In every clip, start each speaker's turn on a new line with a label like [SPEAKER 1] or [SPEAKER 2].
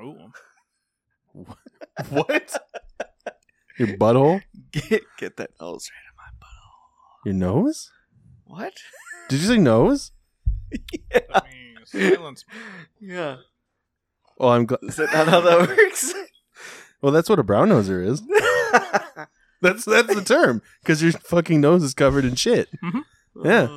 [SPEAKER 1] Oh,
[SPEAKER 2] what? Your butthole?
[SPEAKER 3] Get get that nose right.
[SPEAKER 2] Your nose?
[SPEAKER 3] What?
[SPEAKER 2] Did you say nose?
[SPEAKER 1] I mean, silence.
[SPEAKER 3] Yeah.
[SPEAKER 2] Oh, I'm glad.
[SPEAKER 3] Is that not how that works?
[SPEAKER 2] Well, that's what a brown noser is. That's that's the term because your fucking nose is covered in shit. Yeah.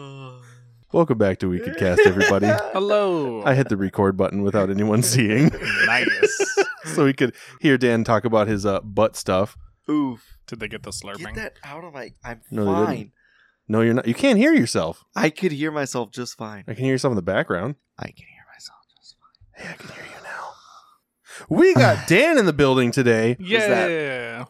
[SPEAKER 2] Welcome back to We Could Cast, everybody.
[SPEAKER 1] Hello.
[SPEAKER 2] I hit the record button without anyone seeing,
[SPEAKER 1] nice.
[SPEAKER 2] so we could hear Dan talk about his uh, butt stuff.
[SPEAKER 3] Oof.
[SPEAKER 1] Did they get the slurping?
[SPEAKER 3] Get that out of my. I'm
[SPEAKER 2] No, they didn't.
[SPEAKER 3] fine.
[SPEAKER 2] No, you're not. You can't hear yourself.
[SPEAKER 3] I could hear myself just fine.
[SPEAKER 2] I can hear yourself in the background.
[SPEAKER 3] I can hear myself just fine.
[SPEAKER 2] Hey, I can hear you now. We got Dan in the building today.
[SPEAKER 1] yeah.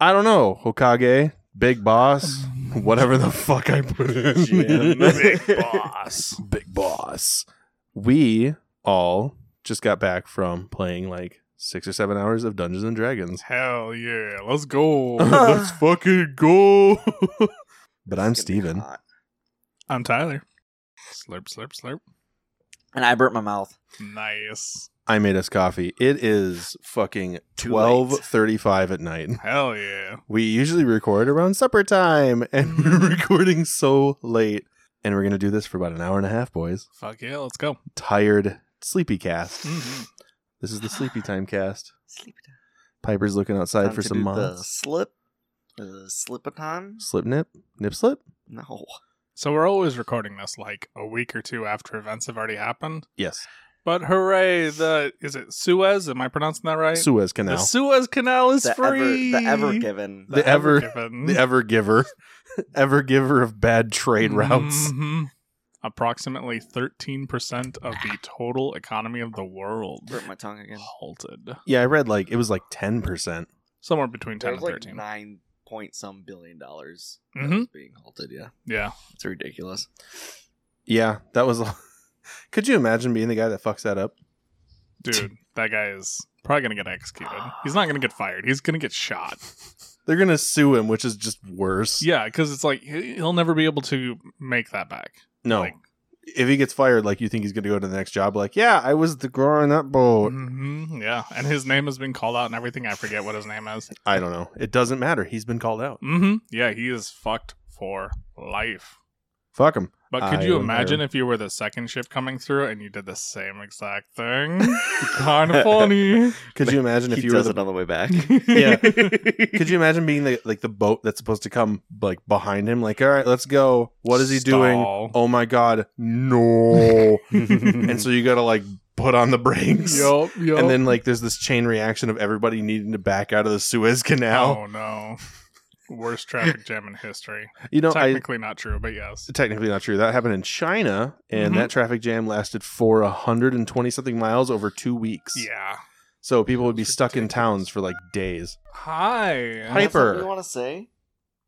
[SPEAKER 2] I don't know Hokage, Big Boss, whatever the fuck I put in.
[SPEAKER 3] Jim.
[SPEAKER 1] Big boss.
[SPEAKER 2] Big Boss. We all just got back from playing like six or seven hours of Dungeons and Dragons.
[SPEAKER 1] Hell yeah. Let's go.
[SPEAKER 2] Let's fucking go.
[SPEAKER 3] It's
[SPEAKER 2] but I'm
[SPEAKER 3] gonna be
[SPEAKER 2] Steven.
[SPEAKER 3] hot.
[SPEAKER 1] I'm Tyler. Slurp, slurp, slurp.
[SPEAKER 3] And I burnt my mouth.
[SPEAKER 1] Nice.
[SPEAKER 2] I made us coffee. It is fucking
[SPEAKER 3] Too
[SPEAKER 2] twelve
[SPEAKER 3] late.
[SPEAKER 2] thirty-five at night.
[SPEAKER 1] Hell yeah.
[SPEAKER 2] We usually record around supper time, and
[SPEAKER 3] Mm-hmm.
[SPEAKER 2] we're recording so late. And we're gonna do this for about an hour and a half, boys.
[SPEAKER 1] Fuck yeah. Let's go.
[SPEAKER 2] Tired, sleepy cast.
[SPEAKER 3] Mm-hmm.
[SPEAKER 1] Mhm.
[SPEAKER 2] This is the sleepy time cast.
[SPEAKER 3] Sleep it down.
[SPEAKER 2] Piper's looking outside
[SPEAKER 3] Time
[SPEAKER 2] for
[SPEAKER 3] to
[SPEAKER 2] some
[SPEAKER 3] do the
[SPEAKER 2] mods.
[SPEAKER 3] slip. The slip a time?
[SPEAKER 2] Slip nip, nip slip.
[SPEAKER 3] No.
[SPEAKER 1] So we're always recording this like a week or two after events have already happened.
[SPEAKER 2] Yes,
[SPEAKER 1] But hooray! The is it Suez? Am I pronouncing that right?
[SPEAKER 2] Suez
[SPEAKER 1] the
[SPEAKER 2] Canal,
[SPEAKER 1] Suez Canal is
[SPEAKER 3] The
[SPEAKER 1] free.
[SPEAKER 3] ever, the ever given.
[SPEAKER 2] The ever-
[SPEAKER 1] given.
[SPEAKER 2] the ever giver, ever giver of bad
[SPEAKER 1] Mm.
[SPEAKER 2] trade routes.
[SPEAKER 1] Mhm. Approximately 13% of the total economy of the world
[SPEAKER 3] Burnt my tongue again.
[SPEAKER 1] halted.
[SPEAKER 2] Yeah, I read like it was like ten percent.
[SPEAKER 1] Somewhere between 10
[SPEAKER 3] There's
[SPEAKER 1] and
[SPEAKER 3] like
[SPEAKER 1] 13.
[SPEAKER 3] nine point some billion dollars that
[SPEAKER 1] Mhm.
[SPEAKER 3] was being halted. Yeah,
[SPEAKER 1] Yeah.
[SPEAKER 3] it's ridiculous.
[SPEAKER 2] Yeah, that was. Could you imagine being the guy that fucks that up?
[SPEAKER 1] Dude, that guy is probably going to get executed. He's not going to get fired. He's going to get shot.
[SPEAKER 2] They're gonna sue him, which is just worse.
[SPEAKER 1] Yeah, because it's like he- he'll never be able to make that back.
[SPEAKER 2] No,
[SPEAKER 1] Like,
[SPEAKER 2] if he gets fired, like you think he's gonna go to the next job? Like, yeah, I was the growing up boat.
[SPEAKER 1] mhm, yeah. And his name has been called out and everything. I forget what his name is.
[SPEAKER 2] I don't know. It doesn't matter. He's been called out.
[SPEAKER 1] hmm Yeah, he is fucked for life.
[SPEAKER 2] Fuck him.
[SPEAKER 1] But could
[SPEAKER 2] I
[SPEAKER 1] you
[SPEAKER 2] don't
[SPEAKER 1] imagine
[SPEAKER 2] know.
[SPEAKER 1] if you were the second ship coming through and you did the same exact thing? kind of funny.
[SPEAKER 2] Could you imagine if
[SPEAKER 3] he
[SPEAKER 2] you were
[SPEAKER 3] does
[SPEAKER 2] the
[SPEAKER 3] it on the way back.
[SPEAKER 2] Yeah. Could you imagine being the like the boat that's supposed to come like behind him? Like, all right, let's go. What is he doing?
[SPEAKER 1] Stall.
[SPEAKER 2] Oh my god, no!
[SPEAKER 3] Mm-hmm.
[SPEAKER 2] and so you gotta like put on the brakes,
[SPEAKER 1] Yup, yup.
[SPEAKER 2] and then like there's this chain reaction of everybody needing to back out of the Suez Canal.
[SPEAKER 1] oh no, worst traffic jam in history.
[SPEAKER 2] You know, I
[SPEAKER 1] Technically not true, but yes.
[SPEAKER 2] technically not true. That happened in China, and
[SPEAKER 1] Mhm.
[SPEAKER 2] that traffic jam lasted for hundred and twenty something miles over two weeks.
[SPEAKER 1] Yeah.
[SPEAKER 2] So people would be
[SPEAKER 1] That's
[SPEAKER 2] stuck in
[SPEAKER 1] ridiculous.
[SPEAKER 2] towns for like days.
[SPEAKER 1] Hi.
[SPEAKER 2] Hi.
[SPEAKER 3] That's something
[SPEAKER 2] Piper.
[SPEAKER 3] you want to say?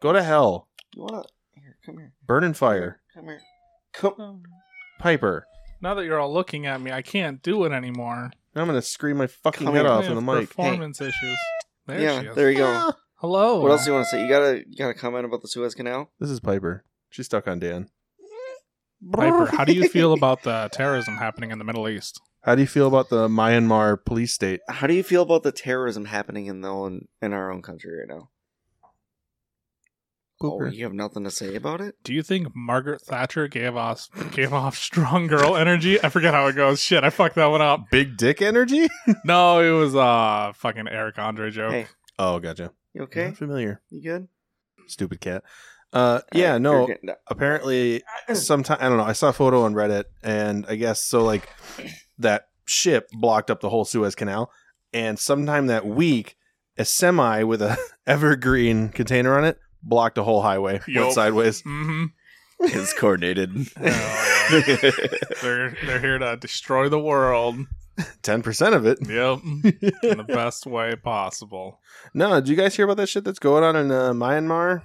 [SPEAKER 2] Go to hell,
[SPEAKER 3] You want to? Here, come here.
[SPEAKER 2] burn in fire,
[SPEAKER 3] Come here. Come.
[SPEAKER 2] Piper.
[SPEAKER 1] Now that you're all looking at me, I can't do it anymore.
[SPEAKER 2] I'm gonna scream my fucking
[SPEAKER 3] Come
[SPEAKER 2] head
[SPEAKER 3] here.
[SPEAKER 2] off
[SPEAKER 1] I
[SPEAKER 2] in
[SPEAKER 1] have
[SPEAKER 2] the mic.
[SPEAKER 1] Performance issues. There
[SPEAKER 3] yeah,
[SPEAKER 1] she is.
[SPEAKER 3] there you go.
[SPEAKER 2] Ah.
[SPEAKER 1] Hello.
[SPEAKER 3] What else do you want to say? You gotta, you gotta comment about the Suez Canal.
[SPEAKER 2] This is Piper. She's stuck on Dan.
[SPEAKER 1] Piper, how do you feel about the terrorism happening in the Middle East?
[SPEAKER 2] How do you feel about the Myanmar police state?
[SPEAKER 3] How do you feel about the terrorism happening in the own, in our own country right now? Oh,
[SPEAKER 2] Pooper.
[SPEAKER 3] you have nothing to say about it?
[SPEAKER 1] Do you think Margaret Thatcher gave off gave off strong girl energy? I forget how it goes. Shit, I fucked that one up.
[SPEAKER 2] Big dick energy?
[SPEAKER 1] No, it was uh fucking Eric Andre joke.
[SPEAKER 3] Hey,
[SPEAKER 2] Oh, gotcha.
[SPEAKER 3] you okay?
[SPEAKER 1] Mm-hmm.
[SPEAKER 2] Not familiar.
[SPEAKER 3] You good?
[SPEAKER 2] Stupid cat. Uh, yeah,
[SPEAKER 3] Alright,
[SPEAKER 2] no.
[SPEAKER 3] you're good.
[SPEAKER 2] Apparently, sometime I don't know. I saw a photo on Reddit, and I guess so. Like that ship blocked up the whole Suez Canal, and sometime that week, a semi with a evergreen container on it blocked a whole highway,
[SPEAKER 1] Yup.
[SPEAKER 2] went sideways.
[SPEAKER 1] Mm-hmm.
[SPEAKER 3] It's coordinated.
[SPEAKER 1] they're they're here to destroy the world.
[SPEAKER 2] Ten percent of it.
[SPEAKER 1] Yep. In the best way possible.
[SPEAKER 2] No, did you guys hear about that shit that's going on in uh, Myanmar?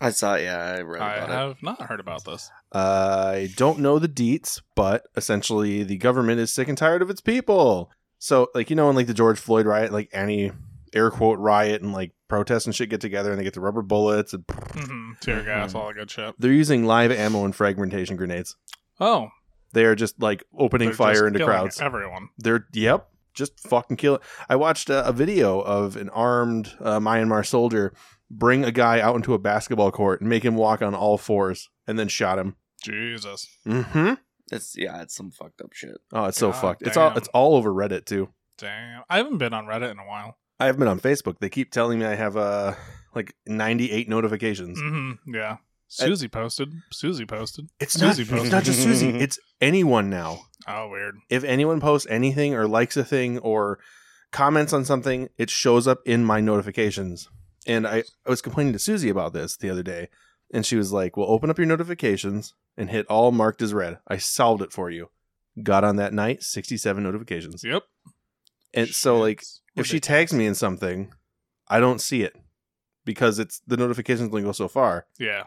[SPEAKER 3] I saw. it, Yeah, I read
[SPEAKER 1] I
[SPEAKER 3] about it.
[SPEAKER 1] have not heard about this.
[SPEAKER 2] I don't know the deets, but essentially the government is sick and tired of its people. So, like you know, in like the George Floyd riot, like any air quote riot and like protests and shit get together and they get the rubber bullets and
[SPEAKER 1] hmm Tear gas,
[SPEAKER 2] Mm-hmm.
[SPEAKER 1] all that good shit.
[SPEAKER 2] they're using live ammo and fragmentation grenades.
[SPEAKER 1] Oh,
[SPEAKER 2] They are just like opening
[SPEAKER 1] they're
[SPEAKER 2] fire
[SPEAKER 1] just
[SPEAKER 2] into
[SPEAKER 1] killing
[SPEAKER 2] crowds.
[SPEAKER 1] Everyone.
[SPEAKER 2] They're yep, just fucking kill it. I watched a, a video of an armed uh, Myanmar soldier bring a guy out into a basketball court and make him walk on all fours, and then shot him.
[SPEAKER 1] Jesus.
[SPEAKER 2] Mm-hmm.
[SPEAKER 3] It's yeah, it's some fucked up shit.
[SPEAKER 2] Oh, it's so
[SPEAKER 1] God
[SPEAKER 2] fucked. It's all
[SPEAKER 1] damn.
[SPEAKER 2] it's all over Reddit too.
[SPEAKER 1] Damn. I haven't been on Reddit in a while.
[SPEAKER 2] I have been on Facebook. They keep telling me I have uh like 98 notifications.
[SPEAKER 1] Mm-hmm. Yeah. Susie posted. Susie posted.
[SPEAKER 2] It's
[SPEAKER 1] Susie
[SPEAKER 2] not,
[SPEAKER 1] posted.
[SPEAKER 2] it's not just Susie. It's anyone now.
[SPEAKER 1] Oh, weird.
[SPEAKER 2] If anyone posts anything or likes a thing or comments on something, it shows up in my notifications. And I, I was complaining to Susie about this the other day, and she was like, "Well, open up your notifications and hit all marked as red. I solved it for you." Got on that night, 67 notifications.
[SPEAKER 1] Yep.
[SPEAKER 2] And so like
[SPEAKER 1] Shit.
[SPEAKER 2] if she tags me in something, I don't see it because it's the notifications only go so far.
[SPEAKER 1] yeah.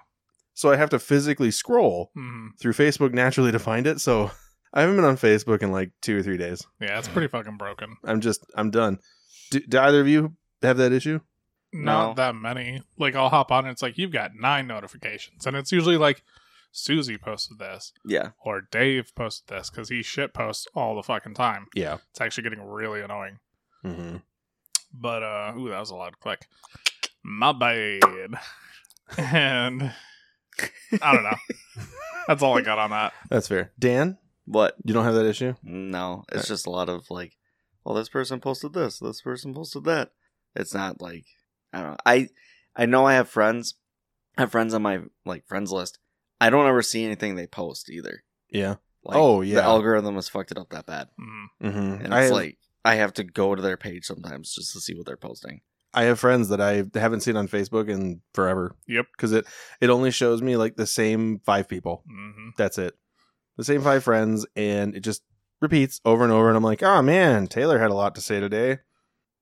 [SPEAKER 2] So I have to physically scroll
[SPEAKER 1] hmm
[SPEAKER 2] through Facebook naturally to find it. So I haven't been on Facebook in like two or three days.
[SPEAKER 1] Yeah, it's pretty fucking broken.
[SPEAKER 2] I'm just I'm done. Do, do either of you have that issue?
[SPEAKER 1] Not
[SPEAKER 3] No.
[SPEAKER 1] that many. Like I'll hop on and it's like you've got nine notifications, and it's usually like Susie posted this
[SPEAKER 3] Yeah,
[SPEAKER 1] or Dave posted this because he shit posts all the fucking time.
[SPEAKER 2] Yeah.
[SPEAKER 1] It's actually getting really annoying.
[SPEAKER 2] Mm-hmm.
[SPEAKER 1] But uh, ooh, that was a loud click. My bad. And I don't know. That's all I got on that.
[SPEAKER 2] That's fair. Dan,
[SPEAKER 3] but
[SPEAKER 2] you don't have that issue.
[SPEAKER 3] no,
[SPEAKER 2] Uh,
[SPEAKER 3] it's just a lot of like, well, this person posted this, this person posted that. It's not like I don't know. I I know I have friends, I have friends on my like friends list. I don't ever see anything they post either.
[SPEAKER 2] Yeah.
[SPEAKER 3] Like,
[SPEAKER 2] Oh, yeah.
[SPEAKER 3] the algorithm has fucked it up that bad,
[SPEAKER 1] Mm.
[SPEAKER 2] Mm-hmm.
[SPEAKER 3] and
[SPEAKER 2] I
[SPEAKER 3] it's
[SPEAKER 2] have,
[SPEAKER 3] like I have to go to their page sometimes just to see what they're posting.
[SPEAKER 2] I have friends that I haven't seen on Facebook in forever.
[SPEAKER 1] Yep.
[SPEAKER 2] Because it it only shows me like the same five people.
[SPEAKER 1] hmm
[SPEAKER 2] That's it. The same five friends, and it just repeats over and over. And I'm like, oh man, Taylor had a lot to say today.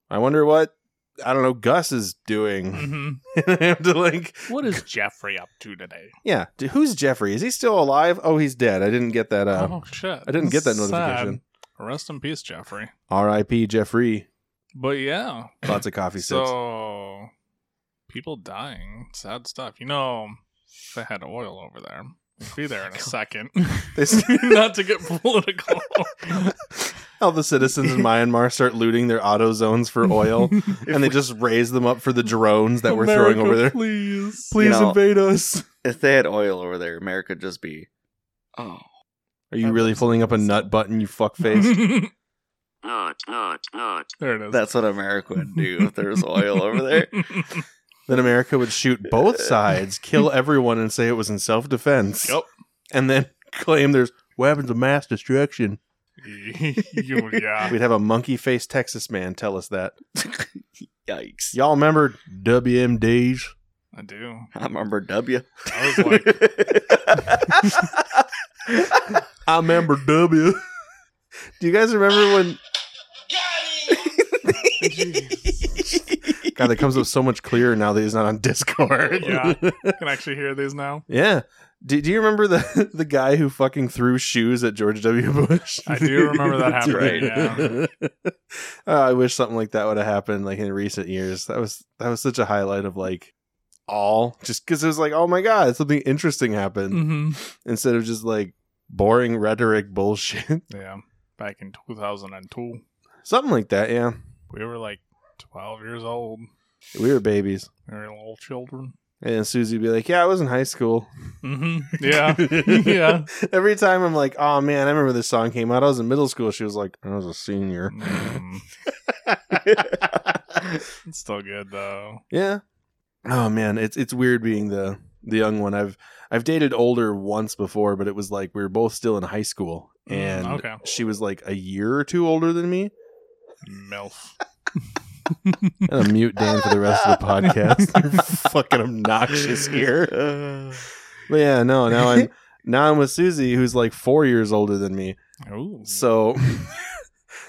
[SPEAKER 2] I wonder what I don't know Gus is doing.
[SPEAKER 1] hmm
[SPEAKER 2] and I have to like,
[SPEAKER 1] What is Jeffrey up to today?
[SPEAKER 2] yeah, d- who's Jeffrey? Is he still alive? Oh, he's dead. I didn't get that. Uh,
[SPEAKER 1] oh shit!
[SPEAKER 2] I didn't get that
[SPEAKER 1] Sad.
[SPEAKER 2] notification.
[SPEAKER 1] Rest in peace, Jeffrey.
[SPEAKER 2] R.I.P. Jeffrey.
[SPEAKER 1] But yeah,
[SPEAKER 2] Lots of coffee sips.
[SPEAKER 1] So, people dying, sad stuff. You know, they had oil over there. We'll be there in a second.
[SPEAKER 2] They s-
[SPEAKER 1] Not to get political.
[SPEAKER 2] All the citizens in Myanmar start looting their auto zones for oil, and they just raise them up for the drones that we're throwing
[SPEAKER 1] America,
[SPEAKER 2] over there.
[SPEAKER 1] Please,
[SPEAKER 2] Please
[SPEAKER 3] You know-
[SPEAKER 2] invade us.
[SPEAKER 3] If they had oil over there, America would just be, oh,
[SPEAKER 2] Are you really pulling up a nut button, you fuckface?
[SPEAKER 4] Not, not, not.
[SPEAKER 1] there it is.
[SPEAKER 3] that's what America would do if there was oil over there.
[SPEAKER 2] Then America would shoot both sides, kill everyone, and say it was in self defense.
[SPEAKER 1] Yep.
[SPEAKER 2] And then claim there's weapons of mass destruction.
[SPEAKER 1] You- yeah.
[SPEAKER 2] We'd have a monkey faced Texas man tell us that.
[SPEAKER 3] Yikes!
[SPEAKER 2] Y'all remember WMDs?
[SPEAKER 1] I do.
[SPEAKER 3] I remember W.
[SPEAKER 1] I was like,
[SPEAKER 2] I remember W. Do you guys remember when God that comes up so much clearer now that he's not on Discord?
[SPEAKER 1] Yeah. can I actually hear these now.
[SPEAKER 2] Yeah. Do, do you remember the the guy who fucking threw shoes at George W. Bush?
[SPEAKER 1] I do remember that happening,
[SPEAKER 2] yeah. Uh, I wish something like that would have happened like in recent years. That was that was such a highlight of like all just because it was like, oh my god, something interesting happened
[SPEAKER 1] Mm-hmm.
[SPEAKER 2] instead of just like boring rhetoric bullshit.
[SPEAKER 1] Yeah. Back in 2002,
[SPEAKER 2] something like that, yeah.
[SPEAKER 1] we were like 12 years old.
[SPEAKER 2] We were babies.
[SPEAKER 1] We were little children.
[SPEAKER 2] And Susie would be like, Yeah, I was in high school.
[SPEAKER 1] hmm Yeah. Yeah.
[SPEAKER 2] Every time I'm like, Oh man, I remember this song came out. I was in middle school. She was like, I was a senior.
[SPEAKER 1] Mm. It's still good though.
[SPEAKER 2] Yeah. Oh man, it's it's weird being the the young one. I've I've dated older once before, but it was like we were both still in high school,
[SPEAKER 1] Mm,
[SPEAKER 2] and
[SPEAKER 1] okay.
[SPEAKER 2] she was like a year or two older than me.
[SPEAKER 1] MILF.
[SPEAKER 2] And I'm mute Dan for the rest of the podcast. You're fucking obnoxious here.
[SPEAKER 3] Uh,
[SPEAKER 2] But yeah, no, now I'm now I'm with Susie, who's like four years older than me.
[SPEAKER 1] Ooh.
[SPEAKER 2] So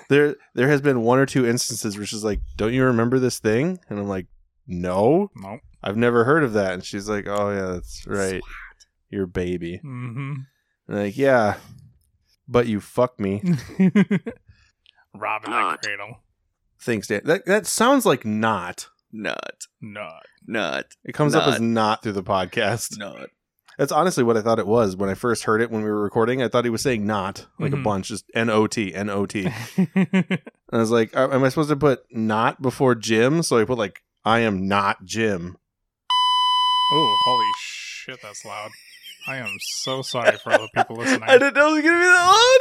[SPEAKER 2] there there has been one or two instances where she's like, "Don't you remember this thing?" And I'm like, "No,
[SPEAKER 1] Nope.
[SPEAKER 2] I've never heard of that." And she's like, "Oh yeah, that's right. Your baby."
[SPEAKER 1] hmm
[SPEAKER 2] And I'm like, "Yeah, but you fuck me."
[SPEAKER 1] Robin that
[SPEAKER 4] Not.
[SPEAKER 1] cradle.
[SPEAKER 2] Thanks, Dan. That that sounds like not.
[SPEAKER 3] nut,
[SPEAKER 1] Nut.
[SPEAKER 3] nut,
[SPEAKER 2] It comes up
[SPEAKER 3] Not.
[SPEAKER 2] as not through the podcast.
[SPEAKER 3] nut.
[SPEAKER 2] That's honestly what I thought it was when I first heard it when we were recording. I thought he was saying not like
[SPEAKER 3] Mm-hmm.
[SPEAKER 1] Mhm.
[SPEAKER 2] a bunch, just N O T, N O T. And I was like, "Uh, am I supposed to put not before Jim? So I put like, I am not Jim.
[SPEAKER 1] oh, holy shit, that's loud. I am so sorry for all the people listening.
[SPEAKER 3] I didn't know it was gonna be that loud.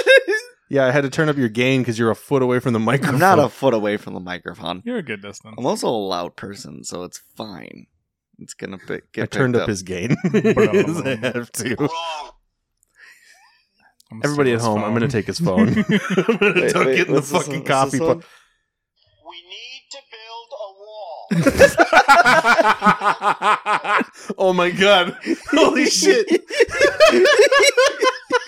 [SPEAKER 2] Yeah, I had to turn up your gain because you're a foot away from the microphone.
[SPEAKER 3] I'm not a foot away from the microphone.
[SPEAKER 1] You're a good distance.
[SPEAKER 3] I'm also a loud person, so it's fine. It's gonna pi- get
[SPEAKER 2] I turned
[SPEAKER 3] picked
[SPEAKER 2] up,
[SPEAKER 3] up
[SPEAKER 2] his gain. 'Cause I have to.
[SPEAKER 1] I'm
[SPEAKER 2] Everybody at
[SPEAKER 1] still
[SPEAKER 2] home, I'm going to
[SPEAKER 1] as
[SPEAKER 2] take his phone. I'm going to
[SPEAKER 3] Wait,
[SPEAKER 2] tuck
[SPEAKER 3] wait,
[SPEAKER 2] it in the
[SPEAKER 3] what's this
[SPEAKER 2] fucking
[SPEAKER 3] one? What's
[SPEAKER 2] coffee
[SPEAKER 3] this
[SPEAKER 2] pot.
[SPEAKER 3] one?
[SPEAKER 4] We need to build a wall.
[SPEAKER 2] oh my god. Holy shit.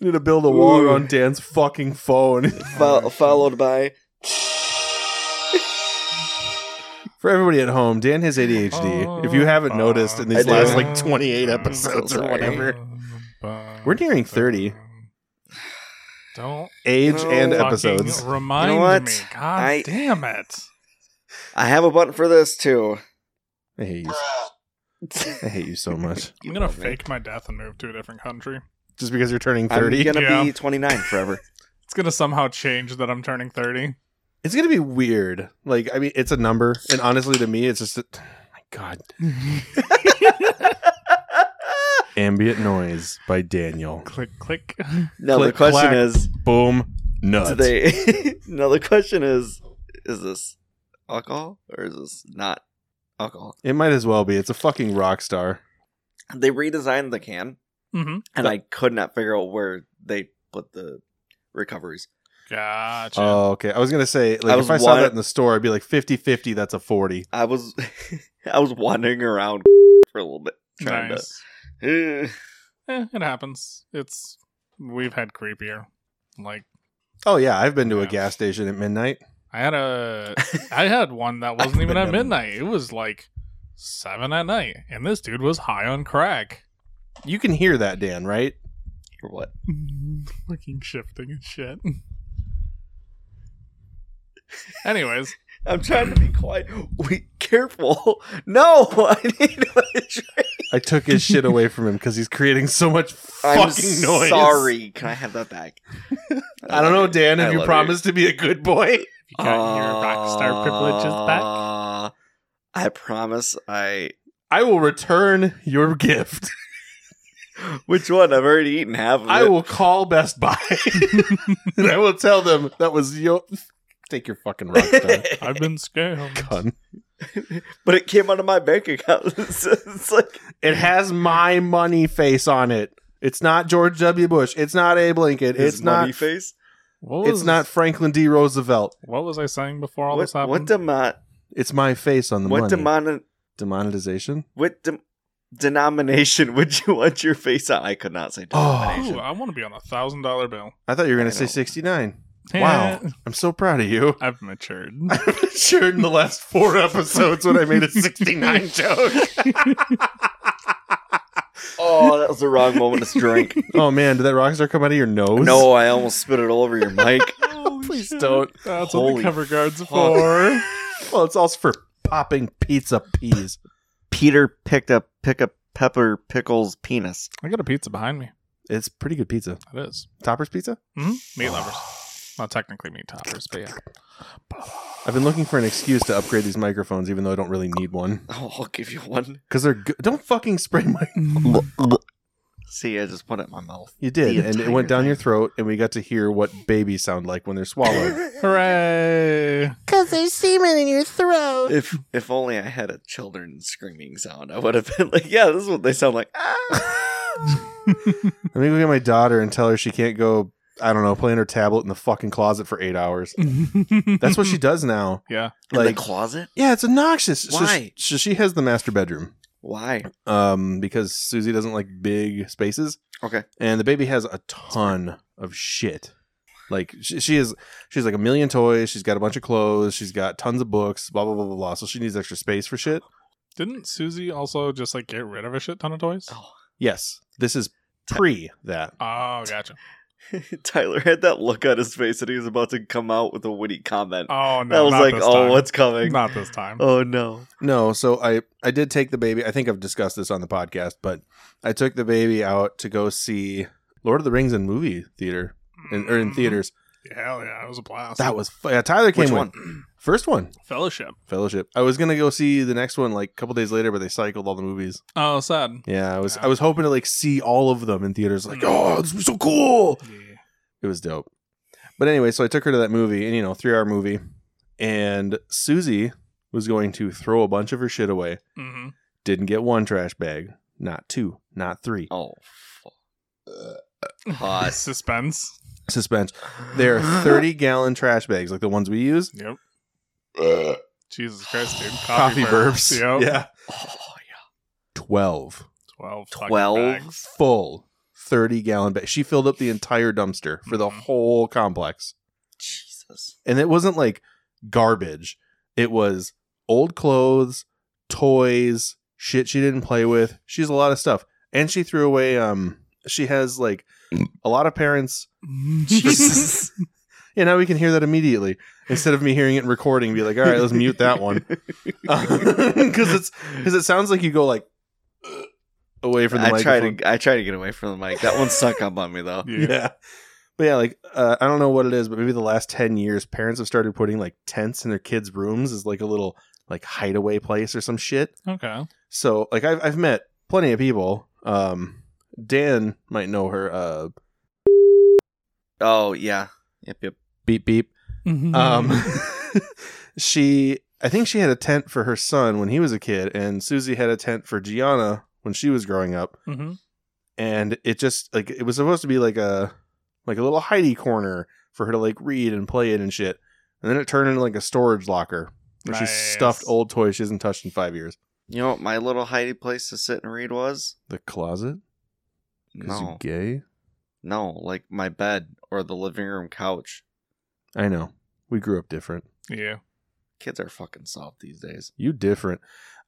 [SPEAKER 2] Need to build a wall
[SPEAKER 3] Ooh.
[SPEAKER 2] around Dan's fucking phone.
[SPEAKER 3] Fol- followed by
[SPEAKER 2] For everybody at home, Dan has ADHD. if you haven't noticed in
[SPEAKER 3] I
[SPEAKER 2] these
[SPEAKER 3] do.
[SPEAKER 2] last like 28
[SPEAKER 1] I'm
[SPEAKER 3] so
[SPEAKER 2] episodes or
[SPEAKER 3] sorry.
[SPEAKER 2] whatever, We're nearing 30.
[SPEAKER 1] Don't
[SPEAKER 2] age
[SPEAKER 3] No
[SPEAKER 2] and
[SPEAKER 3] fucking
[SPEAKER 2] episodes.
[SPEAKER 1] Remind
[SPEAKER 3] You know what?
[SPEAKER 1] me. God
[SPEAKER 3] I-
[SPEAKER 1] damn it.
[SPEAKER 3] I have a button for this too.
[SPEAKER 2] I hate you. I hate you so much.
[SPEAKER 1] I'm gonna
[SPEAKER 3] love me.
[SPEAKER 1] fake my death and move to a different country.
[SPEAKER 2] Just because you're turning
[SPEAKER 3] I'm
[SPEAKER 2] 30.
[SPEAKER 3] gonna
[SPEAKER 1] Yeah.
[SPEAKER 3] be 29 forever.
[SPEAKER 1] It's gonna somehow change that I'm turning 30.
[SPEAKER 2] It's going to be weird. Like, I mean, it's a number. And honestly, to me, it's just. A, my God. Ambient Noise by Daniel.
[SPEAKER 1] click, click.
[SPEAKER 3] Now the
[SPEAKER 2] Click,
[SPEAKER 3] question
[SPEAKER 2] clack.
[SPEAKER 3] is,
[SPEAKER 2] Boom. Nuts.
[SPEAKER 3] do they? now the question is, is this alcohol or is this not alcohol?
[SPEAKER 2] It might as well be. It's a fucking rock star.
[SPEAKER 3] They redesigned the can,
[SPEAKER 1] hmm
[SPEAKER 3] and I could not figure out where they put the recoveries.
[SPEAKER 1] Gotcha.
[SPEAKER 3] Uh,
[SPEAKER 2] Oh, okay. I was gonna say, like,
[SPEAKER 3] I was
[SPEAKER 2] if I saw
[SPEAKER 3] wa-
[SPEAKER 2] that in the store, I'd be like 50-50, That's a forty.
[SPEAKER 3] I was, I was wandering around for a little bit trying
[SPEAKER 1] nice.
[SPEAKER 3] to. Eh.
[SPEAKER 1] Eh, it happens. It's we've had creepier. Like
[SPEAKER 2] Oh yeah, I've been to a
[SPEAKER 1] Yeah.
[SPEAKER 2] gas station at midnight.
[SPEAKER 1] I had a I had one that wasn't
[SPEAKER 2] I've
[SPEAKER 1] even
[SPEAKER 2] been
[SPEAKER 1] at
[SPEAKER 2] to-
[SPEAKER 1] midnight. It was like seven at night, and this dude was high on crack.
[SPEAKER 2] You can hear that, Dan, right?
[SPEAKER 3] Or what?
[SPEAKER 1] Fucking shifting and shit. Anyways,
[SPEAKER 3] I'm trying to be quiet. Wait, careful. No, I need a drink.
[SPEAKER 2] I took his shit away from him because he's creating so much fucking
[SPEAKER 3] I'm
[SPEAKER 2] noise.
[SPEAKER 3] sorry. Can I have that back?
[SPEAKER 2] I don't know, Dan.
[SPEAKER 3] I
[SPEAKER 2] If you
[SPEAKER 3] love you.
[SPEAKER 2] promise Uh, to be a good boy,
[SPEAKER 1] you got your rock star privileges back.
[SPEAKER 3] Uh, I promise. I.
[SPEAKER 2] I will return your gift.
[SPEAKER 3] Which one? I've already eaten half of it.
[SPEAKER 2] I will call Best Buy and I will tell them that was your. Take your fucking rock star.
[SPEAKER 1] Uh, I've been scammed.
[SPEAKER 2] Cunt.
[SPEAKER 3] but it came out of my bank account. So it's like
[SPEAKER 2] It has my money face on it. It's not George W. Bush. It's not Abe Lincoln.
[SPEAKER 3] his
[SPEAKER 2] it's
[SPEAKER 3] mummy
[SPEAKER 2] not.
[SPEAKER 3] face.
[SPEAKER 1] What was
[SPEAKER 2] It's not Franklin D. Roosevelt.
[SPEAKER 1] What was I saying before all
[SPEAKER 3] What,
[SPEAKER 1] this happened?
[SPEAKER 3] what demo-
[SPEAKER 2] It's my face on the
[SPEAKER 3] What
[SPEAKER 2] money.
[SPEAKER 3] demon?
[SPEAKER 2] Demonetization.
[SPEAKER 3] What de- denomination would you want your face on? I could not say
[SPEAKER 2] Oh.
[SPEAKER 1] Ooh,
[SPEAKER 3] denomination.
[SPEAKER 1] I want to be on a thousand dollar bill.
[SPEAKER 2] I thought you were going
[SPEAKER 3] I
[SPEAKER 2] to say
[SPEAKER 3] know.
[SPEAKER 2] sixty nine. Wow, I'm so proud of you.
[SPEAKER 1] I've matured.
[SPEAKER 2] sure, in the last four episodes, when I made a sixty nine joke.
[SPEAKER 3] Oh, that was the wrong moment to drink.
[SPEAKER 2] oh man, did that rock star come out of your nose?
[SPEAKER 3] no, I almost spit it all over your mic.
[SPEAKER 1] Holy
[SPEAKER 2] Please
[SPEAKER 1] shit.
[SPEAKER 2] don't.
[SPEAKER 1] That's what
[SPEAKER 3] Holy
[SPEAKER 1] the cover guard's
[SPEAKER 3] fuck.
[SPEAKER 1] for.
[SPEAKER 2] Well, it's also for popping pizza peas.
[SPEAKER 3] Peter picked up pick up pepper pickles penis.
[SPEAKER 1] I got a pizza behind me.
[SPEAKER 2] It's pretty good pizza.
[SPEAKER 1] It is.
[SPEAKER 2] Topper's pizza.
[SPEAKER 1] hmm Meat lovers. Not technically meat toppers, but yeah.
[SPEAKER 2] I've been looking for an excuse to upgrade these microphones, even though I don't really need one.
[SPEAKER 3] Oh, I'll give you one.
[SPEAKER 2] Because they're good. Don't fucking spray my.
[SPEAKER 3] See, I just put it in my mouth.
[SPEAKER 2] You did,
[SPEAKER 3] The
[SPEAKER 2] and it
[SPEAKER 3] entire
[SPEAKER 2] went down
[SPEAKER 3] thing.
[SPEAKER 2] your throat, and we got to hear what babies sound like when they're swallowed.
[SPEAKER 1] Hooray!
[SPEAKER 2] Because there's semen in your throat.
[SPEAKER 3] If if only I had a children screaming sound, I would have been like, yeah, this is what they sound like. Ah!
[SPEAKER 2] Let me go get my daughter and tell her she can't go. I don't know, play on her tablet in the fucking closet for eight hours. That's what she does now.
[SPEAKER 1] Yeah.
[SPEAKER 3] in
[SPEAKER 2] Like,
[SPEAKER 3] the closet?
[SPEAKER 2] yeah, it's obnoxious. So
[SPEAKER 3] Why?
[SPEAKER 2] sh- So she has the master bedroom,
[SPEAKER 3] Why?
[SPEAKER 2] um, because Susie doesn't like big spaces.
[SPEAKER 3] Okay.
[SPEAKER 2] and the baby has a ton of shit. Like she, she is, she's like a million toys. She's got a bunch of clothes. She's got tons of books. Blah blah blah blah blah. So she needs extra space for shit.
[SPEAKER 1] Didn't Susie also just like get rid of a shit ton of toys?
[SPEAKER 3] Oh.
[SPEAKER 2] Yes, this is pre that.
[SPEAKER 1] Oh, gotcha.
[SPEAKER 3] Tyler had that look on his face that he was about to come out with a witty comment.
[SPEAKER 1] Oh no!
[SPEAKER 3] that was
[SPEAKER 1] not
[SPEAKER 3] like,
[SPEAKER 1] this
[SPEAKER 3] oh,
[SPEAKER 1] time.
[SPEAKER 3] what's coming?
[SPEAKER 1] Not this time.
[SPEAKER 3] Oh no.
[SPEAKER 2] No, so I I did take the baby. I think I've discussed this on the podcast, but I took the baby out to go see Lord of the Rings in movie theater in, or in theaters.
[SPEAKER 1] Mm, Hell yeah! It was a blast.
[SPEAKER 2] That was fu- yeah, Tyler came
[SPEAKER 3] Which
[SPEAKER 2] with- First one,
[SPEAKER 1] Fellowship.
[SPEAKER 2] Fellowship. I was gonna go see the next one like a couple days later, but they cycled all the movies.
[SPEAKER 1] Oh, sad.
[SPEAKER 2] Yeah, I was
[SPEAKER 1] Yeah.
[SPEAKER 2] I was hoping to like see all of them in theaters. Like,
[SPEAKER 1] Mm.
[SPEAKER 2] oh, this was so cool.
[SPEAKER 1] Yeah.
[SPEAKER 2] It was dope. But anyway, so I took her to that movie, and you know, three hour movie, and Susie was going to throw a bunch of her shit away.
[SPEAKER 1] Mm-hmm.
[SPEAKER 2] Didn't get one trash bag, not two, not three.
[SPEAKER 3] Oh. fuck. Hot.
[SPEAKER 1] Suspense.
[SPEAKER 2] Suspense. They are thirty gallon trash bags, like the ones we use.
[SPEAKER 1] Yep. Jesus Christ, dude. Coffee,
[SPEAKER 2] Coffee, burps.
[SPEAKER 1] Yep.
[SPEAKER 2] Yeah,
[SPEAKER 3] Oh yeah.
[SPEAKER 2] twelve
[SPEAKER 1] 12. fucking
[SPEAKER 3] 12?
[SPEAKER 1] bags.
[SPEAKER 2] full thirty gallon bag. She filled up the entire dumpster for the
[SPEAKER 1] Mhm.
[SPEAKER 2] whole complex.
[SPEAKER 3] Jesus.
[SPEAKER 2] and it wasn't like garbage it was old clothes toys shit she didn't play with she's a lot of stuff and she threw away um she has like a lot of parents
[SPEAKER 1] Jesus.
[SPEAKER 2] yeah now we can hear that immediately instead of me hearing it in recording be like all right let's mute that one because it's because it sounds like you go like uh, away from the
[SPEAKER 3] I try
[SPEAKER 2] microphone
[SPEAKER 3] to I try to get away from the mic. That one snuck up on me though.
[SPEAKER 1] Yeah.
[SPEAKER 2] yeah. But yeah, like uh, I don't know what it is, but maybe the last ten years, parents have started putting like tents in their kids' rooms as like a little like hideaway place or some shit.
[SPEAKER 1] Okay.
[SPEAKER 2] So like I've I've met plenty of people. Um, Dan might know her. Uh,
[SPEAKER 3] Oh yeah. Yep yep.
[SPEAKER 2] beep beep. Um, she I think she had a tent for her son when he was a kid, and Susie had a tent for Gianna when she was growing up.
[SPEAKER 1] hmm
[SPEAKER 2] and it just like it was supposed to be like a like a little Heidi corner for her to like read and play in and shit. And then it turned into like a storage locker where she
[SPEAKER 1] Nice.
[SPEAKER 2] stuffed old toys she hasn't touched in five years.
[SPEAKER 3] You know what my little hidey place to sit and read was?
[SPEAKER 2] The closet? Because
[SPEAKER 3] No.
[SPEAKER 2] you gay?
[SPEAKER 3] No, like my bed or the living room couch.
[SPEAKER 2] I know. We grew up different.
[SPEAKER 1] Yeah.
[SPEAKER 3] Kids are fucking soft these days.
[SPEAKER 2] You different.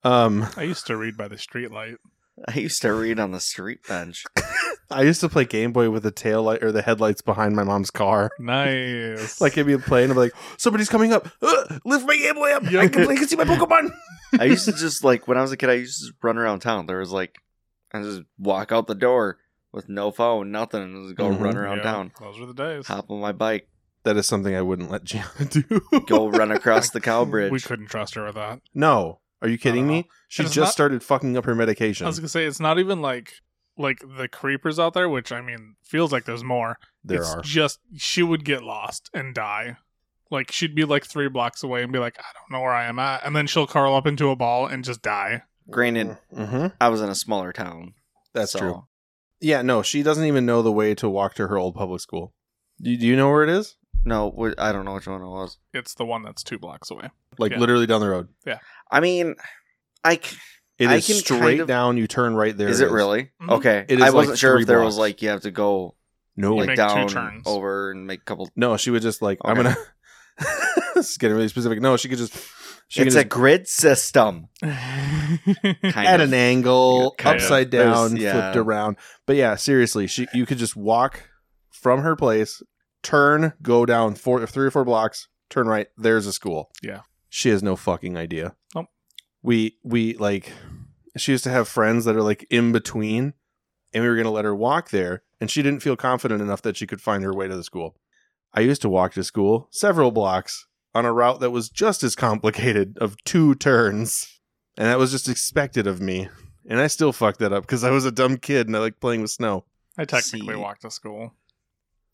[SPEAKER 2] Um
[SPEAKER 1] I used to read by the streetlight.
[SPEAKER 3] I used to read on the street bench.
[SPEAKER 2] I used to play Game Boy with the tail light or the headlights behind my mom's car.
[SPEAKER 1] Nice.
[SPEAKER 2] Like it'd be playing, I'd be like, somebody's coming up. Uh, lift my Game Boy up. I can play I can see my Pokemon.
[SPEAKER 3] I used to just like when I was a kid, I used to just run around town. There was like, I just walk out the door with no phone, nothing, and just go
[SPEAKER 2] Mhm.
[SPEAKER 3] run around
[SPEAKER 1] Yeah,
[SPEAKER 3] town.
[SPEAKER 1] Those were the days.
[SPEAKER 3] Hop on my bike,
[SPEAKER 2] That is something I wouldn't let Gianna do.
[SPEAKER 3] go run across the cow
[SPEAKER 1] We
[SPEAKER 3] bridge.
[SPEAKER 1] couldn't trust her with that.
[SPEAKER 2] No. Are you kidding
[SPEAKER 1] don't
[SPEAKER 2] me?
[SPEAKER 1] know.
[SPEAKER 2] She
[SPEAKER 1] It's
[SPEAKER 2] just
[SPEAKER 1] not-
[SPEAKER 2] started fucking up her
[SPEAKER 1] I
[SPEAKER 2] medication.
[SPEAKER 1] was gonna say it's not even like like the creepers out there, which I mean feels like there's more.
[SPEAKER 2] There
[SPEAKER 1] it's
[SPEAKER 2] are.
[SPEAKER 1] just she would get lost and die. Like she'd be like three blocks away and be like, I don't know where I am at, and then she'll curl up into a ball and just die.
[SPEAKER 3] Granted,
[SPEAKER 2] hmm
[SPEAKER 3] I was in a smaller town.
[SPEAKER 2] That's
[SPEAKER 3] so-
[SPEAKER 2] true. Yeah, no, she doesn't even know the way to walk to her old public school. Do, do you know where it is?
[SPEAKER 3] No, wh- I don't know which one it was.
[SPEAKER 1] It's the one that's two blocks away.
[SPEAKER 2] Like
[SPEAKER 1] Yeah.
[SPEAKER 2] literally down the road.
[SPEAKER 3] I mean, I c-
[SPEAKER 2] It is
[SPEAKER 3] I can
[SPEAKER 2] straight
[SPEAKER 3] kind of-
[SPEAKER 2] down. You turn right there.
[SPEAKER 3] is it really
[SPEAKER 1] Mhm.
[SPEAKER 3] okay?
[SPEAKER 2] It is
[SPEAKER 3] I
[SPEAKER 2] like
[SPEAKER 3] wasn't sure
[SPEAKER 2] three
[SPEAKER 3] if there was
[SPEAKER 2] blocks.
[SPEAKER 3] like you have to go
[SPEAKER 2] No.
[SPEAKER 1] You
[SPEAKER 3] like
[SPEAKER 1] make two
[SPEAKER 3] down,
[SPEAKER 1] turns.
[SPEAKER 3] over, and make a couple.
[SPEAKER 2] no, she would just like I'm
[SPEAKER 3] Okay.
[SPEAKER 2] gonna. this is getting really specific. No, she could just. She
[SPEAKER 3] it's
[SPEAKER 2] could
[SPEAKER 3] a grid system.
[SPEAKER 1] yeah,
[SPEAKER 3] Kind
[SPEAKER 2] at
[SPEAKER 3] of.
[SPEAKER 2] an angle,
[SPEAKER 3] Kind
[SPEAKER 1] of.
[SPEAKER 2] upside
[SPEAKER 3] There's-
[SPEAKER 2] down,
[SPEAKER 3] yeah.
[SPEAKER 2] flipped around. But yeah, seriously, she you could just walk from her place, turn, go down four, three or four blocks, turn right. There's a school.
[SPEAKER 1] Yeah.
[SPEAKER 2] she has no fucking idea.
[SPEAKER 1] Nope.
[SPEAKER 2] We we like she used to have friends that are like in between, and we were gonna let her walk there, and she didn't feel confident enough that she could find her way to the school. I used to walk to school several blocks on a route that was just as complicated of two turns. And that was just expected of me. And I still fucked that up because I was a dumb kid and I like playing with snow.
[SPEAKER 1] I technically
[SPEAKER 3] See.
[SPEAKER 1] walked to school.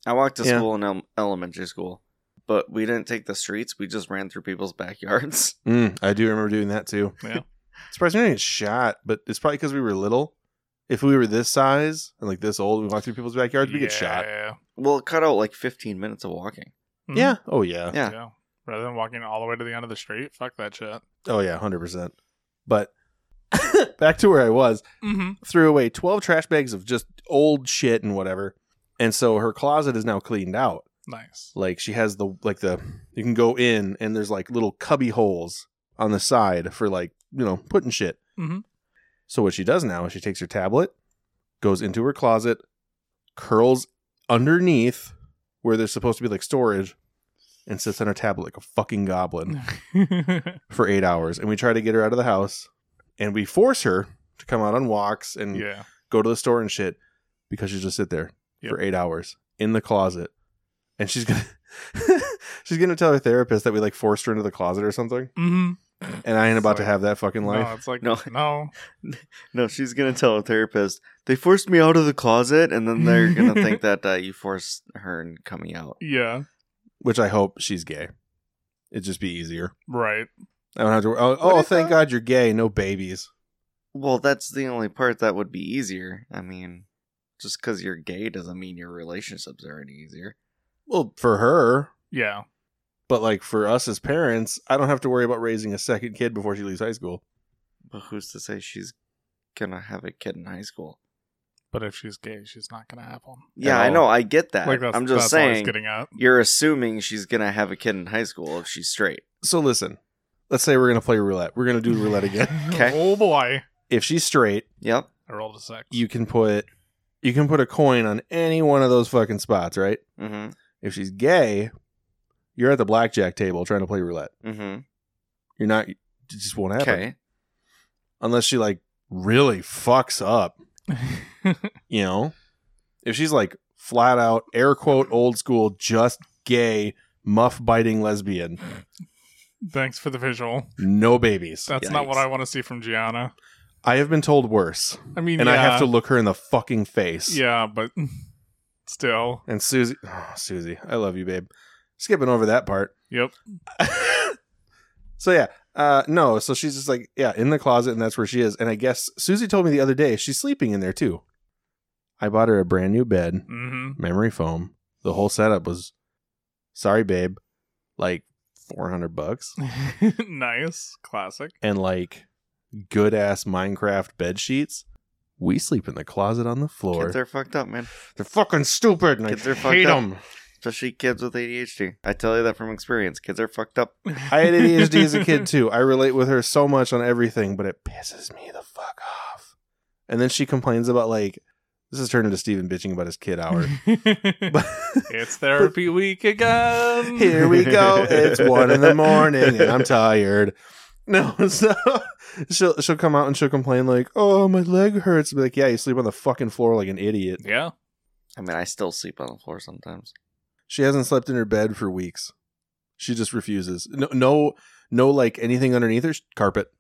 [SPEAKER 3] I walked to
[SPEAKER 2] Yeah.
[SPEAKER 3] school in el- elementary school, but we didn't take the streets. We just ran through people's backyards.
[SPEAKER 2] Mm, I do remember doing that too.
[SPEAKER 1] Yeah.
[SPEAKER 2] Surprised we didn't get shot, but it's probably because we were little. If we were this size and like this old, we walked through people's backyards, we get shot.
[SPEAKER 1] Yeah.
[SPEAKER 3] Well, it cut out like 15 minutes of walking.
[SPEAKER 1] Mhm.
[SPEAKER 2] Yeah. Oh yeah.
[SPEAKER 3] Yeah.
[SPEAKER 1] yeah. Rather than walking all the way to the end of the street, fuck that shit.
[SPEAKER 2] Oh yeah. Hundred percent. But back to where I was.
[SPEAKER 1] Mm-hmm.
[SPEAKER 2] threw away 12 trash bags of just old shit and whatever. And so her closet is now cleaned out.
[SPEAKER 1] Nice.
[SPEAKER 2] Like she has the like the you can go in and there's like little cubby holes on the side for like, you know, putting shit.
[SPEAKER 1] Mhm.
[SPEAKER 2] So what she does now is she takes her tablet, goes into her closet, curls underneath where there's supposed to be like storage and sits on her tablet like a fucking goblin for eight hours. And we try to get her out of the house and we force her to come out on walks and
[SPEAKER 1] yeah.
[SPEAKER 2] go to the store and shit because she just sit there
[SPEAKER 1] Yep.
[SPEAKER 2] for eight hours in the closet. And she's gonna she's gonna tell her therapist that we like forced her into the closet or something.
[SPEAKER 1] Mm-hmm.
[SPEAKER 2] And I ain't
[SPEAKER 1] It's
[SPEAKER 2] about to
[SPEAKER 1] like-
[SPEAKER 2] have that fucking life.
[SPEAKER 1] No, it's like
[SPEAKER 3] No.
[SPEAKER 1] no,
[SPEAKER 3] No, she's gonna tell a therapist they forced me out of the closet, and then they're gonna think that uh, you forced her in coming out.
[SPEAKER 1] yeah,
[SPEAKER 2] Which I hope she's gay. It'd just be easier.
[SPEAKER 1] right.
[SPEAKER 2] I don't have to. Oh,
[SPEAKER 3] What
[SPEAKER 2] oh
[SPEAKER 3] if
[SPEAKER 2] thank
[SPEAKER 3] I-
[SPEAKER 2] God you're gay. No babies.
[SPEAKER 3] Well, that's the only part that would be easier. I mean, just because you're gay doesn't mean your relationships are any easier.
[SPEAKER 2] Well, for her,
[SPEAKER 1] Yeah,
[SPEAKER 2] but like for us as parents, I don't have to worry about raising a second kid before she leaves high school.
[SPEAKER 3] But who's to say she's gonna have a kid in high school?
[SPEAKER 1] but if she's gay, she's not gonna have one.
[SPEAKER 3] Yeah,
[SPEAKER 2] At
[SPEAKER 3] I
[SPEAKER 2] all.
[SPEAKER 3] know, I get that.
[SPEAKER 1] Like that's
[SPEAKER 3] I'm just
[SPEAKER 1] that's all he's
[SPEAKER 3] saying,
[SPEAKER 1] getting at.
[SPEAKER 3] you're assuming she's gonna have a kid in high school if she's straight.
[SPEAKER 2] So listen, let's say we're gonna play roulette. We're gonna do roulette again.
[SPEAKER 3] Okay.
[SPEAKER 1] Oh boy,
[SPEAKER 2] if she's straight,
[SPEAKER 3] Yep.
[SPEAKER 1] I rolled a six.
[SPEAKER 2] you can put you can put a coin on any one of those fucking spots, right?
[SPEAKER 3] Mm-hmm.
[SPEAKER 2] If she's gay, you're at the blackjack table trying to play roulette.
[SPEAKER 3] Mm-hmm.
[SPEAKER 2] You're not. It just won't happen
[SPEAKER 3] Okay.
[SPEAKER 2] unless she like really fucks up. you know if she's like flat out air quote old school just gay muff biting lesbian
[SPEAKER 1] Thanks for the visual.
[SPEAKER 2] no babies
[SPEAKER 1] That's not what
[SPEAKER 3] Yikes.
[SPEAKER 1] I want to see from Gianna.
[SPEAKER 2] i have been told worse
[SPEAKER 1] I mean,
[SPEAKER 2] and i have to
[SPEAKER 1] yeah,
[SPEAKER 2] look her in the fucking face
[SPEAKER 1] Yeah, but still,
[SPEAKER 2] and susie oh, susie i love you babe skipping over that part
[SPEAKER 1] yep.
[SPEAKER 2] so yeah uh no so she's just like yeah in the closet and that's where she is and i guess susie told me the other day she's sleeping in there too i bought her a brand new bed
[SPEAKER 1] Mm-hmm.
[SPEAKER 2] memory foam. The whole setup was, sorry, babe, like 400 bucks
[SPEAKER 1] nice, classic.
[SPEAKER 2] and like good ass Minecraft bed sheets. We sleep in the closet on the floor.
[SPEAKER 3] Kids are fucked up, man.
[SPEAKER 2] They're fucking stupid and
[SPEAKER 3] Kids
[SPEAKER 2] I
[SPEAKER 3] are fucked
[SPEAKER 2] hate
[SPEAKER 3] up.
[SPEAKER 2] them.
[SPEAKER 3] Especially kids with ADHD. I tell you that from experience. Kids are fucked up.
[SPEAKER 2] I had ADHD as a kid too. I relate with her so much on everything, but it pisses me the fuck off. And then she complains about like, this has turned into Steven bitching about his kid hour. But
[SPEAKER 1] it's therapy week again.
[SPEAKER 2] here we go. It's one in the morning and I'm tired. No, so she'll she'll come out and she'll complain like, "Oh, my leg hurts." Be like, "Yeah, you sleep on the fucking floor like an idiot."
[SPEAKER 1] Yeah.
[SPEAKER 3] I mean, I still sleep on the floor sometimes.
[SPEAKER 2] She hasn't slept in her bed for weeks. She just refuses. No, no, no, like anything underneath her carpet.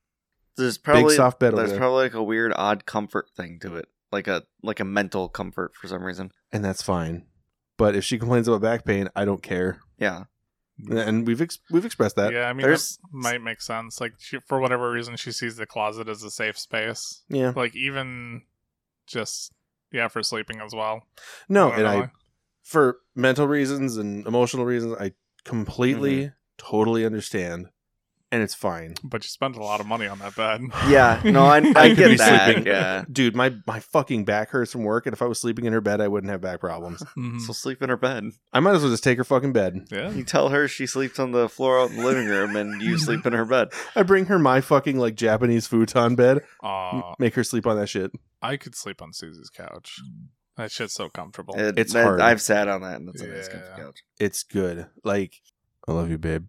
[SPEAKER 3] There's probably
[SPEAKER 2] soft bed over
[SPEAKER 3] There's
[SPEAKER 2] there.
[SPEAKER 3] probably like a weird, odd comfort thing to it, like a like a mental comfort for some reason.
[SPEAKER 2] and that's fine. But if she complains about back pain, I don't care.
[SPEAKER 3] Yeah,
[SPEAKER 2] And we've ex- we've expressed that. Yeah.
[SPEAKER 1] yeah, I mean,
[SPEAKER 3] there's-
[SPEAKER 1] that might make sense. Like, she, for whatever reason, she sees the closet as a safe space. Like, even just, yeah, for sleeping as well.
[SPEAKER 2] No,
[SPEAKER 1] I
[SPEAKER 2] and
[SPEAKER 1] don't
[SPEAKER 2] I
[SPEAKER 1] know.
[SPEAKER 2] for mental reasons and emotional reasons, I completely
[SPEAKER 1] Mm-hmm.
[SPEAKER 2] totally understand and it's fine.
[SPEAKER 1] But she spent a lot of money on that bed.
[SPEAKER 3] yeah. No, I, I
[SPEAKER 2] could be
[SPEAKER 3] get that.
[SPEAKER 2] sleeping.
[SPEAKER 3] Yeah.
[SPEAKER 2] Dude, my my fucking back hurts from work, and if I was sleeping in her bed, I wouldn't have back problems.
[SPEAKER 1] Mhm.
[SPEAKER 3] So sleep in her bed.
[SPEAKER 2] I might as well just take her fucking bed.
[SPEAKER 1] yeah.
[SPEAKER 3] You tell her she sleeps on the floor out in the living room, and you sleep in her bed.
[SPEAKER 2] I bring her my fucking like Japanese futon bed, m-
[SPEAKER 1] Aw,
[SPEAKER 2] make her sleep on that shit.
[SPEAKER 1] I could sleep on Susie's couch. That shit's so comfortable.
[SPEAKER 3] It-
[SPEAKER 2] It's
[SPEAKER 3] I,
[SPEAKER 2] hard.
[SPEAKER 3] I've sat on that, and it's a nice comfy
[SPEAKER 1] Yeah.
[SPEAKER 3] couch.
[SPEAKER 2] It's good. Like, I love you, babe.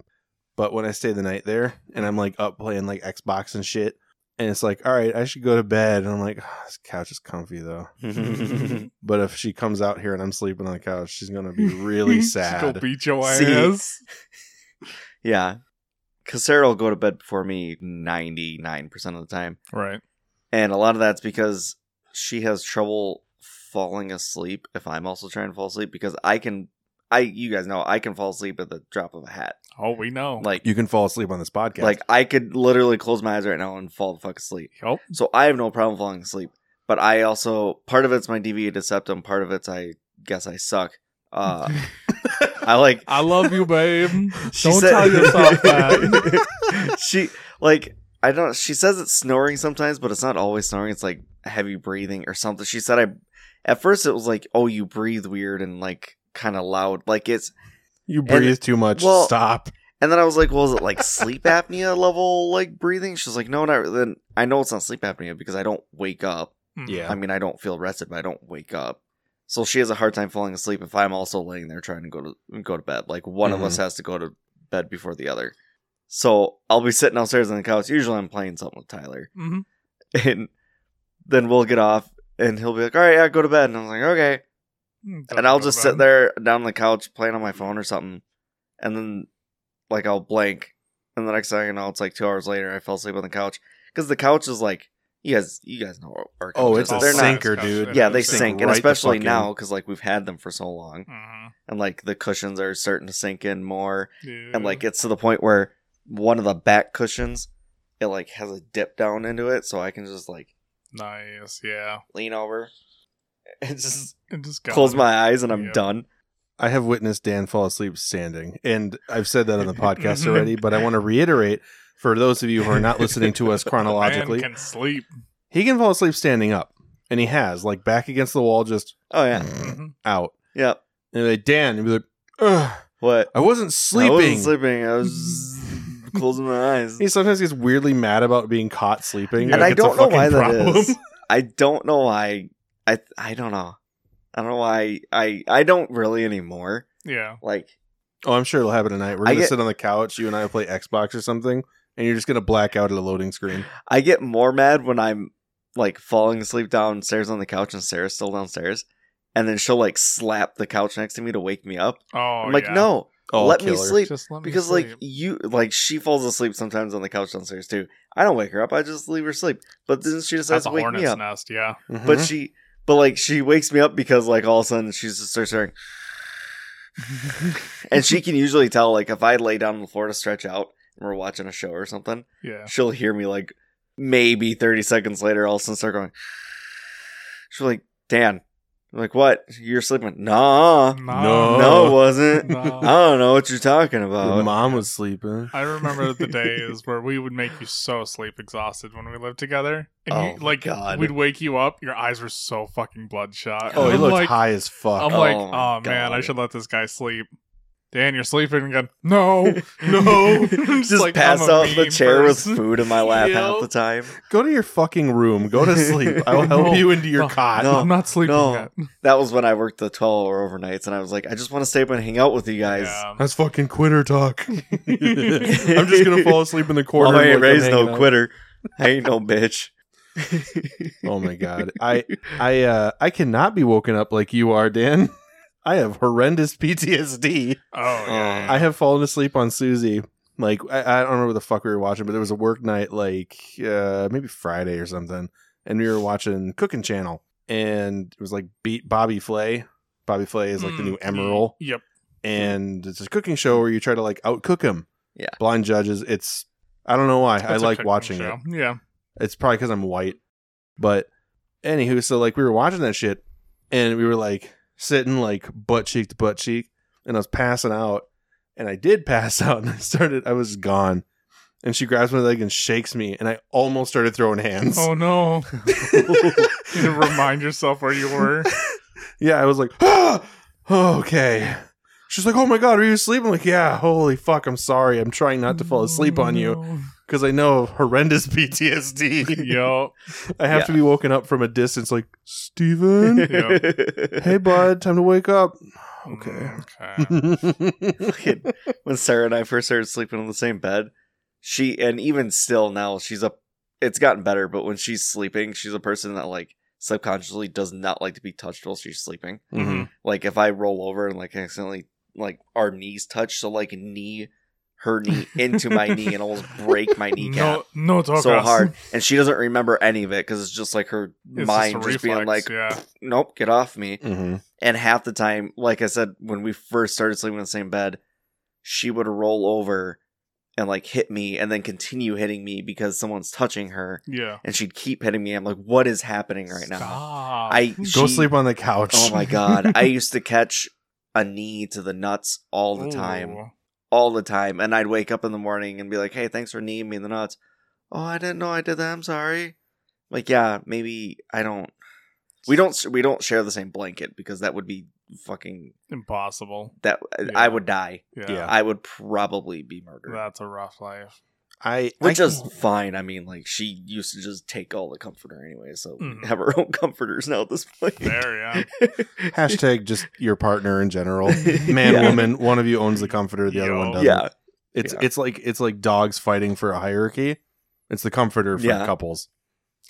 [SPEAKER 2] But when I stay the night there, and I'm like up playing like Xbox and shit, and it's like, all right, I should go to bed, and I'm like, "Ah, this couch is comfy though. But if she comes out here and I'm sleeping on the couch, she's gonna be really
[SPEAKER 1] She'll
[SPEAKER 2] sad.
[SPEAKER 1] beat your
[SPEAKER 3] See?
[SPEAKER 1] ass.
[SPEAKER 3] yeah, because Sarah will go to bed before me ninety nine percent of the time.
[SPEAKER 1] Right.
[SPEAKER 3] And a lot of that's because she has trouble falling asleep if I'm also trying to fall asleep because I can I you guys know I can fall asleep at the drop of a hat.
[SPEAKER 1] Oh, we know.
[SPEAKER 3] Like
[SPEAKER 2] you can fall asleep on this podcast.
[SPEAKER 3] like I could literally close my eyes right now and fall the fuck asleep.
[SPEAKER 1] Yup.
[SPEAKER 3] So I have no problem falling asleep. But I also part of it's my deviated septum, part of it's I guess I suck. Uh I like
[SPEAKER 1] I love you, babe.
[SPEAKER 3] She
[SPEAKER 1] Don't
[SPEAKER 3] said-
[SPEAKER 1] tell yourself that.
[SPEAKER 3] she like I don't. She says it's snoring sometimes, but it's not always snoring. It's like heavy breathing or something. She said I. At first, it was like, oh, you breathe weird and like kind of loud. Like it's.
[SPEAKER 2] you breathe too much.
[SPEAKER 3] well-
[SPEAKER 2] Stop.
[SPEAKER 3] And then I was like, well, is it like sleep apnea level like breathing? She's like, no, not. really." Then I know it's not sleep apnea because I don't wake up.
[SPEAKER 1] Mm.
[SPEAKER 2] Yeah.
[SPEAKER 3] I mean, I don't feel rested, but I don't wake up. So she has a hard time falling asleep if I'm also laying there trying to go to go to bed. Like one
[SPEAKER 2] Mhm.
[SPEAKER 3] of us has to go to bed before the other. So I'll be sitting downstairs on the couch. Usually I'm playing something with Tyler.
[SPEAKER 1] Mm-hmm.
[SPEAKER 3] And then we'll get off and he'll be like, All right, yeah, go to bed. And I'm like, Okay. and I'll just sit there down on the couch playing on my phone or something, and then like I'll blank, and the next thing I know, it's like two hours later. I fell asleep on the couch because the couch is like you guys, you guys know our couches.
[SPEAKER 2] Oh, it's
[SPEAKER 1] All
[SPEAKER 2] a
[SPEAKER 3] they're
[SPEAKER 1] sides.
[SPEAKER 3] not.
[SPEAKER 2] sinker, dude.
[SPEAKER 3] Yeah, they
[SPEAKER 1] Sink
[SPEAKER 3] sink,
[SPEAKER 2] right
[SPEAKER 3] and
[SPEAKER 2] the
[SPEAKER 3] especially
[SPEAKER 2] fuck in.
[SPEAKER 3] now because like we've had them for so long,
[SPEAKER 1] Mm-hmm.
[SPEAKER 3] and like the cushions are starting to sink in more, and like it's to the point where one of the back cushions, it like has a dip down into it, so I can just like
[SPEAKER 1] nice, yeah.
[SPEAKER 3] lean over, and just
[SPEAKER 1] It just got
[SPEAKER 3] close my eyes, and I'm
[SPEAKER 1] Yep.
[SPEAKER 3] done.
[SPEAKER 2] I have witnessed Dan fall asleep standing, and I've said that on the podcast already, but I want to reiterate for those of you who are not listening to us chronologically,
[SPEAKER 1] Man can sleep.
[SPEAKER 2] he can fall asleep standing up, and he has like back against the wall, just
[SPEAKER 3] Oh yeah,
[SPEAKER 1] Mhm.
[SPEAKER 2] out.
[SPEAKER 3] yeah.
[SPEAKER 2] And like Dan, and be like, Ugh,
[SPEAKER 3] What?
[SPEAKER 2] I wasn't sleeping.
[SPEAKER 3] I wasn't sleeping. I was closing my eyes.
[SPEAKER 2] He sometimes gets weirdly mad about being caught sleeping,
[SPEAKER 1] Yeah,
[SPEAKER 3] and
[SPEAKER 2] Like,
[SPEAKER 3] I
[SPEAKER 2] it's a
[SPEAKER 3] don't know
[SPEAKER 2] fucking
[SPEAKER 3] why that is.
[SPEAKER 2] problem.
[SPEAKER 3] I don't know why. I I don't know. I don't know why. I I don't really anymore.
[SPEAKER 1] Yeah.
[SPEAKER 3] Like
[SPEAKER 2] Oh, I'm sure it'll happen tonight. We're
[SPEAKER 3] I
[SPEAKER 2] gonna
[SPEAKER 3] get-
[SPEAKER 2] sit on the couch. You and I will play Xbox or something, and you're just gonna black out at a loading screen.
[SPEAKER 3] I get more mad when I'm like falling asleep downstairs on the couch and Sarah's still downstairs, and then she'll like slap the couch next to me to wake me up.
[SPEAKER 1] Oh,
[SPEAKER 3] I'm like,
[SPEAKER 1] yeah.
[SPEAKER 3] no,
[SPEAKER 2] Oh,
[SPEAKER 3] let me
[SPEAKER 2] killer.
[SPEAKER 3] sleep.
[SPEAKER 1] Just let me
[SPEAKER 3] Because
[SPEAKER 1] sleep.
[SPEAKER 3] like you like she falls asleep sometimes on the couch downstairs too. I don't wake her up. I just leave her sleep. But then she decides
[SPEAKER 1] that's
[SPEAKER 3] to
[SPEAKER 1] a
[SPEAKER 3] wake me
[SPEAKER 1] hornet's
[SPEAKER 3] up.
[SPEAKER 1] nest. Yeah.
[SPEAKER 2] Mhm.
[SPEAKER 3] But she, but like she wakes me up because like all of a sudden she just starts hearing, and she can usually tell like if I lay down on the floor to stretch out and we're watching a show or something,
[SPEAKER 1] Yeah.
[SPEAKER 3] she'll hear me like maybe thirty seconds later all of a sudden start going. She's like, Dan, I'm like what? You're sleeping? Nah,
[SPEAKER 2] No.
[SPEAKER 1] Uh-huh.
[SPEAKER 3] no, it wasn't.
[SPEAKER 1] No.
[SPEAKER 3] I don't know what you're talking
[SPEAKER 2] Your
[SPEAKER 3] about.
[SPEAKER 2] mom was sleeping.
[SPEAKER 1] I remember the days where we would make you so sleep exhausted when we lived together. And
[SPEAKER 3] Oh,
[SPEAKER 1] you, like
[SPEAKER 3] God.
[SPEAKER 1] we'd wake you up, your eyes were so fucking bloodshot.
[SPEAKER 2] Oh, he
[SPEAKER 1] I'm
[SPEAKER 2] looked
[SPEAKER 1] like,
[SPEAKER 2] high as fuck.
[SPEAKER 1] I'm
[SPEAKER 3] Oh,
[SPEAKER 1] like, oh
[SPEAKER 3] my
[SPEAKER 1] man, I
[SPEAKER 3] God.
[SPEAKER 1] should let this guy sleep. Dan, you're sleeping again. No, no.
[SPEAKER 3] just
[SPEAKER 1] Like,
[SPEAKER 3] pass
[SPEAKER 1] I'm a
[SPEAKER 3] out in the
[SPEAKER 1] mean
[SPEAKER 3] chair
[SPEAKER 1] person.
[SPEAKER 3] with food in my lap half
[SPEAKER 1] Yep.
[SPEAKER 3] the time.
[SPEAKER 2] Go to your fucking room. Go to sleep. I will help
[SPEAKER 1] No.
[SPEAKER 2] you into your
[SPEAKER 1] No.
[SPEAKER 2] cot.
[SPEAKER 3] No.
[SPEAKER 1] I'm not sleeping
[SPEAKER 3] Oh, no.
[SPEAKER 1] yet.
[SPEAKER 3] that was when I worked the 12 hour overnights, and I was like, I just want to stay up and hang out with you guys.
[SPEAKER 1] Yeah.
[SPEAKER 2] That's fucking quitter talk. I'm just gonna fall asleep in the corner.
[SPEAKER 3] Well, I ain't
[SPEAKER 2] like I'm
[SPEAKER 3] raised
[SPEAKER 2] hanging
[SPEAKER 3] Oh, no
[SPEAKER 2] out.
[SPEAKER 3] quitter. I ain't no bitch.
[SPEAKER 2] Oh my god. I I uh I cannot be woken up like you are, Dan. I have horrendous PTSD.
[SPEAKER 1] Oh yeah.
[SPEAKER 2] I have fallen asleep on Susie. Like I, I don't remember the fuck we were watching, but it was a work night, like uh, maybe Friday or something, and we were watching Cooking Channel, and it was like beat Bobby Flay. Bobby Flay is like the
[SPEAKER 1] Mm,
[SPEAKER 2] new Emerald,
[SPEAKER 1] Yep.
[SPEAKER 2] and it's a cooking show where you try to like outcook him.
[SPEAKER 3] Yeah.
[SPEAKER 2] blind judges. It's I don't know why I
[SPEAKER 1] It's a
[SPEAKER 2] like
[SPEAKER 1] cooking
[SPEAKER 2] watching
[SPEAKER 1] show.
[SPEAKER 2] it.
[SPEAKER 1] Yeah.
[SPEAKER 2] It's probably because I'm white, but anywho, so like we were watching that shit, and we were like sitting like butt cheek to butt cheek, and I was passing out, and I did pass out, and I started I was gone, and she grabs my leg and shakes me, and I almost started throwing hands.
[SPEAKER 1] Oh no. You need to remind yourself where you were.
[SPEAKER 2] Yeah, I was like, ah! okay. She's like, oh my god, are you asleep? I'm like, yeah, holy fuck, I'm sorry. I'm trying not to fall asleep on you
[SPEAKER 1] Oh,
[SPEAKER 2] because I know of horrendous PTSD.
[SPEAKER 1] Yo.
[SPEAKER 2] I have
[SPEAKER 3] Yeah.
[SPEAKER 2] to be woken up from a distance, like, Steven, hey bud, time to wake up. Okay.
[SPEAKER 1] Okay. Mm-hmm.
[SPEAKER 3] Fucking- when Sarah and I first started sleeping in the same bed, she, and even still now, she's a, it's gotten better, but when she's sleeping, she's a person that like subconsciously does not like to be touched while she's sleeping.
[SPEAKER 2] Mm-hmm.
[SPEAKER 1] Mhm.
[SPEAKER 3] Like if I roll over and like accidentally, like our knees touch, so like knee, her knee into my knee and almost break my kneecap.
[SPEAKER 1] No, no talk
[SPEAKER 3] so
[SPEAKER 1] us.
[SPEAKER 3] hard, and she doesn't remember any of it because it's just like her
[SPEAKER 1] It's
[SPEAKER 3] mind
[SPEAKER 1] a
[SPEAKER 3] just, being like,
[SPEAKER 1] reflex, yeah.
[SPEAKER 3] "Nope, get off me."
[SPEAKER 1] Mm-hmm.
[SPEAKER 2] Mhm.
[SPEAKER 3] And half the time, like I said, when we first started sleeping in the same bed, she would roll over and like hit me, and then continue hitting me because someone's touching her,
[SPEAKER 1] Yeah.
[SPEAKER 3] and she'd keep hitting me. I'm like, "What is happening right now?"
[SPEAKER 1] Stop.
[SPEAKER 3] I
[SPEAKER 2] Go
[SPEAKER 3] she-
[SPEAKER 2] sleep on the couch.
[SPEAKER 3] Oh my god, I used to catch a knee to the nuts all the
[SPEAKER 2] Oh,
[SPEAKER 3] time,
[SPEAKER 1] Ooh.
[SPEAKER 3] all the time, and I'd wake up in the morning and be like, "Hey, thanks for kneeing me in the nuts." Oh, I didn't know I did that. I'm sorry. Like, yeah, maybe I don't. We don't. We don't share the same blanket because that would be fucking.
[SPEAKER 1] Impossible.
[SPEAKER 3] That
[SPEAKER 1] Yeah.
[SPEAKER 3] I would die.
[SPEAKER 1] Yeah.
[SPEAKER 2] Yeah.
[SPEAKER 3] I would probably be murdered.
[SPEAKER 1] That's a rough life.
[SPEAKER 2] I
[SPEAKER 3] Which
[SPEAKER 2] I,
[SPEAKER 3] is fine. I mean, like she used to just take all the comforter anyway, so
[SPEAKER 1] Mhm.
[SPEAKER 2] Mm-hmm.
[SPEAKER 3] have her own comforters now at this point.
[SPEAKER 1] There, yeah.
[SPEAKER 2] hashtag just your partner in general. Man,
[SPEAKER 3] Yeah.
[SPEAKER 2] woman, one of you owns the comforter, the other
[SPEAKER 1] Yo.
[SPEAKER 2] one doesn't.
[SPEAKER 3] Yeah,
[SPEAKER 2] It's
[SPEAKER 3] Yeah.
[SPEAKER 2] it's like it's like dogs fighting for a hierarchy. It's the comforter for
[SPEAKER 3] Yeah.
[SPEAKER 2] couples.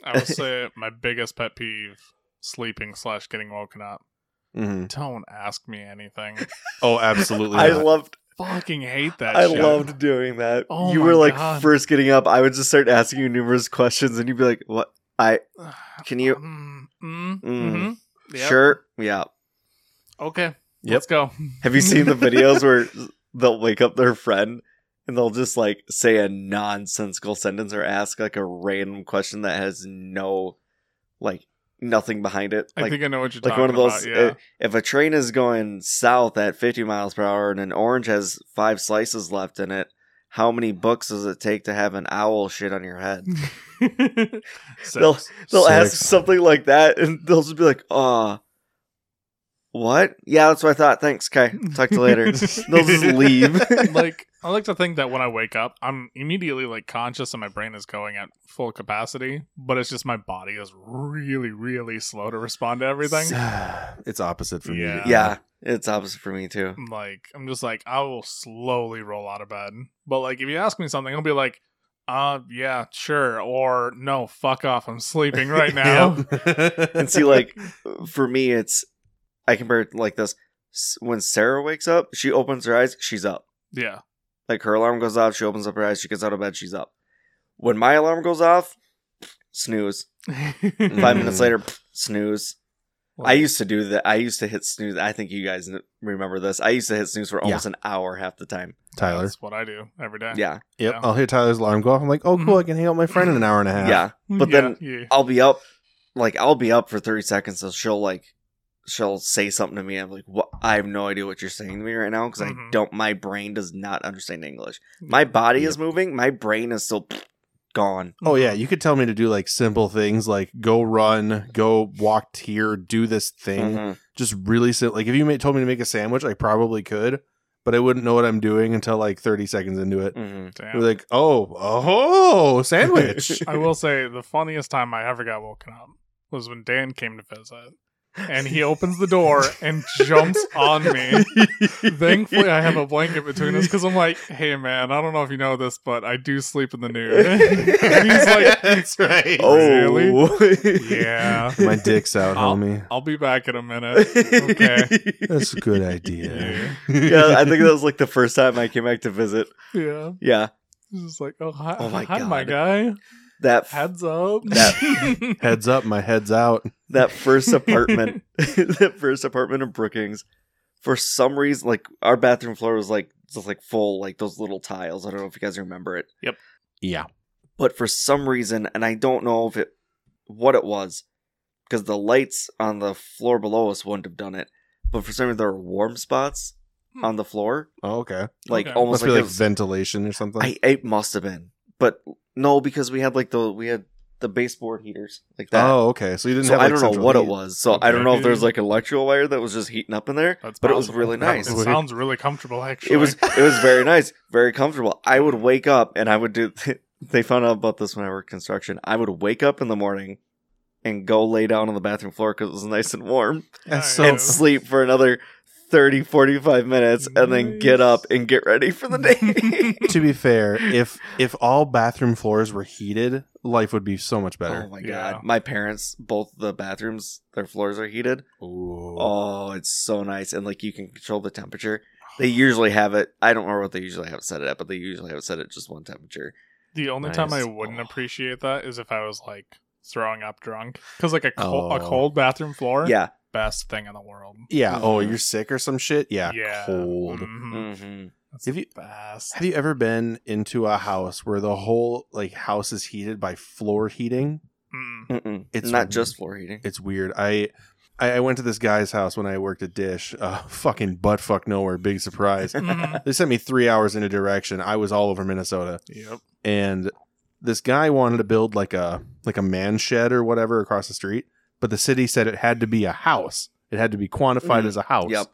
[SPEAKER 1] I would say my biggest pet peeve: sleeping slash getting woken up.
[SPEAKER 2] Mhm.
[SPEAKER 1] Don't ask me anything.
[SPEAKER 2] Oh, absolutely.
[SPEAKER 3] Mm-hmm. I
[SPEAKER 2] not.
[SPEAKER 3] loved.
[SPEAKER 1] Fucking hate that.
[SPEAKER 3] I
[SPEAKER 1] shit.
[SPEAKER 3] loved doing that.
[SPEAKER 1] Oh
[SPEAKER 3] you
[SPEAKER 1] my
[SPEAKER 3] were like
[SPEAKER 1] God.
[SPEAKER 3] first getting up. I would just start asking you numerous questions, and you'd be like, "What? I can you?
[SPEAKER 1] Mm, mm, hmm
[SPEAKER 3] Mm. Sure, yeah."
[SPEAKER 1] Okay.
[SPEAKER 2] Yep.
[SPEAKER 1] Let's go.
[SPEAKER 3] Have you seen the videos where they'll wake up their friend and they'll just like say a nonsensical sentence or ask like a random question that has no like nothing behind it?
[SPEAKER 1] I
[SPEAKER 3] Like
[SPEAKER 1] think I know what you're
[SPEAKER 3] like
[SPEAKER 1] talking
[SPEAKER 3] one of those
[SPEAKER 1] about. Yeah.
[SPEAKER 3] uh, if a train is going south at 50 miles per hour and an orange has five slices left in it, how many books does it take to have an owl shit on your head?
[SPEAKER 1] Six.
[SPEAKER 3] uh, they'll they'll ask
[SPEAKER 2] Six.
[SPEAKER 3] something like that and they'll just be like, "Uh what? Yeah, that's what I thought. Thanks, Kai. Talk to you later." They'll just leave.
[SPEAKER 1] like I like to think that when I wake up, I'm immediately like conscious and my brain is going at full capacity, but it's just my body is really, really slow to respond to everything.
[SPEAKER 2] It's opposite for me.
[SPEAKER 1] Yeah.
[SPEAKER 3] yeah, it's opposite for me too.
[SPEAKER 1] I'm like I'm just like I will slowly roll out of bed. But like if you ask me something, I'll be like, uh yeah, sure, or no, fuck off, I'm sleeping right now.
[SPEAKER 3] And see, like for me, it's I compare it like this: S- when Sarah wakes up, she opens her eyes, she's up.
[SPEAKER 1] yeah.
[SPEAKER 3] Like her alarm goes off, she opens up her eyes, she gets out of bed, she's up. When my alarm goes off, snooze. Five
[SPEAKER 2] Mm.
[SPEAKER 3] minutes later, snooze. I used to do that. I used to hit snooze. I think you guys kn- remember this. I used to hit snooze for almost an hour half the time.
[SPEAKER 2] Tyler.
[SPEAKER 1] That's what I do every day.
[SPEAKER 3] Yeah,
[SPEAKER 2] Yep.
[SPEAKER 1] Yeah. Mm-hmm.
[SPEAKER 2] I'll hear Tyler's alarm go off. I'm like, oh, cool. I can hang out with my friend in an hour and a half.
[SPEAKER 3] yeah. But
[SPEAKER 1] Yeah,
[SPEAKER 3] then-
[SPEAKER 1] yeah.
[SPEAKER 3] I'll be up, like I'll be up for thirty seconds, so she'll like, she'll say something to me. I'm like, what? I have no idea what you're saying to me right now because I
[SPEAKER 1] Mhm.
[SPEAKER 3] don't. My brain does not understand English. My body is moving. My brain is still gone.
[SPEAKER 2] Oh yeah, you could tell me to do like simple things like go run, go walk here, do this thing.
[SPEAKER 3] Mhm.
[SPEAKER 2] Just really sit. Like if you ma- told me to make a sandwich, I probably could, but I wouldn't know what I'm doing until like 30 seconds into it.
[SPEAKER 3] Mhm.
[SPEAKER 1] Damn.
[SPEAKER 2] You're like, oh, oh, sandwich.
[SPEAKER 1] I will say the funniest time I ever got woken up was when Dan came to visit. And he opens the door and jumps on me.
[SPEAKER 3] mm-hmm.
[SPEAKER 1] Thankfully, I have a blanket between us because I'm like, hey, man, I don't know if you know this, but I do sleep in the nude. And he's like,
[SPEAKER 2] that's right.
[SPEAKER 3] Oh,
[SPEAKER 1] yeah,
[SPEAKER 2] my dick's out,
[SPEAKER 1] I'll-
[SPEAKER 2] homie.
[SPEAKER 1] I'll be back in a minute. Okay.
[SPEAKER 2] That's a good idea.
[SPEAKER 3] yeah, I think that was like the first time I came back to visit.
[SPEAKER 1] Yeah.
[SPEAKER 3] Yeah,
[SPEAKER 1] He's just like, oh, hi,
[SPEAKER 3] Oh my
[SPEAKER 1] hi my guy.
[SPEAKER 3] that
[SPEAKER 1] Heads up.
[SPEAKER 3] That-
[SPEAKER 2] Heads up, my head's out.
[SPEAKER 3] that first apartment, that first apartment in Brookings, for some reason, like our bathroom floor was like just like full like those little tiles. I don't know if you guys remember it,
[SPEAKER 2] Yeah.
[SPEAKER 3] but for some reason, and I don't know if it what it was, because the lights on the floor below us wouldn't have done it. But for some reason, there were warm spots on the floor,
[SPEAKER 2] Oh, okay.
[SPEAKER 3] like
[SPEAKER 1] Okay.
[SPEAKER 3] almost
[SPEAKER 2] Must
[SPEAKER 3] like,
[SPEAKER 2] be
[SPEAKER 3] it
[SPEAKER 2] like
[SPEAKER 3] was-
[SPEAKER 2] ventilation or something.
[SPEAKER 3] I it must have been, but no, because we had like the we had the baseboard heaters like that.
[SPEAKER 2] Oh, okay. So you didn't
[SPEAKER 3] So
[SPEAKER 2] have. Like,
[SPEAKER 3] I don't know
[SPEAKER 2] central
[SPEAKER 3] what it
[SPEAKER 2] heat.
[SPEAKER 3] was. So I don't know if there's like electrical wire that was just heating up in there.
[SPEAKER 1] That's
[SPEAKER 3] but it was
[SPEAKER 1] possible.
[SPEAKER 3] really nice.
[SPEAKER 1] It sounds really comfortable, actually.
[SPEAKER 3] It was it was very nice, very comfortable. I would wake up and I would do. They found out about this when I worked construction. I would wake up in the morning and go lay down on the bathroom floor because it was nice and warm
[SPEAKER 2] That's so
[SPEAKER 1] Yeah.
[SPEAKER 3] and sleep for another 30 45 minutes and then get
[SPEAKER 1] Nice.
[SPEAKER 3] up and get ready for the day
[SPEAKER 2] to be fair, if if all bathroom floors were heated, life would be so much
[SPEAKER 3] oh
[SPEAKER 2] better.
[SPEAKER 3] my
[SPEAKER 1] Yeah.
[SPEAKER 3] god my parents both the bathrooms their floors are heated
[SPEAKER 2] Ooh.
[SPEAKER 3] Oh, it's so nice. And like you can control the temperature. They usually have it. I don't remember what they usually have set it at, but they usually have it set at just one temperature.
[SPEAKER 1] The only time I
[SPEAKER 2] Nice.
[SPEAKER 1] wouldn't
[SPEAKER 2] Oh.
[SPEAKER 1] appreciate that is if I was like throwing up drunk because like a cold, a
[SPEAKER 2] Oh.
[SPEAKER 1] cold bathroom floor,
[SPEAKER 3] Yeah.
[SPEAKER 1] best thing in the world.
[SPEAKER 2] Yeah. Oh,
[SPEAKER 3] Mhm.
[SPEAKER 2] you're sick or some shit. Yeah. Cold.
[SPEAKER 1] Mhm.
[SPEAKER 3] Mm-hmm.
[SPEAKER 1] That's
[SPEAKER 2] If you-
[SPEAKER 1] the best.
[SPEAKER 2] Have you ever been into a house where the whole like house is heated by floor heating?
[SPEAKER 1] Mm.
[SPEAKER 3] Mm-mm. It's
[SPEAKER 2] It's
[SPEAKER 3] not
[SPEAKER 2] weird.
[SPEAKER 3] just floor heating.
[SPEAKER 2] It's weird. I I, I went to this guy's house when I worked at Dish. Uh, fucking butt fuck nowhere. Big surprise.
[SPEAKER 1] Mhm.
[SPEAKER 2] they sent me three hours in a direction. I was all over Minnesota.
[SPEAKER 1] yep.
[SPEAKER 2] and this guy wanted to build like a like a man shed or whatever across the street, but the city said it had to be a house. It had to be quantified
[SPEAKER 3] Mm,
[SPEAKER 2] as a house.
[SPEAKER 3] yep.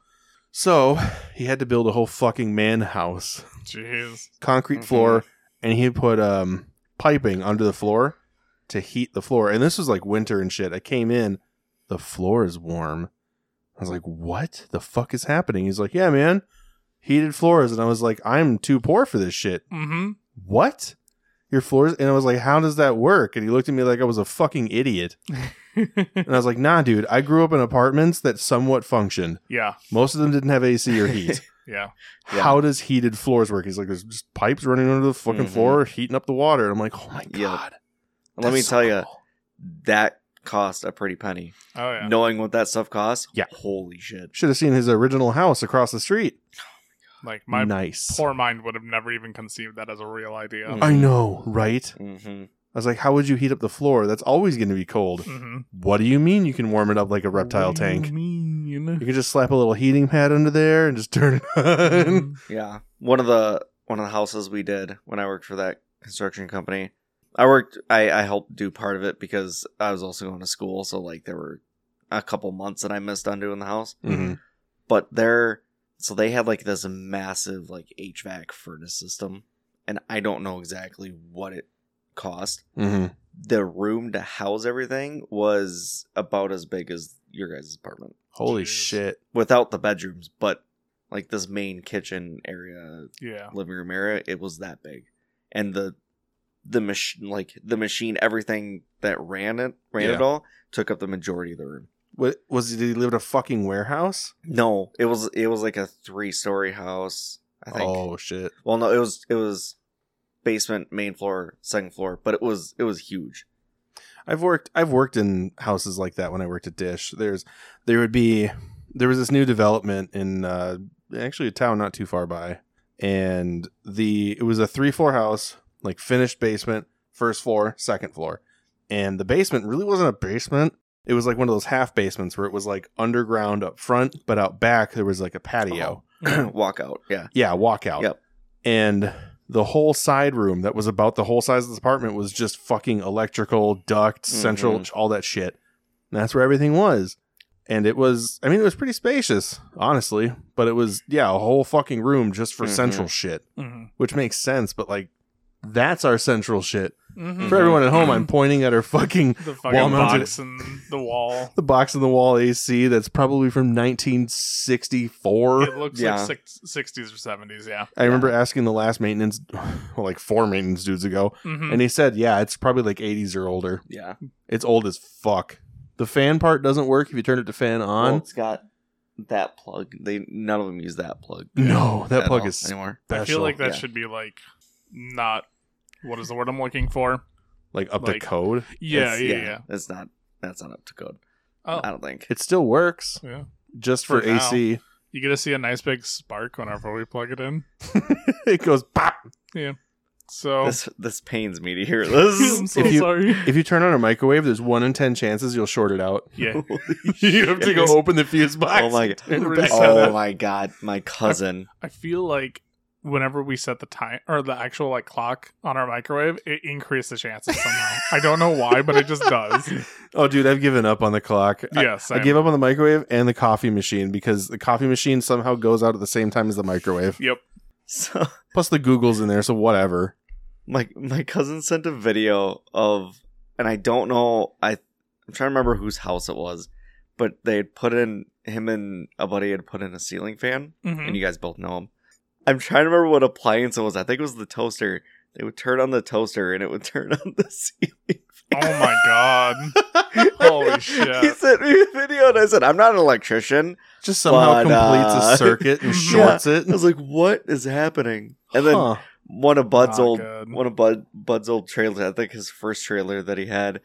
[SPEAKER 2] So he had to build a whole fucking man house,
[SPEAKER 1] Jeez.
[SPEAKER 2] concrete
[SPEAKER 3] Mhm.
[SPEAKER 2] floor, and he put um piping under the floor to heat the floor. And this was like winter and shit. I came in, the floor is warm. I was like, "What the fuck is happening?" He's like, "Yeah, man, heated floors." And I was like, "I'm too poor for this shit."
[SPEAKER 1] Mm-hmm.
[SPEAKER 2] What? Your floors? And I was like, "How does that work?" And he looked at me like I was a fucking idiot.
[SPEAKER 1] Mm-hmm.
[SPEAKER 2] And I was like, "Nah, dude, I grew up in apartments that somewhat functioned.
[SPEAKER 1] yeah.
[SPEAKER 2] Most of them didn't have AC or heat."
[SPEAKER 1] Yeah.
[SPEAKER 3] Yeah.
[SPEAKER 2] how does heated floors work? He's like, there's just pipes running under the fucking
[SPEAKER 3] Mhm.
[SPEAKER 2] floor, heating up the water. And I'm like, oh my god.
[SPEAKER 3] Yeah. Let
[SPEAKER 2] that's
[SPEAKER 3] me
[SPEAKER 2] so
[SPEAKER 3] tell you,
[SPEAKER 2] cool.
[SPEAKER 3] that cost a pretty penny.
[SPEAKER 1] Oh yeah.
[SPEAKER 3] Knowing what that stuff costs,
[SPEAKER 2] Yeah.
[SPEAKER 3] holy shit.
[SPEAKER 2] should have seen his original house across the street.
[SPEAKER 1] Like my
[SPEAKER 2] nice.
[SPEAKER 1] poor mind would have never even conceived that as a real idea.
[SPEAKER 3] Mm.
[SPEAKER 2] I know, right?
[SPEAKER 3] hmm
[SPEAKER 2] I was like, how would you heat up the floor? That's always going to be cold.
[SPEAKER 1] Mm-hmm.
[SPEAKER 2] What do you mean you can warm it up like a reptile
[SPEAKER 1] What do you
[SPEAKER 2] tank? You
[SPEAKER 1] mean?
[SPEAKER 2] can just slap a little heating pad under there and just turn it on.
[SPEAKER 1] Mm.
[SPEAKER 3] Yeah. One of the one of the houses we did when I worked for that construction company. I worked I, I helped do part of it because I was also going to school, so like there were a couple months that I missed on doing the house.
[SPEAKER 2] Mhm.
[SPEAKER 3] But they're so they had like this massive like HVAC furnace system and I don't know exactly what it cost.
[SPEAKER 2] Mhm.
[SPEAKER 3] The room to house everything was about as big as your guys' apartment.
[SPEAKER 2] Holy
[SPEAKER 1] Jeez.
[SPEAKER 2] shit.
[SPEAKER 3] Without the bedrooms, but like this main kitchen area
[SPEAKER 1] yeah.
[SPEAKER 3] living room area, it was that big, and the the machine, like the machine, everything that ran it, ran it
[SPEAKER 2] Yeah.
[SPEAKER 3] all, took up the majority of the room.
[SPEAKER 2] What, was he, did he live in a fucking warehouse?
[SPEAKER 3] No, it was it was like a three story house. I think.
[SPEAKER 2] Oh shit.
[SPEAKER 3] Well, no, it was it was basement, main floor, second floor, but it was it was huge.
[SPEAKER 2] I've worked I've worked in houses like that when I worked at Dish. There's there would be there was this new development in uh, actually a town not too far by, and the it was a three floor house, like finished basement, first floor, second floor, and the basement really wasn't a basement. It was like one of those half basements where it was like underground up front, but out back there was like a patio
[SPEAKER 3] Walk out, yeah.
[SPEAKER 2] yeah walkout
[SPEAKER 3] Yep.
[SPEAKER 2] and the whole side room that was about the whole size of this apartment was just fucking electrical ducts central all that shit and that's where everything was and it was i mean it was pretty spacious honestly but it was yeah a whole fucking room just for
[SPEAKER 3] Mhm.
[SPEAKER 2] central shit
[SPEAKER 1] Mm-hmm.
[SPEAKER 2] which makes sense but like that's our central shit
[SPEAKER 1] Mm-hmm.
[SPEAKER 2] for everyone at home i'm pointing at our fucking
[SPEAKER 1] the fucking
[SPEAKER 2] Wall-mounted-
[SPEAKER 1] box and the wall.
[SPEAKER 2] the box in the wall ac that's probably from 1964
[SPEAKER 1] It looks
[SPEAKER 3] Yeah.
[SPEAKER 1] like six, 60s or 70s. Yeah.
[SPEAKER 2] i remember asking the last maintenance well, like four maintenance dudes ago
[SPEAKER 1] Mm-hmm.
[SPEAKER 2] And he said, yeah, it's probably like 80s or older.
[SPEAKER 3] Yeah,
[SPEAKER 2] It's old as fuck. The fan part doesn't work if you turn it to fan
[SPEAKER 3] well,
[SPEAKER 2] on.
[SPEAKER 3] it's got that plug. They none of them use that plug.
[SPEAKER 2] No, that
[SPEAKER 3] at
[SPEAKER 2] plug
[SPEAKER 3] all
[SPEAKER 2] is
[SPEAKER 3] anymore.
[SPEAKER 1] I feel
[SPEAKER 2] special.
[SPEAKER 1] like that
[SPEAKER 3] yeah.
[SPEAKER 1] should be like not. What is the word I'm looking for?
[SPEAKER 2] Like up
[SPEAKER 1] like-
[SPEAKER 2] to code.
[SPEAKER 1] Yeah,
[SPEAKER 3] It's-
[SPEAKER 1] yeah, yeah.
[SPEAKER 3] It's not. That's not up to code.
[SPEAKER 1] Oh,
[SPEAKER 3] I don't think.
[SPEAKER 2] It still works
[SPEAKER 1] yeah.
[SPEAKER 2] just for,
[SPEAKER 1] For now.
[SPEAKER 2] AC.
[SPEAKER 1] You get to see a nice big spark whenever we plug it in.
[SPEAKER 2] it goes pop.
[SPEAKER 1] So
[SPEAKER 3] This this pains me to hear this.
[SPEAKER 1] I'm so
[SPEAKER 2] if you-
[SPEAKER 1] sorry.
[SPEAKER 2] If you turn on a microwave, there's one in 10 chances you'll short it out.
[SPEAKER 1] Yeah.
[SPEAKER 2] you have to go
[SPEAKER 3] shit.
[SPEAKER 2] open the fuse box.
[SPEAKER 3] oh my god!
[SPEAKER 2] Turn it
[SPEAKER 1] Really
[SPEAKER 2] back
[SPEAKER 1] sad.
[SPEAKER 2] on.
[SPEAKER 3] Oh
[SPEAKER 1] that.
[SPEAKER 3] my god! My cousin.
[SPEAKER 1] I feel like whenever we set the time or the actual like clock on our microwave, it increased the chances somehow. I don't know why, but it just does.
[SPEAKER 2] Oh, dude, I've given up on the clock. I-
[SPEAKER 1] Yes,
[SPEAKER 2] I gave up on the microwave and the coffee machine because the coffee machine somehow goes out at the same time as the microwave.
[SPEAKER 1] Yep.
[SPEAKER 3] So
[SPEAKER 2] Plus, the Google's in there, so whatever.
[SPEAKER 3] my my cousin sent a video of, and I don't know. I I'm trying to remember whose house it was, but they had put in him and a buddy had put in a ceiling fan,
[SPEAKER 1] Mhm.
[SPEAKER 3] and you guys both know him. I'm trying to remember what appliance it was. I think it was the toaster. They would turn on the toaster and it would turn on the ceiling.
[SPEAKER 1] Oh my god. Holy shit.
[SPEAKER 3] He sent me a video and I said, I'm not an electrician.
[SPEAKER 2] just
[SPEAKER 3] But,
[SPEAKER 2] somehow completes
[SPEAKER 3] uh,
[SPEAKER 2] a circuit and
[SPEAKER 1] yeah.
[SPEAKER 2] shorts it.
[SPEAKER 3] I was like, what is happening? And then
[SPEAKER 2] Huh.
[SPEAKER 3] one of Bud's
[SPEAKER 1] Not
[SPEAKER 3] old
[SPEAKER 1] good.
[SPEAKER 3] one of Bud Bud's old trailers, I think his first trailer that he had,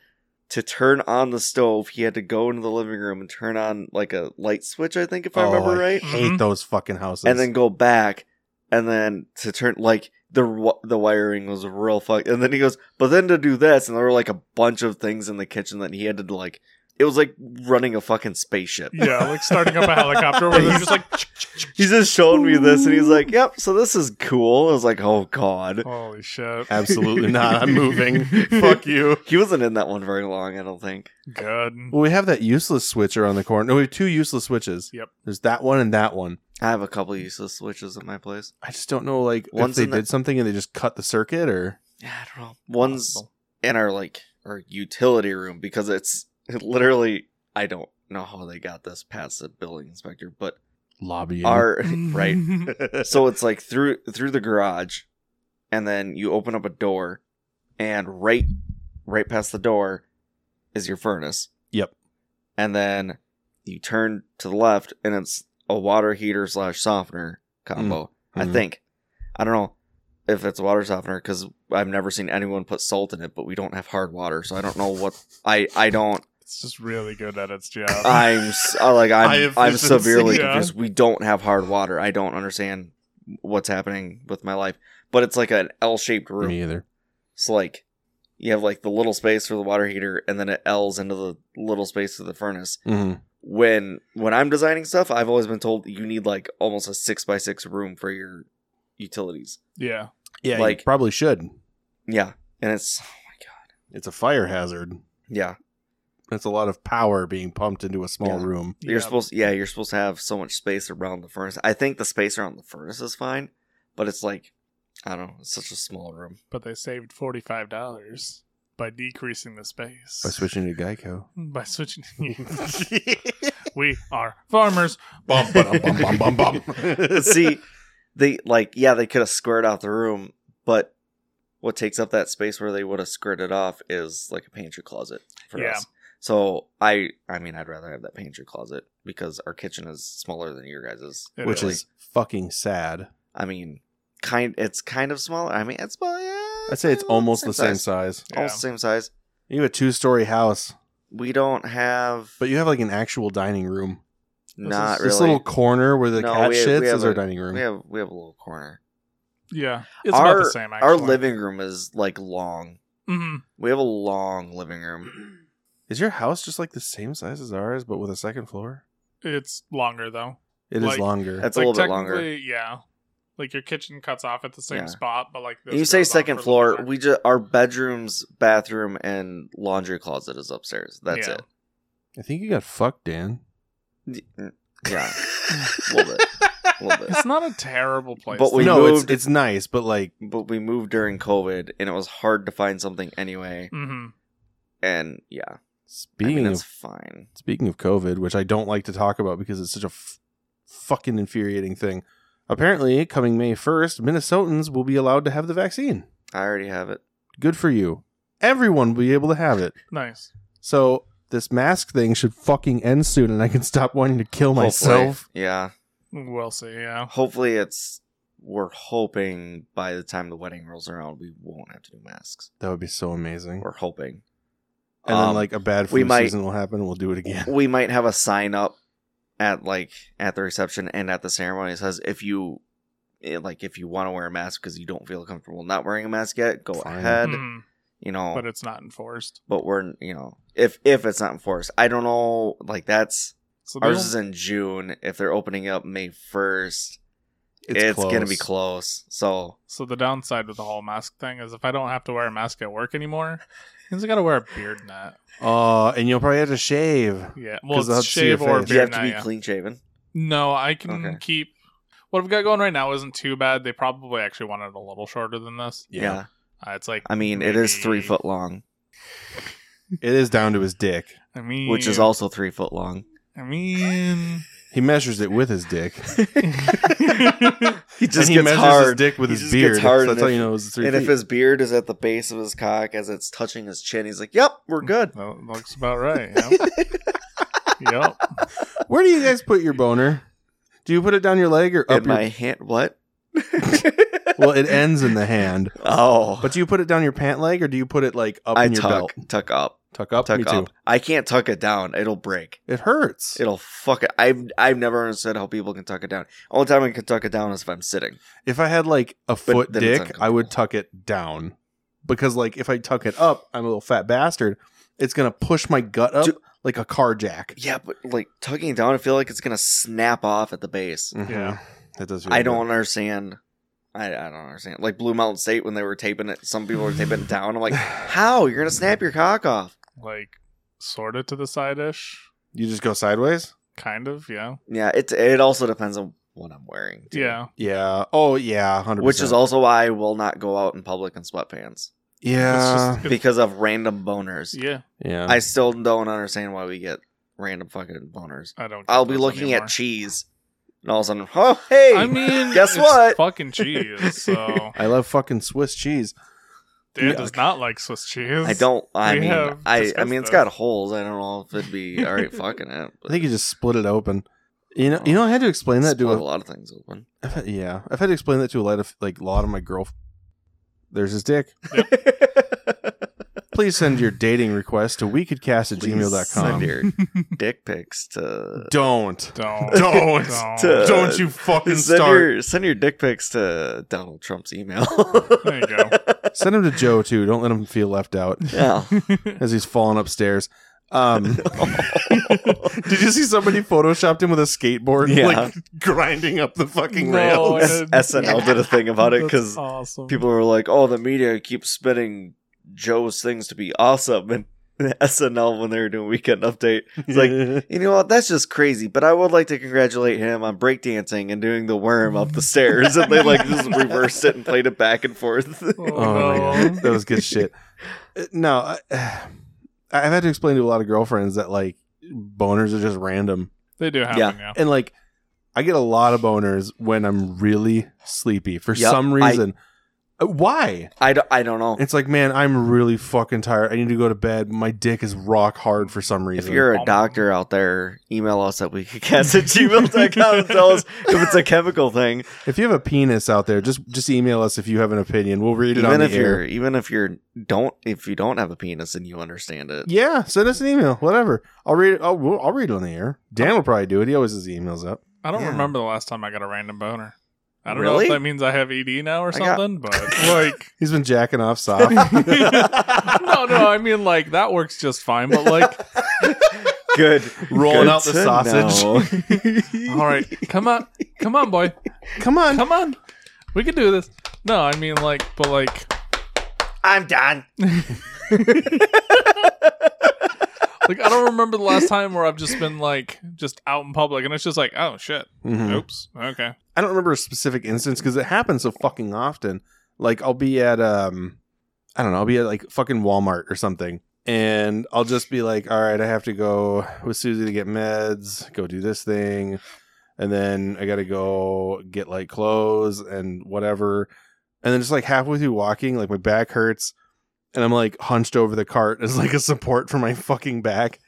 [SPEAKER 3] to turn on the stove, he had to go into the living room and turn on like a light switch, I think, if I
[SPEAKER 2] Oh,
[SPEAKER 3] remember right.
[SPEAKER 2] hate
[SPEAKER 1] Mhm.
[SPEAKER 2] those fucking houses.
[SPEAKER 3] And then go back and then to turn like the wi- the wiring was real fuck and then he goes, but then to do this, and there were like a bunch of things in the kitchen that he had to like it was like running a fucking spaceship.
[SPEAKER 1] Yeah, like starting up a helicopter where they're just like
[SPEAKER 3] He's just showing me this, and he's like, "Yep, so this is cool." I was like, "Oh God!"
[SPEAKER 1] Holy shit.
[SPEAKER 2] absolutely not. I'm moving. Fuck you.
[SPEAKER 3] He wasn't in that one very long, I don't think.
[SPEAKER 1] Good.
[SPEAKER 2] Well, we have that useless switcher on the corner. No, we have two useless switches.
[SPEAKER 1] Yep.
[SPEAKER 2] There's that one and that one.
[SPEAKER 3] I have a couple useless switches at my place.
[SPEAKER 2] I just don't know, like,
[SPEAKER 3] One's
[SPEAKER 2] if they
[SPEAKER 3] in the-
[SPEAKER 2] did something and they just cut the circuit, or
[SPEAKER 3] Yeah, I don't know. One's in our like our utility room because it's it literally I don't know how they got this past the building inspector, but
[SPEAKER 2] lobbying.
[SPEAKER 3] our right. So it's like through through the garage and then you open up a door and right right past the door is your furnace.
[SPEAKER 2] Yep.
[SPEAKER 3] And then you turn to the left and it's a water heater slash softener combo. I
[SPEAKER 2] Mhm.
[SPEAKER 3] think. I don't know if it's a water softener because I've never seen anyone put salt in it, but we don't have hard water, so I don't know what I I don't.
[SPEAKER 1] It's just really good at its job.
[SPEAKER 3] I'm s- I, like
[SPEAKER 2] High
[SPEAKER 3] I'm I'm
[SPEAKER 2] efficiency,
[SPEAKER 3] severely
[SPEAKER 1] yeah.
[SPEAKER 3] confused. We don't have hard water. I don't understand what's happening with my life, but it's like an L-shaped room.
[SPEAKER 2] Me either.
[SPEAKER 3] So like you have like the little space for the water heater, and then it L's into the little space for the furnace.
[SPEAKER 2] Mhm.
[SPEAKER 3] When when I'm designing stuff, I've always been told you need like almost a six by six room for your utilities.
[SPEAKER 1] yeah.
[SPEAKER 2] Yeah, like,
[SPEAKER 3] Like-
[SPEAKER 2] probably should.
[SPEAKER 3] Yeah, and it's
[SPEAKER 2] It's a fire hazard.
[SPEAKER 3] Yeah,
[SPEAKER 2] That's a lot of power being pumped into a small
[SPEAKER 3] Yeah.
[SPEAKER 2] room.
[SPEAKER 1] Yeah.
[SPEAKER 3] you're supposed. Yeah, you're supposed to have so much space around the furnace. I think the space around the furnace is fine, but it's like, I don't know. It's such a small room.
[SPEAKER 1] But they saved forty five dollars by decreasing the space.
[SPEAKER 2] By switching to Geico.
[SPEAKER 1] By switching We are farmers. Bum, ba-dum, bum, bum.
[SPEAKER 3] See, they like yeah, they could have squared out the room, but what takes up that space where they would have skirted off is like a pantry closet for
[SPEAKER 1] Yeah.
[SPEAKER 3] us. So I, I mean, I'd rather have that pantry closet because our kitchen is smaller than your guys's,
[SPEAKER 1] It
[SPEAKER 2] Which
[SPEAKER 1] Really?
[SPEAKER 2] is fucking sad.
[SPEAKER 3] I mean, kind. It's kind of smaller. I mean, it's well, yeah.
[SPEAKER 2] I'd say it's almost the same
[SPEAKER 3] size.
[SPEAKER 2] size.
[SPEAKER 1] Yeah.
[SPEAKER 3] All same size.
[SPEAKER 2] You have a two story house,
[SPEAKER 3] We don't have,
[SPEAKER 2] but you have like an actual dining room.
[SPEAKER 3] not
[SPEAKER 2] This
[SPEAKER 3] really.
[SPEAKER 2] little corner where the
[SPEAKER 3] No,
[SPEAKER 2] cat
[SPEAKER 3] we- we
[SPEAKER 2] shits
[SPEAKER 3] have
[SPEAKER 2] is our
[SPEAKER 3] a-
[SPEAKER 2] dining room.
[SPEAKER 3] we have we have a little corner.
[SPEAKER 1] Yeah. It's about
[SPEAKER 3] Our-
[SPEAKER 1] the same actually.
[SPEAKER 3] Our living room is like long.
[SPEAKER 1] Mhm.
[SPEAKER 3] We have a long living room.
[SPEAKER 2] Is your house just like the same size as ours, but with a second floor?
[SPEAKER 1] It's longer though.
[SPEAKER 2] It is
[SPEAKER 1] Like-
[SPEAKER 2] longer.
[SPEAKER 3] That's a little bit longer.
[SPEAKER 1] technically, Yeah. Like your kitchen cuts off at the same
[SPEAKER 3] Yeah.
[SPEAKER 1] spot, but like this
[SPEAKER 3] you say
[SPEAKER 1] goes on
[SPEAKER 3] second
[SPEAKER 1] for a
[SPEAKER 3] floor.
[SPEAKER 1] little more.
[SPEAKER 3] We just our bedrooms, bathroom, and laundry closet is upstairs. That's
[SPEAKER 1] Yeah.
[SPEAKER 3] it.
[SPEAKER 2] I think you got fucked, Dan.
[SPEAKER 3] Mm, Yeah, a little bit, a little bit.
[SPEAKER 1] It's not a terrible place.
[SPEAKER 3] But
[SPEAKER 1] But
[SPEAKER 3] we
[SPEAKER 2] no,
[SPEAKER 3] moved-
[SPEAKER 2] it's it's nice, but like
[SPEAKER 3] But we moved during COVID, and it was hard to find something anyway.
[SPEAKER 1] hmm
[SPEAKER 3] And yeah, I
[SPEAKER 2] speaking
[SPEAKER 3] mean,
[SPEAKER 2] of
[SPEAKER 3] it's fine.
[SPEAKER 2] Speaking of COVID, which I don't like to talk about because it's such a f- fucking infuriating thing. Apparently, coming May 1st, Minnesotans will be allowed to have the vaccine.
[SPEAKER 3] I already have it.
[SPEAKER 2] Good for you. Everyone will be able to have it.
[SPEAKER 1] Nice.
[SPEAKER 2] So, this mask thing should fucking end soon and I can stop wanting to kill myself.
[SPEAKER 3] Hopefully. Yeah.
[SPEAKER 1] We'll see. Yeah.
[SPEAKER 3] Hopefully, it's. We're hoping by the time the wedding rolls around, we won't have to do masks.
[SPEAKER 2] That would be so amazing.
[SPEAKER 3] We're hoping.
[SPEAKER 2] And then,
[SPEAKER 3] Um,
[SPEAKER 2] like, a bad
[SPEAKER 3] we
[SPEAKER 2] flu
[SPEAKER 3] might-
[SPEAKER 2] season will happen and we'll do it again.
[SPEAKER 3] we might have a sign up at like at the reception and at the ceremony that says if you eh, like if you want to wear a mask because you don't feel comfortable not wearing a mask yet go
[SPEAKER 2] Fine.
[SPEAKER 3] ahead
[SPEAKER 1] Mhm.
[SPEAKER 3] you know
[SPEAKER 1] But
[SPEAKER 3] but,
[SPEAKER 1] it's not enforced.
[SPEAKER 3] we're you know if if it's not enforced i don't know like that's
[SPEAKER 1] So they
[SPEAKER 3] ours
[SPEAKER 1] don't-
[SPEAKER 3] is in june if they're opening up may 1st it's, gonna be close so
[SPEAKER 1] So the downside with the whole mask thing is if I don't have to wear a mask at work anymore, means I got to wear a beard net.
[SPEAKER 2] Oh, and you'll probably have to shave.
[SPEAKER 1] Yeah, well,
[SPEAKER 2] 'Cause they'll have
[SPEAKER 1] it's
[SPEAKER 2] to see your
[SPEAKER 1] shave or
[SPEAKER 2] face.
[SPEAKER 1] beard
[SPEAKER 3] you have to
[SPEAKER 1] net.
[SPEAKER 3] be
[SPEAKER 1] yeah.
[SPEAKER 3] clean shaven
[SPEAKER 1] No, I can
[SPEAKER 3] Okay.
[SPEAKER 1] keep. What I've got going right now isn't too bad. They probably actually wanted a little shorter than this.
[SPEAKER 3] yeah,
[SPEAKER 1] Uh, it's like
[SPEAKER 3] i mean it is
[SPEAKER 1] maybe-
[SPEAKER 3] three foot long
[SPEAKER 2] It is down to his dick.
[SPEAKER 1] I mean,
[SPEAKER 3] which is also three foot long
[SPEAKER 1] I mean,
[SPEAKER 2] He measures it with his dick.
[SPEAKER 3] he
[SPEAKER 2] and
[SPEAKER 3] just
[SPEAKER 2] he
[SPEAKER 3] gets
[SPEAKER 2] measures
[SPEAKER 3] hard
[SPEAKER 2] his dick with
[SPEAKER 3] He
[SPEAKER 2] his
[SPEAKER 3] just gets
[SPEAKER 2] beard.
[SPEAKER 3] hard
[SPEAKER 2] so
[SPEAKER 3] and
[SPEAKER 2] that's how
[SPEAKER 3] if-
[SPEAKER 2] you know it was three
[SPEAKER 3] and if
[SPEAKER 2] feet.
[SPEAKER 3] his beard is at the base of his cock as it's touching his chin, he's like, "Yep, we're
[SPEAKER 2] Mm.
[SPEAKER 3] good."
[SPEAKER 1] that looks about right. Yep. yep.
[SPEAKER 2] Where do you guys put your boner? Do you put it down your leg or up
[SPEAKER 3] in
[SPEAKER 2] your?
[SPEAKER 3] my hand, what?
[SPEAKER 2] Well, it ends in the hand.
[SPEAKER 3] oh,
[SPEAKER 2] But do you put it down your pant leg or do you put it like up
[SPEAKER 3] I
[SPEAKER 2] in your
[SPEAKER 3] tuck,
[SPEAKER 2] belt?
[SPEAKER 3] tuck up,
[SPEAKER 2] Tuck up.
[SPEAKER 3] tuck
[SPEAKER 2] Me
[SPEAKER 3] up.
[SPEAKER 2] too.
[SPEAKER 3] I can't tuck it down; it'll break.
[SPEAKER 2] It hurts.
[SPEAKER 3] It'll fuck it. I've I've never understood how people can tuck it down. Only time I can tuck it down is if I'm sitting.
[SPEAKER 2] if I had like a foot
[SPEAKER 3] then it's
[SPEAKER 2] dick, I would tuck it down because like if I tuck it up, I'm a little fat bastard. It's gonna push my gut up
[SPEAKER 3] Do-
[SPEAKER 2] like a car jack.
[SPEAKER 3] Yeah, but like tucking it down, I feel like it's gonna snap off at the base.
[SPEAKER 2] Mhm.
[SPEAKER 1] Yeah.
[SPEAKER 2] that does. feel
[SPEAKER 3] I
[SPEAKER 2] good.
[SPEAKER 3] don't understand. I, I don't understand. Like Blue Mountain State, when they were taping it, some people were taping it down. I'm like, how? You're gonna snap your cock off?
[SPEAKER 1] Like sort of to the side ish,
[SPEAKER 2] You just go sideways.
[SPEAKER 1] kind of. Yeah.
[SPEAKER 3] Yeah, it it also depends on what I'm wearing. too.
[SPEAKER 1] Yeah.
[SPEAKER 2] Yeah. Oh yeah. Hundred.
[SPEAKER 3] Which is also why I will not go out in public in sweatpants
[SPEAKER 2] Yeah.
[SPEAKER 1] It's just, it's-
[SPEAKER 3] because of random boners.
[SPEAKER 1] yeah.
[SPEAKER 2] yeah.
[SPEAKER 3] I still don't understand why we get random fucking boners.
[SPEAKER 1] I don't. get
[SPEAKER 3] I'll be
[SPEAKER 1] those
[SPEAKER 3] looking
[SPEAKER 1] anymore.
[SPEAKER 3] at cheese, and all of a sudden, oh hey,
[SPEAKER 1] I mean,
[SPEAKER 3] guess
[SPEAKER 1] it's
[SPEAKER 3] what?
[SPEAKER 1] Fucking cheese. So
[SPEAKER 2] I love fucking Swiss cheese.
[SPEAKER 1] Dan does not like Swiss cheese.
[SPEAKER 3] I don't. I
[SPEAKER 1] We
[SPEAKER 3] mean,
[SPEAKER 1] have
[SPEAKER 3] I I
[SPEAKER 1] discussed
[SPEAKER 3] mean, it's
[SPEAKER 1] this.
[SPEAKER 3] got holes. I don't know if it'd be all right. Fucking it.
[SPEAKER 2] I think you just split it open. You know. You know. I had to explain that to
[SPEAKER 3] Split a
[SPEAKER 2] a
[SPEAKER 3] lot of things open.
[SPEAKER 2] I've had, yeah, I've had to explain that to a lot of like a lot of my girl. There's his dick. Please send your dating request to wecouldcast at
[SPEAKER 3] Please
[SPEAKER 2] gmail.com.
[SPEAKER 3] Send your dick pics to.
[SPEAKER 2] Don't.
[SPEAKER 1] Don't.
[SPEAKER 2] Don't.
[SPEAKER 1] don't.
[SPEAKER 3] To-
[SPEAKER 2] Don't you fucking
[SPEAKER 3] Send
[SPEAKER 2] start.
[SPEAKER 3] your send your dick pics to Donald Trump's email.
[SPEAKER 1] There you go.
[SPEAKER 2] Send him to Joe too. Don't let him feel left out
[SPEAKER 3] Yeah.
[SPEAKER 2] as he's falling upstairs. Um, did you see somebody photoshopped him with a skateboard,
[SPEAKER 3] Yeah.
[SPEAKER 2] like grinding up the fucking
[SPEAKER 1] No,
[SPEAKER 2] rails?
[SPEAKER 1] I didn't.
[SPEAKER 3] SNL did a thing about it
[SPEAKER 1] That's
[SPEAKER 3] because
[SPEAKER 1] awesome.
[SPEAKER 3] people were like, "Oh, the media keeps spinning Joe's things to be awesome," and SNL when they were doing Weekend Update, it's like, you know what? That's just crazy. But I would like to congratulate him on breakdancing and doing the worm up the stairs, and they like just reversed it and played it back and forth.
[SPEAKER 2] Oh my
[SPEAKER 1] no.
[SPEAKER 2] god, that was good shit. Uh, No, I, I've had to explain to a lot of girlfriends that like boners are just random,
[SPEAKER 1] They do happen. Yeah.
[SPEAKER 2] and like I get a lot of boners when I'm really sleepy for
[SPEAKER 3] Yep,
[SPEAKER 2] some
[SPEAKER 3] I-
[SPEAKER 2] reason. Uh, Why?
[SPEAKER 3] I don't, I don't know.
[SPEAKER 2] It's like, man, I'm really fucking tired. I need to go to bed. My dick is rock hard for some
[SPEAKER 3] If
[SPEAKER 2] reason.
[SPEAKER 3] you're a doctor out there, email us at weekcast at gmail.com and tell us if it's a chemical thing.
[SPEAKER 2] if you have a penis out there, just just email us if you have an opinion. We'll read it on
[SPEAKER 3] Even
[SPEAKER 2] the
[SPEAKER 3] if
[SPEAKER 2] air.
[SPEAKER 3] you're even if you're don't if you don't have a penis and you understand it.
[SPEAKER 2] Yeah, send us an email. Whatever. I'll read it. I'll, we'll- I'll read it on the air. Dan will probably do it. He always has the emails up.
[SPEAKER 1] I don't
[SPEAKER 3] Yeah.
[SPEAKER 1] remember the last time I got a random boner. I don't know
[SPEAKER 3] Really?
[SPEAKER 1] if that means I have ED now or
[SPEAKER 3] I got-
[SPEAKER 1] something, but like,
[SPEAKER 2] He's been jacking off soft.
[SPEAKER 1] no, no. I mean, like that works just fine. But like,
[SPEAKER 3] Good.
[SPEAKER 2] Rolling
[SPEAKER 3] Good
[SPEAKER 2] out the
[SPEAKER 3] to
[SPEAKER 2] sausage.
[SPEAKER 3] know.
[SPEAKER 1] all right, come on, come on, boy,
[SPEAKER 2] Come on.
[SPEAKER 1] come on, we can do this. No, I mean, like, but like,
[SPEAKER 3] I'm done.
[SPEAKER 1] like I don't remember the last time where I've just been like just out in public and it's just like, oh shit,
[SPEAKER 2] Mhm.
[SPEAKER 1] oops, okay,
[SPEAKER 2] I don't remember a specific instance because it happens so fucking often. Like I'll be at um, I don't know, I'll be at like fucking Walmart or something, and I'll just be like, all right, I have to go with Susie to get meds, go do this thing, and then I got to go get like clothes and whatever, and then just like halfway through walking, like my back hurts. And I'm like hunched over the cart as like a support for my fucking back.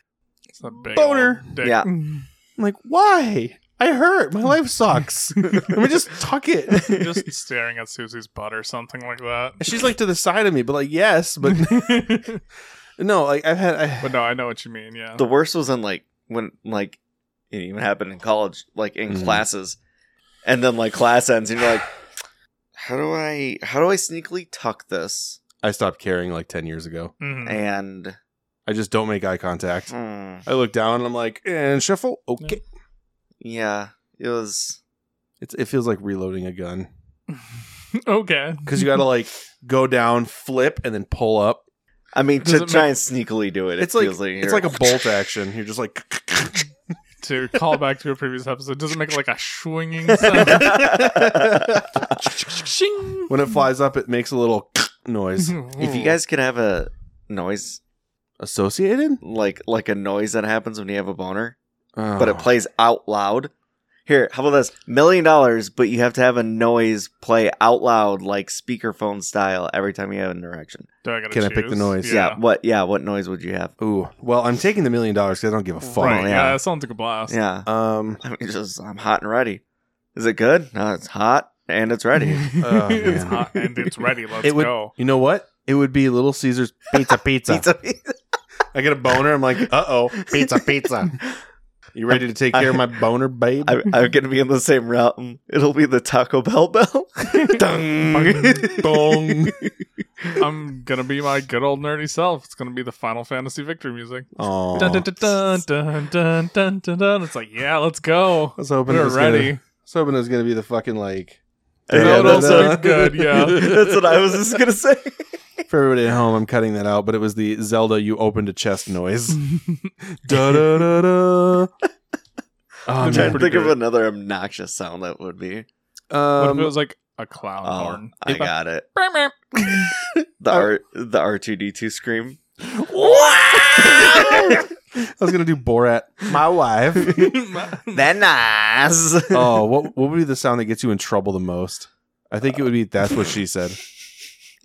[SPEAKER 1] it's a big
[SPEAKER 2] Boner.
[SPEAKER 1] old dick.
[SPEAKER 3] Yeah.
[SPEAKER 2] I'm like, why? I hurt. My life sucks. Let me just tuck it.
[SPEAKER 1] just staring at Susie's butt or something like that.
[SPEAKER 2] She's like to the side of me, but like yes, but no, like I've had. I,
[SPEAKER 1] But no, I know what you mean. Yeah,
[SPEAKER 3] The worst was in like when like it even happened in college, like in
[SPEAKER 2] Mhm.
[SPEAKER 3] classes, and then like class ends, and you're like, how do I how do I sneakily tuck this?
[SPEAKER 2] I stopped caring like ten years ago.
[SPEAKER 1] Mhm.
[SPEAKER 3] And
[SPEAKER 2] I just don't make eye contact.
[SPEAKER 3] hmm,
[SPEAKER 2] I look down and I'm like, and shuffle. Okay,
[SPEAKER 3] yeah, it was
[SPEAKER 2] it's it feels like reloading a gun
[SPEAKER 1] okay.
[SPEAKER 2] because you got to like go down, flip, and then pull up.
[SPEAKER 3] I mean
[SPEAKER 1] Does
[SPEAKER 3] to
[SPEAKER 1] it
[SPEAKER 3] try
[SPEAKER 1] make-
[SPEAKER 3] and sneakily do it. It's
[SPEAKER 2] It's like-
[SPEAKER 3] like, feels like
[SPEAKER 2] It's like a bolt action. You're just like,
[SPEAKER 1] to call back to a previous episode, does it make like a swinging sound? Shing!
[SPEAKER 2] when it flies up, it makes a little noise
[SPEAKER 3] if you guys could have a noise
[SPEAKER 2] associated,
[SPEAKER 3] like like a noise that happens when you have a boner,
[SPEAKER 2] Oh.
[SPEAKER 3] but it plays out loud. Here, how about this? Million dollars, but you have to have a noise play out loud, like speakerphone style, every time you have an erection.
[SPEAKER 1] Do I gotta
[SPEAKER 2] Can I pick the
[SPEAKER 1] choose?
[SPEAKER 2] noise?
[SPEAKER 3] Yeah. What? Yeah. What noise would you have?
[SPEAKER 2] Ooh, well, I'm taking the million dollars because I don't give a fuck.
[SPEAKER 1] Right,
[SPEAKER 3] Funnel,
[SPEAKER 1] yeah.
[SPEAKER 3] yeah.
[SPEAKER 1] that sounds like a blast.
[SPEAKER 3] Yeah.
[SPEAKER 2] Um,
[SPEAKER 3] I mean, just I'm hot and ready. Is it good? No, it's hot and it's ready.
[SPEAKER 2] Oh,
[SPEAKER 1] it's
[SPEAKER 2] man.
[SPEAKER 1] hot and it's ready. Let's
[SPEAKER 2] It would-
[SPEAKER 1] go.
[SPEAKER 2] you know what? It would be Little Caesars pizza, pizza.
[SPEAKER 3] Pizza.
[SPEAKER 2] I get a boner. I'm like, uh oh, pizza, pizza. You ready to take care of my boner, babe?
[SPEAKER 3] I, I'm gonna be in the same realm. It'll be the Taco Bell bell. Dung.
[SPEAKER 2] Dong.
[SPEAKER 1] I'm gonna be my good old nerdy self. It's gonna be the Final Fantasy victory music.
[SPEAKER 2] Aw.
[SPEAKER 1] Dun, dun, dun, dun, dun, dun, dun, dun, dun. It's like, yeah, let's go.
[SPEAKER 2] I was hoping it
[SPEAKER 1] We're
[SPEAKER 2] was gonna- I
[SPEAKER 1] ready.
[SPEAKER 2] was hoping it was gonna be the fucking like.
[SPEAKER 3] Yeah,
[SPEAKER 1] that would
[SPEAKER 3] that's
[SPEAKER 1] also
[SPEAKER 2] what-
[SPEAKER 1] be good. Yeah.
[SPEAKER 3] That's what I was just gonna say.
[SPEAKER 2] For everybody at home, I'm cutting that out, but it was the Zelda "You Opened a Chest" noise. da da da da. Oh,
[SPEAKER 3] I'm
[SPEAKER 1] That'd be
[SPEAKER 3] trying to
[SPEAKER 1] pretty
[SPEAKER 3] think of
[SPEAKER 1] great.
[SPEAKER 3] another obnoxious sound that would be.
[SPEAKER 1] What
[SPEAKER 2] Um,
[SPEAKER 1] if it was like a clown
[SPEAKER 3] Oh,
[SPEAKER 1] horn?
[SPEAKER 3] I got it.
[SPEAKER 1] Like,
[SPEAKER 3] The R the R two D two scream.
[SPEAKER 2] I was gonna do Borat. My wife.
[SPEAKER 3] Then nice.
[SPEAKER 2] oh, what what would be the sound that gets you in trouble the most? I think it would be that's what she said.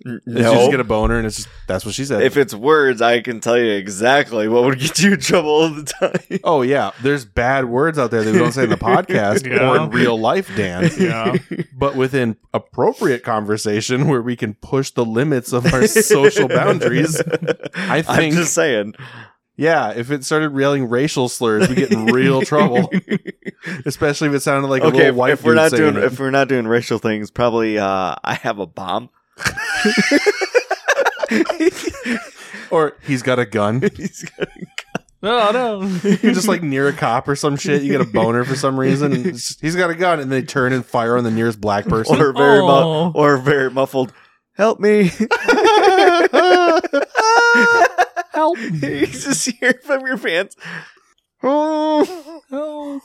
[SPEAKER 2] It's
[SPEAKER 3] no.
[SPEAKER 2] just get a boner and it's just that's what she said.
[SPEAKER 3] if it's words, I can tell you exactly what would get you in trouble all the time.
[SPEAKER 2] oh yeah, there's bad words out there that we don't say in the podcast or
[SPEAKER 1] Yeah.
[SPEAKER 2] in real life, Dan.
[SPEAKER 1] yeah.
[SPEAKER 2] But within appropriate conversation where we can push the limits of our social boundaries. I
[SPEAKER 3] I'm
[SPEAKER 2] think-
[SPEAKER 3] just saying.
[SPEAKER 2] Yeah, if it started yelling racial slurs, we get in real trouble. Especially if it sounded like a
[SPEAKER 3] okay,
[SPEAKER 2] little
[SPEAKER 3] if,
[SPEAKER 2] white
[SPEAKER 3] if we're
[SPEAKER 2] dude
[SPEAKER 3] not
[SPEAKER 2] saying
[SPEAKER 3] doing
[SPEAKER 2] it.
[SPEAKER 3] if we're not doing racial things, probably uh, I have a bomb.
[SPEAKER 2] or he's got a gun.
[SPEAKER 3] He's got-
[SPEAKER 1] No, no.
[SPEAKER 2] You're just like near a cop or some shit. You get a boner for some reason. And it's- he's got a gun, and they turn and fire on the nearest black person.
[SPEAKER 3] or very mu-
[SPEAKER 2] Oh.
[SPEAKER 1] Aw.
[SPEAKER 3] or very muffled. Help me!
[SPEAKER 1] Help.
[SPEAKER 3] you just hear from your pants. Oh,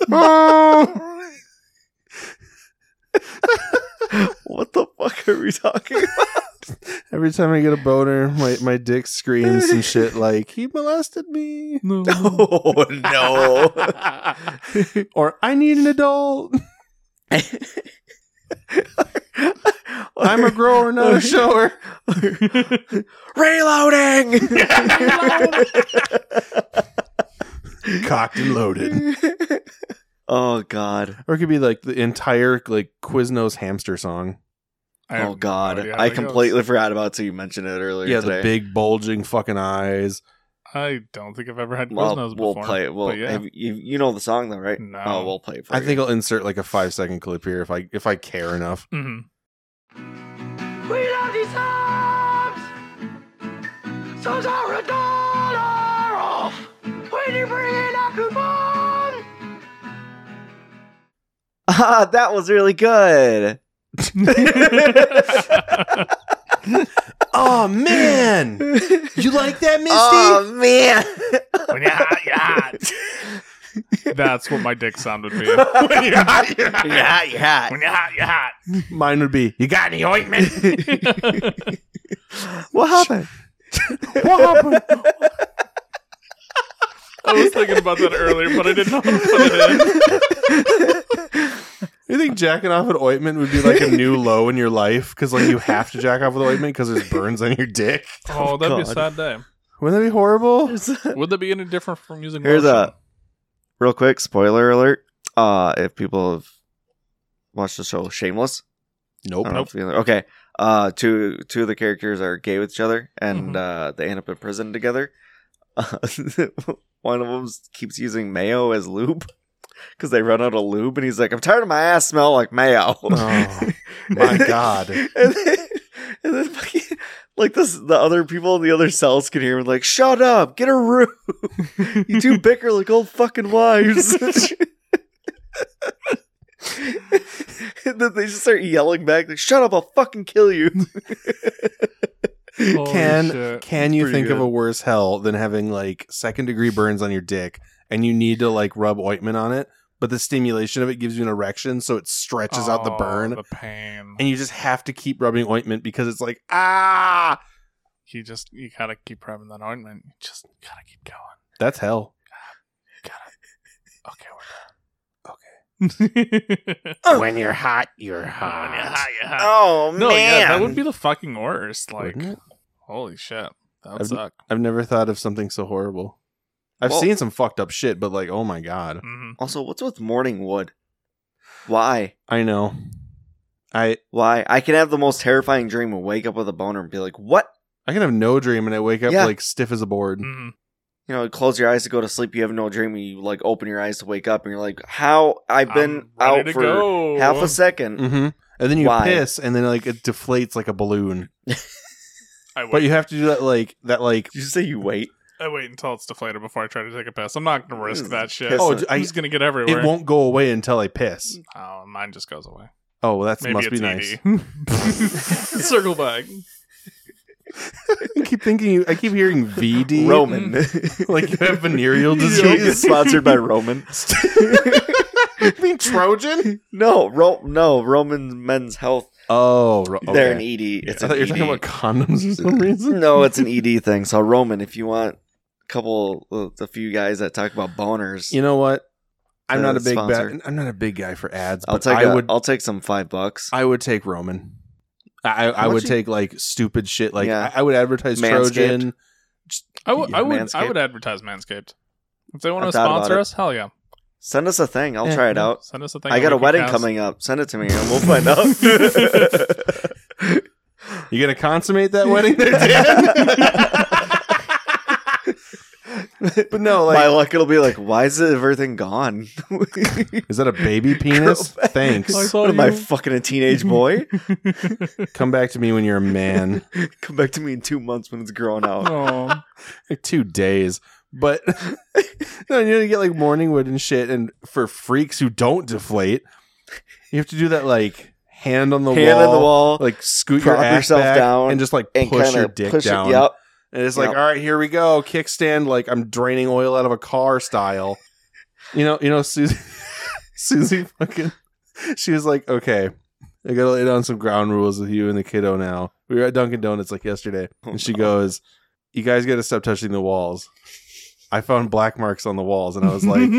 [SPEAKER 3] what the fuck are we talking? about?
[SPEAKER 2] Every time I get a boner, my, my dick screams some shit like, he molested me.
[SPEAKER 1] No.
[SPEAKER 3] Oh no!
[SPEAKER 2] Or I need an adult. I'm a grower, not a shower.
[SPEAKER 3] reloading.
[SPEAKER 2] Cocked and loaded.
[SPEAKER 3] oh god!
[SPEAKER 2] Or it could be like the entire like Quiznos hamster song.
[SPEAKER 1] I have
[SPEAKER 3] Oh
[SPEAKER 1] no
[SPEAKER 3] god!
[SPEAKER 1] idea how
[SPEAKER 3] I
[SPEAKER 1] that goes.
[SPEAKER 3] completely forgot about it till you mentioned it earlier.
[SPEAKER 2] yeah,
[SPEAKER 3] today.
[SPEAKER 2] the big bulging fucking eyes.
[SPEAKER 1] I don't think I've ever had
[SPEAKER 3] Well,
[SPEAKER 1] Quiznos
[SPEAKER 3] we'll
[SPEAKER 1] before.
[SPEAKER 3] play it. Well,
[SPEAKER 1] but yeah.
[SPEAKER 3] have you, you know the song though, right?
[SPEAKER 1] No.
[SPEAKER 3] Oh, we'll play it for
[SPEAKER 2] I
[SPEAKER 3] you.
[SPEAKER 2] think I'll insert like a five second clip here if I if I care enough.
[SPEAKER 1] Mhm.
[SPEAKER 5] We love these songs. Songs are a dollar off. When you bring in a coupon.
[SPEAKER 3] ah, that was really good.
[SPEAKER 2] Oh man, you like that, Misty?
[SPEAKER 3] Oh man!
[SPEAKER 1] yeah, yeah. That's what my dick sound would be.
[SPEAKER 3] yeah, yeah.
[SPEAKER 1] When you're hot, you're hot.
[SPEAKER 2] Um, Mine would be. You got any ointment?
[SPEAKER 3] What happened?
[SPEAKER 1] I was thinking about that earlier, but I didn't know how to put it in.
[SPEAKER 2] you think jacking off an ointment would be like a new low in your life? Because like you have to jack off with ointment because there's burns on your dick.
[SPEAKER 1] Oh, that'd be a
[SPEAKER 3] God.
[SPEAKER 1] sad day.
[SPEAKER 2] Wouldn't that be horrible?
[SPEAKER 1] Would that be any different from using
[SPEAKER 3] Here's
[SPEAKER 1] lotion?
[SPEAKER 3] a real quick spoiler alert. Uh, if people have watched the show Shameless,
[SPEAKER 2] Nope.
[SPEAKER 3] I don't know if you- okay. Uh, two two of the characters are gay with each other, and
[SPEAKER 2] Mm-hmm.
[SPEAKER 1] Mhm.
[SPEAKER 3] uh, they end up in prison together. Uh, one of them keeps using mayo as lube because they run out of lube, and he's like, "I'm tired of my ass smell like mayo."
[SPEAKER 2] Oh, my God.
[SPEAKER 3] And then, and then fucking, like this, the other people in the other cells can hear him like, "Shut up, get a room. you two bicker like old fucking wives." and then they just start yelling back, like, "Shut up, I'll fucking kill you."
[SPEAKER 1] Holy
[SPEAKER 2] Can-
[SPEAKER 1] shit.
[SPEAKER 2] Can you
[SPEAKER 3] Uh, Pretty
[SPEAKER 2] think of
[SPEAKER 3] good.
[SPEAKER 2] a worse hell than having like second degree burns on your dick and you need to like rub ointment on it, but the stimulation of it gives you an erection, so it stretches out the
[SPEAKER 1] Oh,
[SPEAKER 2] burn,
[SPEAKER 1] the pain.
[SPEAKER 2] and you just have to keep rubbing ointment because it's like ah,
[SPEAKER 1] you just you gotta keep rubbing that ointment. You just gotta keep going.
[SPEAKER 2] that's hell.
[SPEAKER 1] Okay, we're done. Okay.
[SPEAKER 5] When you're hot, you're
[SPEAKER 3] Oh
[SPEAKER 1] No, yeah, that would be the fucking worst. Like,
[SPEAKER 2] Wouldn't it?
[SPEAKER 1] holy shit, that would
[SPEAKER 2] I've-
[SPEAKER 1] suck.
[SPEAKER 2] I've never thought of something so horrible. I've
[SPEAKER 3] Well-
[SPEAKER 2] seen some fucked up shit, but like, oh my god,
[SPEAKER 1] Mhm.
[SPEAKER 3] Also, what's with morning wood? Why?
[SPEAKER 2] I know. I
[SPEAKER 3] Why? I can have the most terrifying dream and wake up with a boner and be like, "What?"
[SPEAKER 2] I can have no dream and I wake up
[SPEAKER 3] Yeah. Mm.
[SPEAKER 2] like stiff as a board.
[SPEAKER 1] Mhm.
[SPEAKER 3] you know, close your eyes to go to sleep. You have no dream. You like open your eyes to wake up, and you're like, "How? I've been
[SPEAKER 1] I'm ready
[SPEAKER 3] out
[SPEAKER 1] to
[SPEAKER 3] for
[SPEAKER 1] go.
[SPEAKER 3] half a second.
[SPEAKER 2] Mm-hmm. And then you
[SPEAKER 3] Why?
[SPEAKER 2] piss, and then like it deflates like a balloon.
[SPEAKER 1] I wait.
[SPEAKER 2] But you have to do that like that like
[SPEAKER 3] Did you say you wait?
[SPEAKER 1] I wait until it's deflated before I try to take a piss. I'm not gonna risk
[SPEAKER 3] This
[SPEAKER 1] that
[SPEAKER 3] is
[SPEAKER 1] shit.
[SPEAKER 3] Mm, piss.
[SPEAKER 2] Oh,
[SPEAKER 1] Oh,
[SPEAKER 2] d- I-
[SPEAKER 1] I'm just gonna get everywhere.
[SPEAKER 2] it won't go away until I piss.
[SPEAKER 1] Oh, mine just goes away.
[SPEAKER 2] Oh, well, that
[SPEAKER 1] Maybe
[SPEAKER 2] must be
[SPEAKER 1] it's
[SPEAKER 2] nice.
[SPEAKER 1] ED. Circle back.
[SPEAKER 2] I keep thinking you. I keep hearing VD.
[SPEAKER 3] Roman.
[SPEAKER 2] like Mm. you have venereal
[SPEAKER 1] Yep.
[SPEAKER 2] disease.
[SPEAKER 3] sponsored by Roman.
[SPEAKER 2] mean Trojan?
[SPEAKER 3] No, Ro- no Roman Men's Health.
[SPEAKER 2] Oh, ro- okay.
[SPEAKER 3] They're an ED. It's an
[SPEAKER 2] I thought you were
[SPEAKER 3] ED.
[SPEAKER 2] talking about condoms for some reason.
[SPEAKER 3] no, it's an ED thing. So Roman, if you want a couple, a few guys that talk about boners,
[SPEAKER 2] You know what? I'm
[SPEAKER 3] Uh,
[SPEAKER 2] not a big
[SPEAKER 3] sponsor.
[SPEAKER 2] ba- I'm not a big guy for ads,
[SPEAKER 3] I'll
[SPEAKER 2] but
[SPEAKER 3] take.
[SPEAKER 2] I
[SPEAKER 3] a-
[SPEAKER 2] would
[SPEAKER 3] I'll take some five bucks.
[SPEAKER 2] I would take Roman. I I, I
[SPEAKER 3] much
[SPEAKER 2] would
[SPEAKER 3] you-
[SPEAKER 2] take like stupid shit like
[SPEAKER 3] Yeah.
[SPEAKER 2] I, I would advertise
[SPEAKER 3] Manscaped.
[SPEAKER 2] Trojan.
[SPEAKER 1] I would, I would, I
[SPEAKER 3] Manscaped.
[SPEAKER 1] would advertise Manscaped. If they want
[SPEAKER 3] I
[SPEAKER 1] to
[SPEAKER 3] thought about
[SPEAKER 1] sponsor
[SPEAKER 3] it.
[SPEAKER 1] us, hell yeah,
[SPEAKER 3] Send us a thing. I'll
[SPEAKER 2] Eh,
[SPEAKER 3] try it out.
[SPEAKER 1] send us a thing.
[SPEAKER 3] I
[SPEAKER 1] on
[SPEAKER 3] got a
[SPEAKER 1] Wikicasts.
[SPEAKER 3] wedding coming up. Send it to me, and we'll find out.
[SPEAKER 2] You gonna consummate that wedding there, Dan? but no,
[SPEAKER 3] My
[SPEAKER 2] like
[SPEAKER 3] luck, it'll be like, why is everything gone?
[SPEAKER 2] is that a baby penis?
[SPEAKER 1] I
[SPEAKER 2] Thanks.
[SPEAKER 1] saw
[SPEAKER 3] What am I
[SPEAKER 1] you.
[SPEAKER 3] fucking a teenage boy?
[SPEAKER 2] Come back to me when you're a man.
[SPEAKER 3] Come back to me in two months when it's grown out.
[SPEAKER 1] Oh,
[SPEAKER 2] Like two days. But no, you know, you get like morning wood and shit, and for freaks who don't deflate, you have to do that like hand on the
[SPEAKER 3] Hand
[SPEAKER 2] wall.
[SPEAKER 3] on the wall.
[SPEAKER 2] like scoot
[SPEAKER 3] Prop
[SPEAKER 2] your ass
[SPEAKER 3] yourself
[SPEAKER 2] back
[SPEAKER 3] down
[SPEAKER 2] and just like
[SPEAKER 3] and
[SPEAKER 2] push
[SPEAKER 3] kinda
[SPEAKER 2] your dick
[SPEAKER 3] push it-
[SPEAKER 2] down.
[SPEAKER 3] Yep.
[SPEAKER 2] And it's like,
[SPEAKER 3] Yep.
[SPEAKER 2] all right, here we go, kickstand, like I'm draining oil out of a car style. You know, you know, Susie, Susie fucking, she was like, okay, I gotta lay down some ground rules with you and the kiddo now. We were at Dunkin' Donuts like yesterday,
[SPEAKER 3] Oh,
[SPEAKER 2] and she
[SPEAKER 3] no.
[SPEAKER 2] goes, you guys gotta stop touching the walls. I found black marks on the walls, and I was like,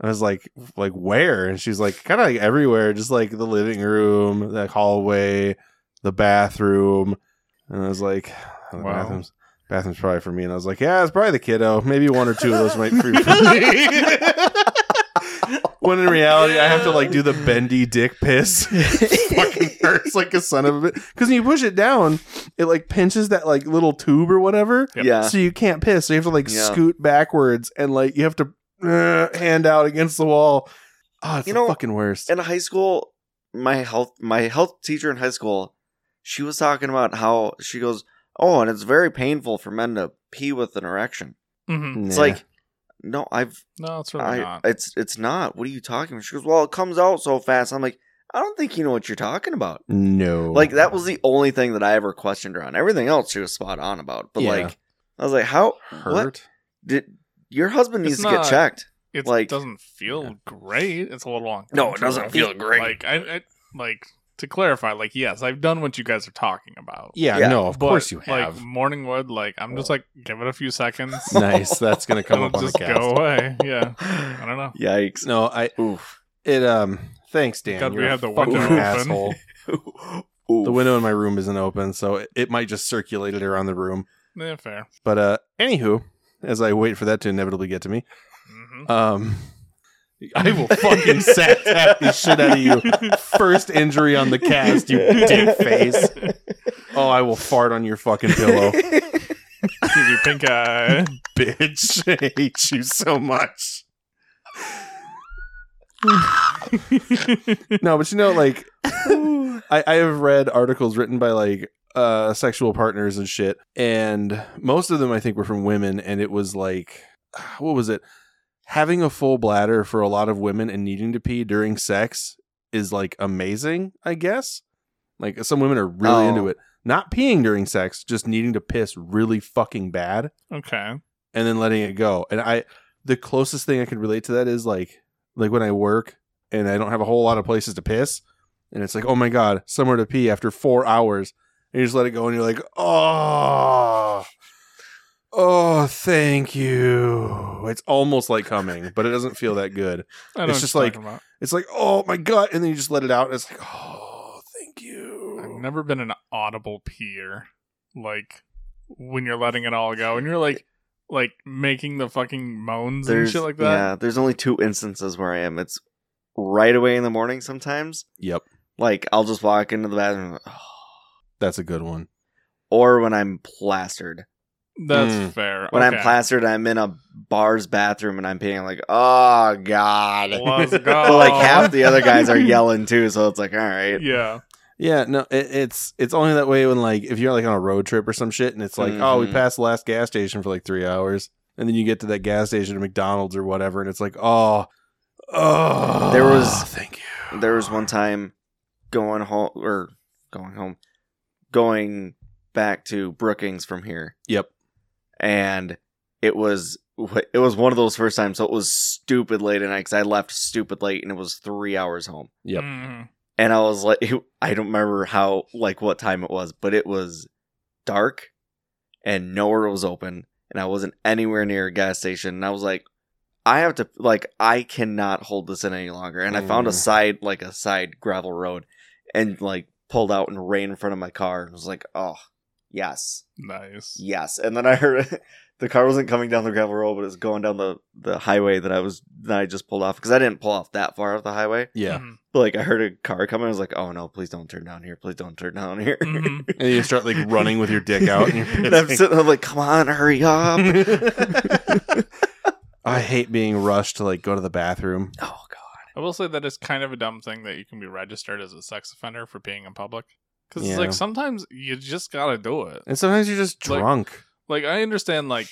[SPEAKER 2] I was like, like where? And she's like, kind of like everywhere, just like the living room, the hallway, the bathroom. And I was like, oh, the
[SPEAKER 1] Wow.
[SPEAKER 2] bathrooms, bathrooms probably for me. And I was like, yeah, it's probably the kiddo. Maybe one or two of those might be for me. when in reality, I have to like do the bendy dick piss. It fucking hurts like a son of a bitch. Because when you push it down, it like pinches that like little tube or whatever
[SPEAKER 1] Yep.
[SPEAKER 3] Yeah.
[SPEAKER 2] so you can't piss. So you have to like
[SPEAKER 3] Yeah.
[SPEAKER 2] scoot backwards and like you have to uh, hand out against the wall. Oh, it's
[SPEAKER 3] You
[SPEAKER 2] the
[SPEAKER 3] know,
[SPEAKER 2] fucking worst.
[SPEAKER 3] in high school, my health my health teacher in high school, she was talking about how she goes, "Oh, and it's very painful for men to pee with an erection."
[SPEAKER 1] Mhm.
[SPEAKER 3] It's
[SPEAKER 2] Nah.
[SPEAKER 3] like, no, I've
[SPEAKER 1] no, it's really
[SPEAKER 3] I,
[SPEAKER 1] not.
[SPEAKER 3] it's it's not. What are you talking about? She goes, "Well, it comes out so fast." I'm like, "I don't think you know what you're talking about."
[SPEAKER 2] no,
[SPEAKER 3] Like that was the only thing that I ever questioned her on. Everything else she was spot on about. But
[SPEAKER 2] Yeah.
[SPEAKER 3] like I was like, "How
[SPEAKER 2] hurt.
[SPEAKER 3] what did your husband
[SPEAKER 1] It's
[SPEAKER 3] needs to
[SPEAKER 1] not-
[SPEAKER 3] get checked?"
[SPEAKER 1] It
[SPEAKER 3] like-
[SPEAKER 1] doesn't feel great. It's a little long.
[SPEAKER 3] No, it doesn't feel great.
[SPEAKER 1] Like I, I like to clarify. Like yes, I've done what you guys are talking about.
[SPEAKER 2] Yeah,
[SPEAKER 3] Yeah.
[SPEAKER 2] no, of
[SPEAKER 1] But,
[SPEAKER 2] course you
[SPEAKER 1] Like
[SPEAKER 2] have.
[SPEAKER 1] Morningwood, like I'm just like give it a few seconds.
[SPEAKER 2] nice, that's gonna come
[SPEAKER 1] It'll
[SPEAKER 2] up on the
[SPEAKER 1] just
[SPEAKER 2] cast.
[SPEAKER 1] go away. Yeah, I don't know.
[SPEAKER 3] Yikes!
[SPEAKER 2] No, I
[SPEAKER 3] Oof.
[SPEAKER 2] it um. Thanks, Dan.
[SPEAKER 1] God, we
[SPEAKER 2] You're a
[SPEAKER 1] had the
[SPEAKER 2] fucking
[SPEAKER 1] window open.
[SPEAKER 2] asshole.
[SPEAKER 3] Oof.
[SPEAKER 2] the window in my room isn't open, so it, it might just circulate it around the room.
[SPEAKER 1] Yeah, fair.
[SPEAKER 2] But uh, anywho, as I wait for that to inevitably get to me,
[SPEAKER 1] hmm
[SPEAKER 2] Um, I will fucking sat tap the shit out of you. First injury on the cast, you dick face. Oh, I will fart on your fucking pillow,
[SPEAKER 1] Give you pink eye.
[SPEAKER 2] bitch. I hate you so much. No, but you know, like, I, I have read articles written by like uh, sexual partners and shit, and most of them I think were from women, and it was like, what was it? Having a full bladder for a lot of women and needing to pee during sex is like amazing, I guess. Like some women are really
[SPEAKER 3] Oh.
[SPEAKER 2] into it. Not peeing during sex, just needing to piss really fucking bad
[SPEAKER 1] okay.
[SPEAKER 2] and then letting it go. And I the closest thing I could relate to that is like like when I work and I don't have a whole lot of places to piss and it's like, "Oh my god, somewhere to pee after 4 hours." And you just let it go and you're like, "Oh. Oh, thank you." It's almost like coming, but it doesn't feel that good.
[SPEAKER 1] I know
[SPEAKER 2] It's
[SPEAKER 1] what
[SPEAKER 2] just
[SPEAKER 1] you're
[SPEAKER 2] like-
[SPEAKER 1] talking about.
[SPEAKER 2] It's like, "Oh my god." And then you just let it out and it's like, "Oh, thank you."
[SPEAKER 1] I've never been an audible peer. Like when you're letting it all go and you're like like making the fucking moans and shit like that.
[SPEAKER 3] Yeah, there's only two instances where I am. It's right away in the morning sometimes.
[SPEAKER 2] yep.
[SPEAKER 3] Like I'll just walk into the bathroom, and, "Oh,"
[SPEAKER 2] That's a good one.
[SPEAKER 3] or when I'm plastered.
[SPEAKER 1] That's
[SPEAKER 2] Mm.
[SPEAKER 1] fair.
[SPEAKER 3] When
[SPEAKER 1] Okay.
[SPEAKER 3] I'm plastered, I'm in a bar's bathroom and I'm peeing like, oh god.
[SPEAKER 1] Let's go.
[SPEAKER 3] But like half the other guys are yelling too, so it's like, all right,
[SPEAKER 1] Yeah.
[SPEAKER 2] Yeah, no, it, it's it's only that way when like if you're like on a road trip or some shit, and it's like, oh, we
[SPEAKER 3] Mhm.
[SPEAKER 2] passed the last gas station for like three hours, and then you get to that gas station or McDonald's or whatever, and it's like, oh, oh,
[SPEAKER 3] There was-
[SPEAKER 2] thank you.
[SPEAKER 3] there was one time going home or going home, going back to Brookings from here.
[SPEAKER 2] Yep.
[SPEAKER 3] and it was wh- it was one of those first times, so it was stupid late at night because I left stupid late and it was three hours home.
[SPEAKER 6] Yep.
[SPEAKER 1] Mhm.
[SPEAKER 3] And I was like, I don't remember how, like, what time it was, but it was dark and nowhere was open. And I wasn't anywhere near a gas station. And I was like, I have to, like, I cannot hold this in any longer. And I found a
[SPEAKER 2] Mm.
[SPEAKER 3] side, like, a side gravel road and, like, pulled out and ran in front of my car. And was like, oh, yes,
[SPEAKER 1] Nice.
[SPEAKER 3] yes. And then I heard the car wasn't coming down the gravel road, but it was going down the, the highway that I was, that I just pulled off because I didn't pull off that far off the highway
[SPEAKER 2] Yeah.
[SPEAKER 1] Mhm.
[SPEAKER 3] like I heard a car coming. I was like, "Oh no, please don't turn down here! Please don't turn down here!"
[SPEAKER 1] Mhm.
[SPEAKER 2] And you start like running with your dick out and you're
[SPEAKER 3] And I'm
[SPEAKER 2] pissing.
[SPEAKER 3] sitting there like, "Come on, hurry up!"
[SPEAKER 2] I hate being rushed to like go to the bathroom.
[SPEAKER 3] oh god,
[SPEAKER 1] I will say that it's kind of a dumb thing that you can be registered as a sex offender for being in public. Because
[SPEAKER 2] Yeah.
[SPEAKER 1] it's like sometimes you just gotta do it.
[SPEAKER 2] And sometimes you're just
[SPEAKER 1] Like-
[SPEAKER 2] drunk.
[SPEAKER 1] Like I understand, like,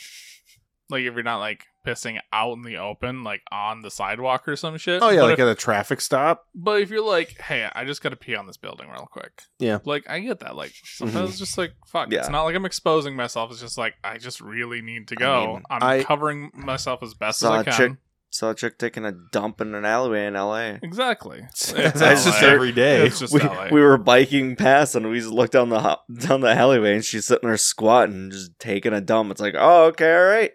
[SPEAKER 1] like if you're not like pissing out in the open, like on the sidewalk or some shit.
[SPEAKER 2] oh yeah,
[SPEAKER 1] but
[SPEAKER 2] like
[SPEAKER 1] if-
[SPEAKER 2] at a traffic stop.
[SPEAKER 1] But if you're like, hey, I just got to pee on this building real quick.
[SPEAKER 2] Yeah. Mm-hmm.
[SPEAKER 1] Like, I get that. Like, sometimes it's just like, fuck. It's
[SPEAKER 3] Yeah.
[SPEAKER 1] not like I'm exposing myself. It's just like, I just really need to go. I
[SPEAKER 3] mean,
[SPEAKER 1] am
[SPEAKER 2] I-
[SPEAKER 1] covering myself as best as
[SPEAKER 3] Saw
[SPEAKER 1] I
[SPEAKER 3] a
[SPEAKER 1] can.
[SPEAKER 3] chick- saw a chick taking a dump in an alleyway in L.A.
[SPEAKER 1] Exactly. It's
[SPEAKER 2] That's just
[SPEAKER 1] LA.
[SPEAKER 2] every day.
[SPEAKER 1] It's just
[SPEAKER 3] we,
[SPEAKER 1] LA.
[SPEAKER 3] we were biking past and we just looked down the ho- down the alleyway and she's sitting there squatting, just taking a dump. It's like, "Oh, okay, all right,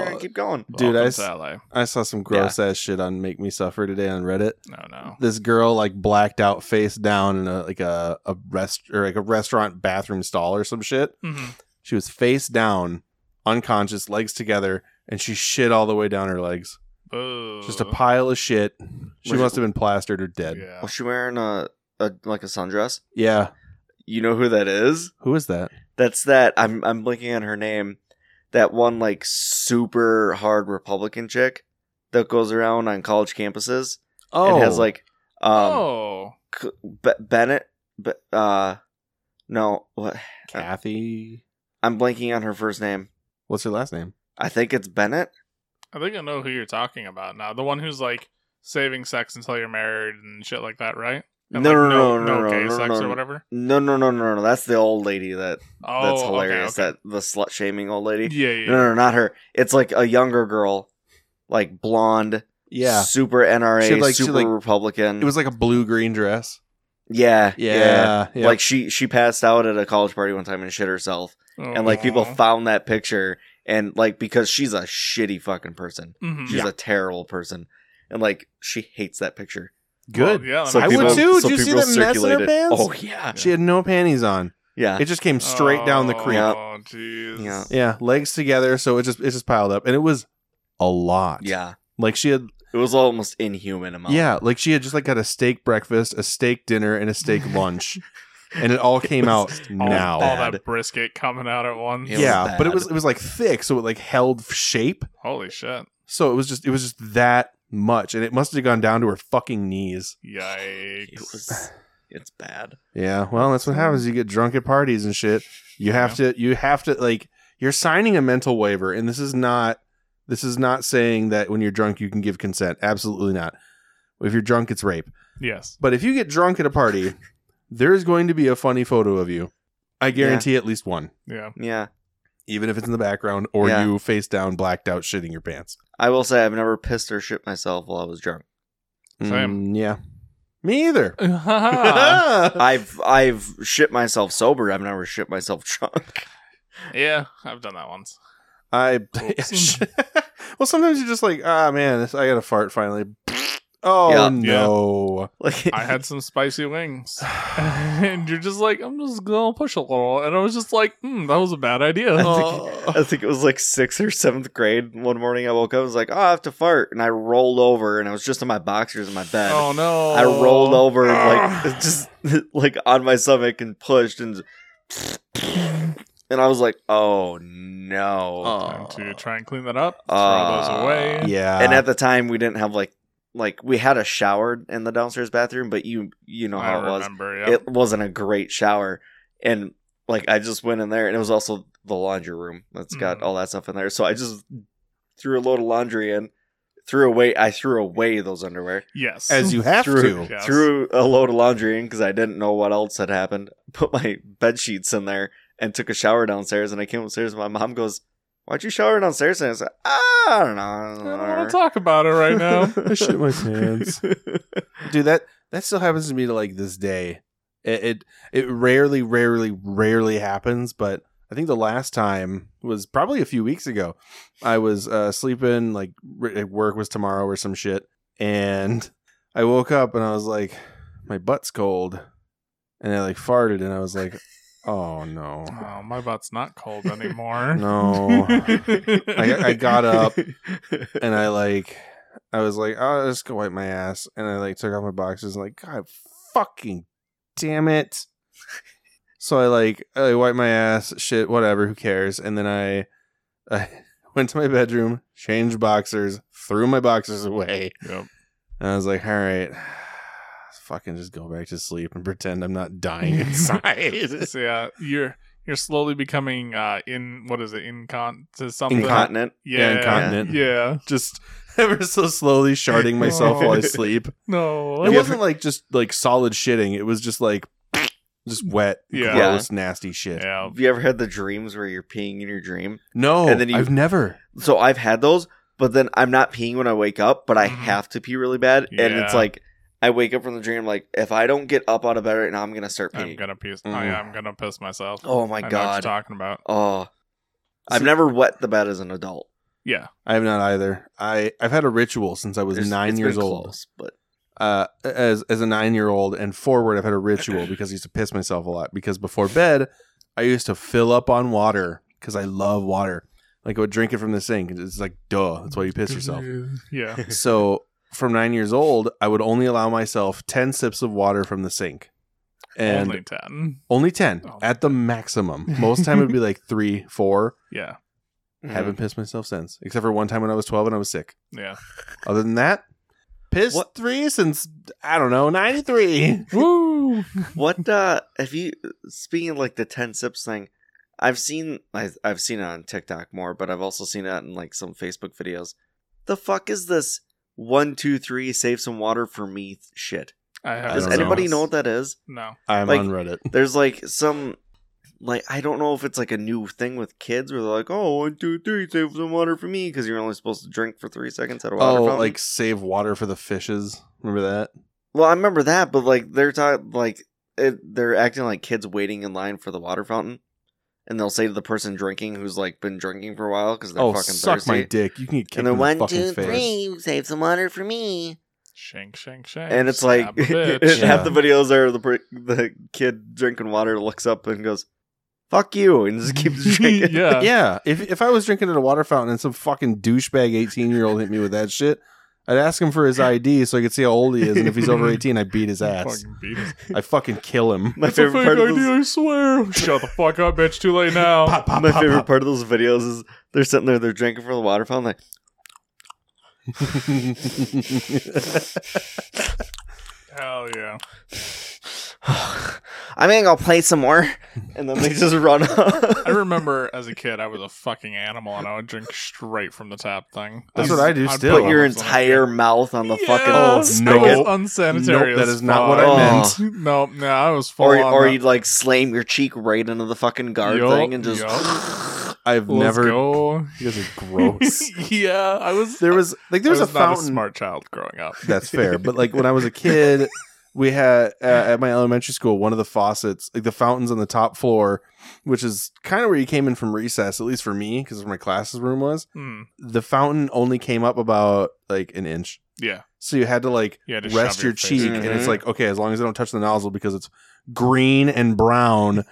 [SPEAKER 3] We're gonna
[SPEAKER 2] Oh,
[SPEAKER 3] keep going."
[SPEAKER 2] dude, I,
[SPEAKER 1] Welcome
[SPEAKER 2] s-
[SPEAKER 1] to LA.
[SPEAKER 2] I saw some gross ass shit on Make Me Suffer today on Reddit.
[SPEAKER 1] No, no.
[SPEAKER 2] This girl like blacked out face down in a like a a rest or like a restaurant bathroom stall or some shit.
[SPEAKER 1] Mhm.
[SPEAKER 2] She was face down, unconscious, legs together, and she shit all the way down her legs.
[SPEAKER 1] Boo.
[SPEAKER 2] Just a pile of shit. She
[SPEAKER 3] Was-
[SPEAKER 2] must have been plastered or dead. Yeah.
[SPEAKER 1] Uh. Yeah.
[SPEAKER 3] Was she wearing a, a like a sundress? You know who that is?
[SPEAKER 2] Who is that?
[SPEAKER 3] That's that. I'm I'm blinking on her name. That one like super hard Republican chick that goes around on college campuses
[SPEAKER 2] Oh,
[SPEAKER 3] and has like um
[SPEAKER 1] oh.
[SPEAKER 3] B- Bennett. B- uh, no, what?
[SPEAKER 1] Uh.
[SPEAKER 2] Kathy.
[SPEAKER 3] I'm blanking on her first name.
[SPEAKER 2] What's her last name?
[SPEAKER 3] I think it's Bennett.
[SPEAKER 1] I think I know who you're talking about now. The one who's like saving sex until you're married and shit like that, right?
[SPEAKER 3] No,
[SPEAKER 1] And,
[SPEAKER 3] no,
[SPEAKER 1] like,
[SPEAKER 3] no, no, no, no,
[SPEAKER 1] gay
[SPEAKER 3] no,
[SPEAKER 1] sex
[SPEAKER 3] no,
[SPEAKER 1] or
[SPEAKER 3] no.
[SPEAKER 1] whatever.
[SPEAKER 3] No, no, no, no, no. That's the old lady that
[SPEAKER 1] Oh,
[SPEAKER 3] that's
[SPEAKER 1] okay,
[SPEAKER 3] hilarious.
[SPEAKER 1] okay.
[SPEAKER 3] That the slut shaming old lady.
[SPEAKER 1] yeah, yeah.
[SPEAKER 3] No, no, no, not her. It's like a younger girl, like blonde,
[SPEAKER 2] Yeah,
[SPEAKER 3] super NRA,
[SPEAKER 2] She, like- she,
[SPEAKER 3] super
[SPEAKER 2] like-
[SPEAKER 3] Republican.
[SPEAKER 2] it was like a blue green dress.
[SPEAKER 3] Mm. yeah,
[SPEAKER 2] Yeah, yeah.
[SPEAKER 3] Like she she passed out at a college party one time and shit herself, and like people found that picture and like because she's a shitty fucking person,
[SPEAKER 2] Mm.
[SPEAKER 1] Mhm.
[SPEAKER 3] Mm-hmm. she's a terrible person, and like she hates that picture.
[SPEAKER 2] good.
[SPEAKER 1] Well, Oh, yeah,
[SPEAKER 2] So Oh, I
[SPEAKER 1] that
[SPEAKER 2] would
[SPEAKER 1] makes
[SPEAKER 2] people-
[SPEAKER 1] sense.
[SPEAKER 2] too. Did you see
[SPEAKER 3] people
[SPEAKER 2] that mess in her
[SPEAKER 3] circulate it.
[SPEAKER 2] pants?
[SPEAKER 3] Oh yeah,
[SPEAKER 2] She had no panties on.
[SPEAKER 3] yeah.
[SPEAKER 2] It just came straight down the creek.
[SPEAKER 1] Oh, jeez.
[SPEAKER 3] Yeah.
[SPEAKER 2] Yeah, legs together, so it just it just piled up, and it was a lot.
[SPEAKER 3] yeah,
[SPEAKER 2] like she had.
[SPEAKER 3] it was almost inhuman amount.
[SPEAKER 2] Yeah, like she had just like got a steak breakfast, a steak dinner, and a steak lunch, and it all came
[SPEAKER 3] It
[SPEAKER 2] out
[SPEAKER 3] was
[SPEAKER 1] All,
[SPEAKER 2] now.
[SPEAKER 1] all that brisket coming out at once.
[SPEAKER 3] It was
[SPEAKER 2] yeah, but it
[SPEAKER 3] bad.
[SPEAKER 2] was it was like thick, so it like held shape.
[SPEAKER 1] Holy shit.
[SPEAKER 2] So it was just it was just that much, and it must have gone down to her fucking knees.
[SPEAKER 3] it
[SPEAKER 1] Yikes.
[SPEAKER 3] was. It's bad.
[SPEAKER 2] Yeah, well, that's what happens. You get drunk at parties and shit. You have to you have to like you're signing a mental waiver, and this is not this is not saying that when you're drunk you can give consent. Absolutely not. If you're drunk, it's rape.
[SPEAKER 1] Yes.
[SPEAKER 2] But if you get drunk at a party, there's going to be a funny photo of you. I guarantee at least one,
[SPEAKER 1] Yeah.
[SPEAKER 3] Yeah,
[SPEAKER 2] even if it's in the background or
[SPEAKER 3] Yeah.
[SPEAKER 2] you face down, blacked out, shitting your pants.
[SPEAKER 3] I will say I've never pissed or shit myself while I was drunk.
[SPEAKER 1] Same.
[SPEAKER 2] Mm, yeah, me either.
[SPEAKER 3] I've I've shit myself sober. I've never shit myself drunk.
[SPEAKER 1] yeah, I've done that once.
[SPEAKER 2] I
[SPEAKER 1] Oops.
[SPEAKER 2] well, sometimes you're just like, ah, man, this, I got a fart finally. Oh
[SPEAKER 3] Yeah.
[SPEAKER 2] no!
[SPEAKER 3] Like
[SPEAKER 1] I had some spicy wings. and you're just like, I'm just going to push a little. And I was just like, hmm, that was a bad idea.
[SPEAKER 3] I think it was like sixth or seventh grade. One morning I woke up, I was like, oh, I have to fart. And I rolled over and I was just in my boxers in my bed.
[SPEAKER 1] oh, no.
[SPEAKER 3] I rolled over like just like on my stomach and pushed and and I was like, oh no.
[SPEAKER 1] Time to try and clean that up. Throw
[SPEAKER 3] Uh,
[SPEAKER 1] those away.
[SPEAKER 2] yeah,
[SPEAKER 3] and at the time we didn't have like like we had a shower in the downstairs bathroom, but you you know
[SPEAKER 1] I
[SPEAKER 3] how it was.
[SPEAKER 1] remember. Yeah.
[SPEAKER 3] It wasn't a great shower. And like I just went in there and it was also the laundry room that's got
[SPEAKER 1] Mm.
[SPEAKER 3] all that stuff in there. So I just threw a load of laundry in, threw away I threw away those underwear.
[SPEAKER 1] yes.
[SPEAKER 2] as you have
[SPEAKER 3] through-
[SPEAKER 2] to.
[SPEAKER 1] Yes.
[SPEAKER 3] Threw a load of laundry in because I didn't know what else had happened. Put my bed sheets in there and took a shower downstairs and I came upstairs and my mom goes, Why'd you shower downstairs? And I said, ah, I don't know.
[SPEAKER 1] I don't want to talk about it right now.
[SPEAKER 2] I shit my pants. Dude, that that still happens to me to like this day. It, it it rarely, rarely, rarely happens, but I think the last time was probably a few weeks ago. I was uh, sleeping, like r- at work was tomorrow or some shit, and I woke up and I was like, my butt's cold, and I like farted, and I was like, oh no,
[SPEAKER 1] Oh, my butt's not cold anymore.
[SPEAKER 2] no. I, I got up and I like, I was like, "Oh, I'll just go wipe my ass, and I like took off my boxes, and like, God, fucking damn it. So I like, I wipe my ass, shit, whatever, who cares? And then I, I went to my bedroom, changed boxers, threw my boxers away,
[SPEAKER 1] Yep.
[SPEAKER 2] and I was like, all right. Fucking just go back to sleep and pretend I'm not dying inside.
[SPEAKER 1] So, yeah, you're you're slowly becoming uh in what is it incon to something
[SPEAKER 3] Incontinent.
[SPEAKER 1] yeah,
[SPEAKER 2] yeah, incontinent.
[SPEAKER 1] yeah.
[SPEAKER 2] just ever so slowly sharding myself while I sleep.
[SPEAKER 1] No,
[SPEAKER 2] It wasn't like just like solid shitting. It was just like just wet,
[SPEAKER 1] Yeah.
[SPEAKER 2] gross, nasty shit.
[SPEAKER 1] yeah.
[SPEAKER 3] Have you ever had the dreams where you're peeing in your dream?
[SPEAKER 2] No,
[SPEAKER 3] And then you-
[SPEAKER 2] I've never.
[SPEAKER 3] So I've had those, but then I'm not peeing when I wake up, but I
[SPEAKER 1] Mhm.
[SPEAKER 3] have to pee really bad. And it's
[SPEAKER 1] Yeah.
[SPEAKER 3] like, I wake up from the dream, like, if I don't get up out of bed right now, I'm going to start
[SPEAKER 1] I'm
[SPEAKER 3] peeing.
[SPEAKER 1] gonna piss.
[SPEAKER 2] Mm.
[SPEAKER 1] Oh, yeah, I'm gonna piss myself.
[SPEAKER 3] Oh my
[SPEAKER 1] I know what you're
[SPEAKER 3] God.
[SPEAKER 1] talking about.
[SPEAKER 3] Oh. I've
[SPEAKER 2] See-
[SPEAKER 3] never wet the bed as an adult.
[SPEAKER 1] Yeah,
[SPEAKER 2] I have not either. I I've had a ritual since I was
[SPEAKER 3] There's-
[SPEAKER 2] nine
[SPEAKER 3] it's
[SPEAKER 2] years
[SPEAKER 3] been
[SPEAKER 2] old.
[SPEAKER 3] close, but
[SPEAKER 2] Uh, as as a nine year old and forward, I've had a ritual because I used to piss myself a lot. Because before bed, I used to fill up on water because I love water. Like I would drink it from the sink. It's like duh. Oh, That's why you piss yourself.
[SPEAKER 1] Yeah,
[SPEAKER 2] so from nine years old, I would only allow myself ten sips of water from the sink, and
[SPEAKER 1] only
[SPEAKER 2] only,
[SPEAKER 1] ten.
[SPEAKER 2] ten
[SPEAKER 1] Oh.
[SPEAKER 2] at the maximum. Most time it would be like three, four.
[SPEAKER 1] Yeah,
[SPEAKER 3] Hmm.
[SPEAKER 1] Mm-hmm.
[SPEAKER 2] Haven't pissed myself since, except for one time when I was twelve and I was sick.
[SPEAKER 1] yeah.
[SPEAKER 2] Other than that, pissed
[SPEAKER 3] What-
[SPEAKER 2] three since I don't know ninety three.
[SPEAKER 1] Woo!
[SPEAKER 3] what uh if you speaking of like the 10 sips thing i've seen I, i've seen it on tiktok more but i've also seen it in like some facebook videos the fuck is this one two three save some water for me th- shit
[SPEAKER 1] I have.
[SPEAKER 3] does
[SPEAKER 2] don't know.
[SPEAKER 3] anybody know. what that is
[SPEAKER 1] No.
[SPEAKER 2] I'm
[SPEAKER 3] Like-
[SPEAKER 2] on Reddit.
[SPEAKER 3] there's like some like i don't know if it's like a new thing with kids where they're like oh one two three save some water for me because you're only supposed to drink for three seconds at a water
[SPEAKER 2] Oh,
[SPEAKER 3] fountain.
[SPEAKER 2] like save water for the fishes. Remember that?
[SPEAKER 3] well i remember that but like they're talking like it, they're acting like kids waiting in line for the water fountain, and they'll say to the person drinking who's like been drinking for a while because they're
[SPEAKER 2] oh,
[SPEAKER 3] fucking
[SPEAKER 2] suck
[SPEAKER 3] thirsty.
[SPEAKER 2] my dick! You can get kicked
[SPEAKER 3] and
[SPEAKER 2] in the
[SPEAKER 3] then one,
[SPEAKER 2] fucking
[SPEAKER 3] two,
[SPEAKER 2] face.
[SPEAKER 3] three, save some water for me.
[SPEAKER 1] Shank, shank, shank.
[SPEAKER 3] And it's like
[SPEAKER 1] Stab a bitch.
[SPEAKER 2] Yeah.
[SPEAKER 3] half the videos are the per- the kid drinking water looks up and goes, "Fuck you," and just keeps drinking.
[SPEAKER 1] yeah.
[SPEAKER 2] yeah, if if I was drinking at a water fountain and some fucking douchebag eighteen year old hit me with that shit, I'd ask him for his ID so I could see how old he is, and if he's over eighteen, I beat his ass.
[SPEAKER 1] Fucking beat his-
[SPEAKER 2] I fucking kill him.
[SPEAKER 3] My
[SPEAKER 1] That's a
[SPEAKER 3] favorite
[SPEAKER 1] fake
[SPEAKER 3] part of
[SPEAKER 1] idea,
[SPEAKER 3] those,
[SPEAKER 1] I swear. Shut the fuck up, bitch. Too late now.
[SPEAKER 2] Pop, pop,
[SPEAKER 3] my
[SPEAKER 2] pop,
[SPEAKER 3] favorite
[SPEAKER 2] pop.
[SPEAKER 3] part of those videos is they're sitting there, they're drinking from the water fountain, like,
[SPEAKER 1] Hell yeah.
[SPEAKER 3] "I'm gonna go play some more," and then they just run
[SPEAKER 1] I
[SPEAKER 3] off.
[SPEAKER 1] remember as a kid, I was a fucking animal and I would drink straight from the tap thing.
[SPEAKER 2] That's
[SPEAKER 1] I'd-
[SPEAKER 2] what I do
[SPEAKER 1] I'd
[SPEAKER 2] still.
[SPEAKER 3] Put
[SPEAKER 2] Yeah,
[SPEAKER 3] your
[SPEAKER 1] bottles on it.
[SPEAKER 3] entire mouth on the fucking
[SPEAKER 1] Yeah,
[SPEAKER 2] Oh,
[SPEAKER 1] that was
[SPEAKER 2] no.
[SPEAKER 1] unsanitary.
[SPEAKER 2] Nope, that
[SPEAKER 1] as
[SPEAKER 2] is not what
[SPEAKER 1] fuck.
[SPEAKER 2] I
[SPEAKER 3] meant.
[SPEAKER 1] Oh. No, no, I was full
[SPEAKER 2] Oh,
[SPEAKER 3] or
[SPEAKER 1] on
[SPEAKER 3] or
[SPEAKER 1] that.
[SPEAKER 3] you'd like slam your cheek right into the fucking guard
[SPEAKER 1] Yup,
[SPEAKER 3] thing and just
[SPEAKER 1] yup.
[SPEAKER 2] I've
[SPEAKER 1] Let's
[SPEAKER 2] never.
[SPEAKER 1] go.
[SPEAKER 2] You guys are gross.
[SPEAKER 1] yeah, I was.
[SPEAKER 2] there was like there was,
[SPEAKER 1] I
[SPEAKER 2] a
[SPEAKER 1] not
[SPEAKER 2] fountain.
[SPEAKER 1] smart child growing up.
[SPEAKER 2] That's fair, but like when I was a kid, we had uh, at my elementary school one of the faucets, like the fountains on the top floor, which is kind of where you came in from recess, at least for me, because where my classes room was.
[SPEAKER 1] Mm,
[SPEAKER 2] the fountain only came up about like an inch.
[SPEAKER 1] yeah,
[SPEAKER 2] So you had to like
[SPEAKER 1] yeah. Just
[SPEAKER 2] rest
[SPEAKER 1] shove
[SPEAKER 2] your,
[SPEAKER 1] face
[SPEAKER 2] cheek
[SPEAKER 1] in Mm-hmm.
[SPEAKER 2] and
[SPEAKER 1] it.
[SPEAKER 2] it's like, okay, as long as I don't touch the nozzle because it's green and brown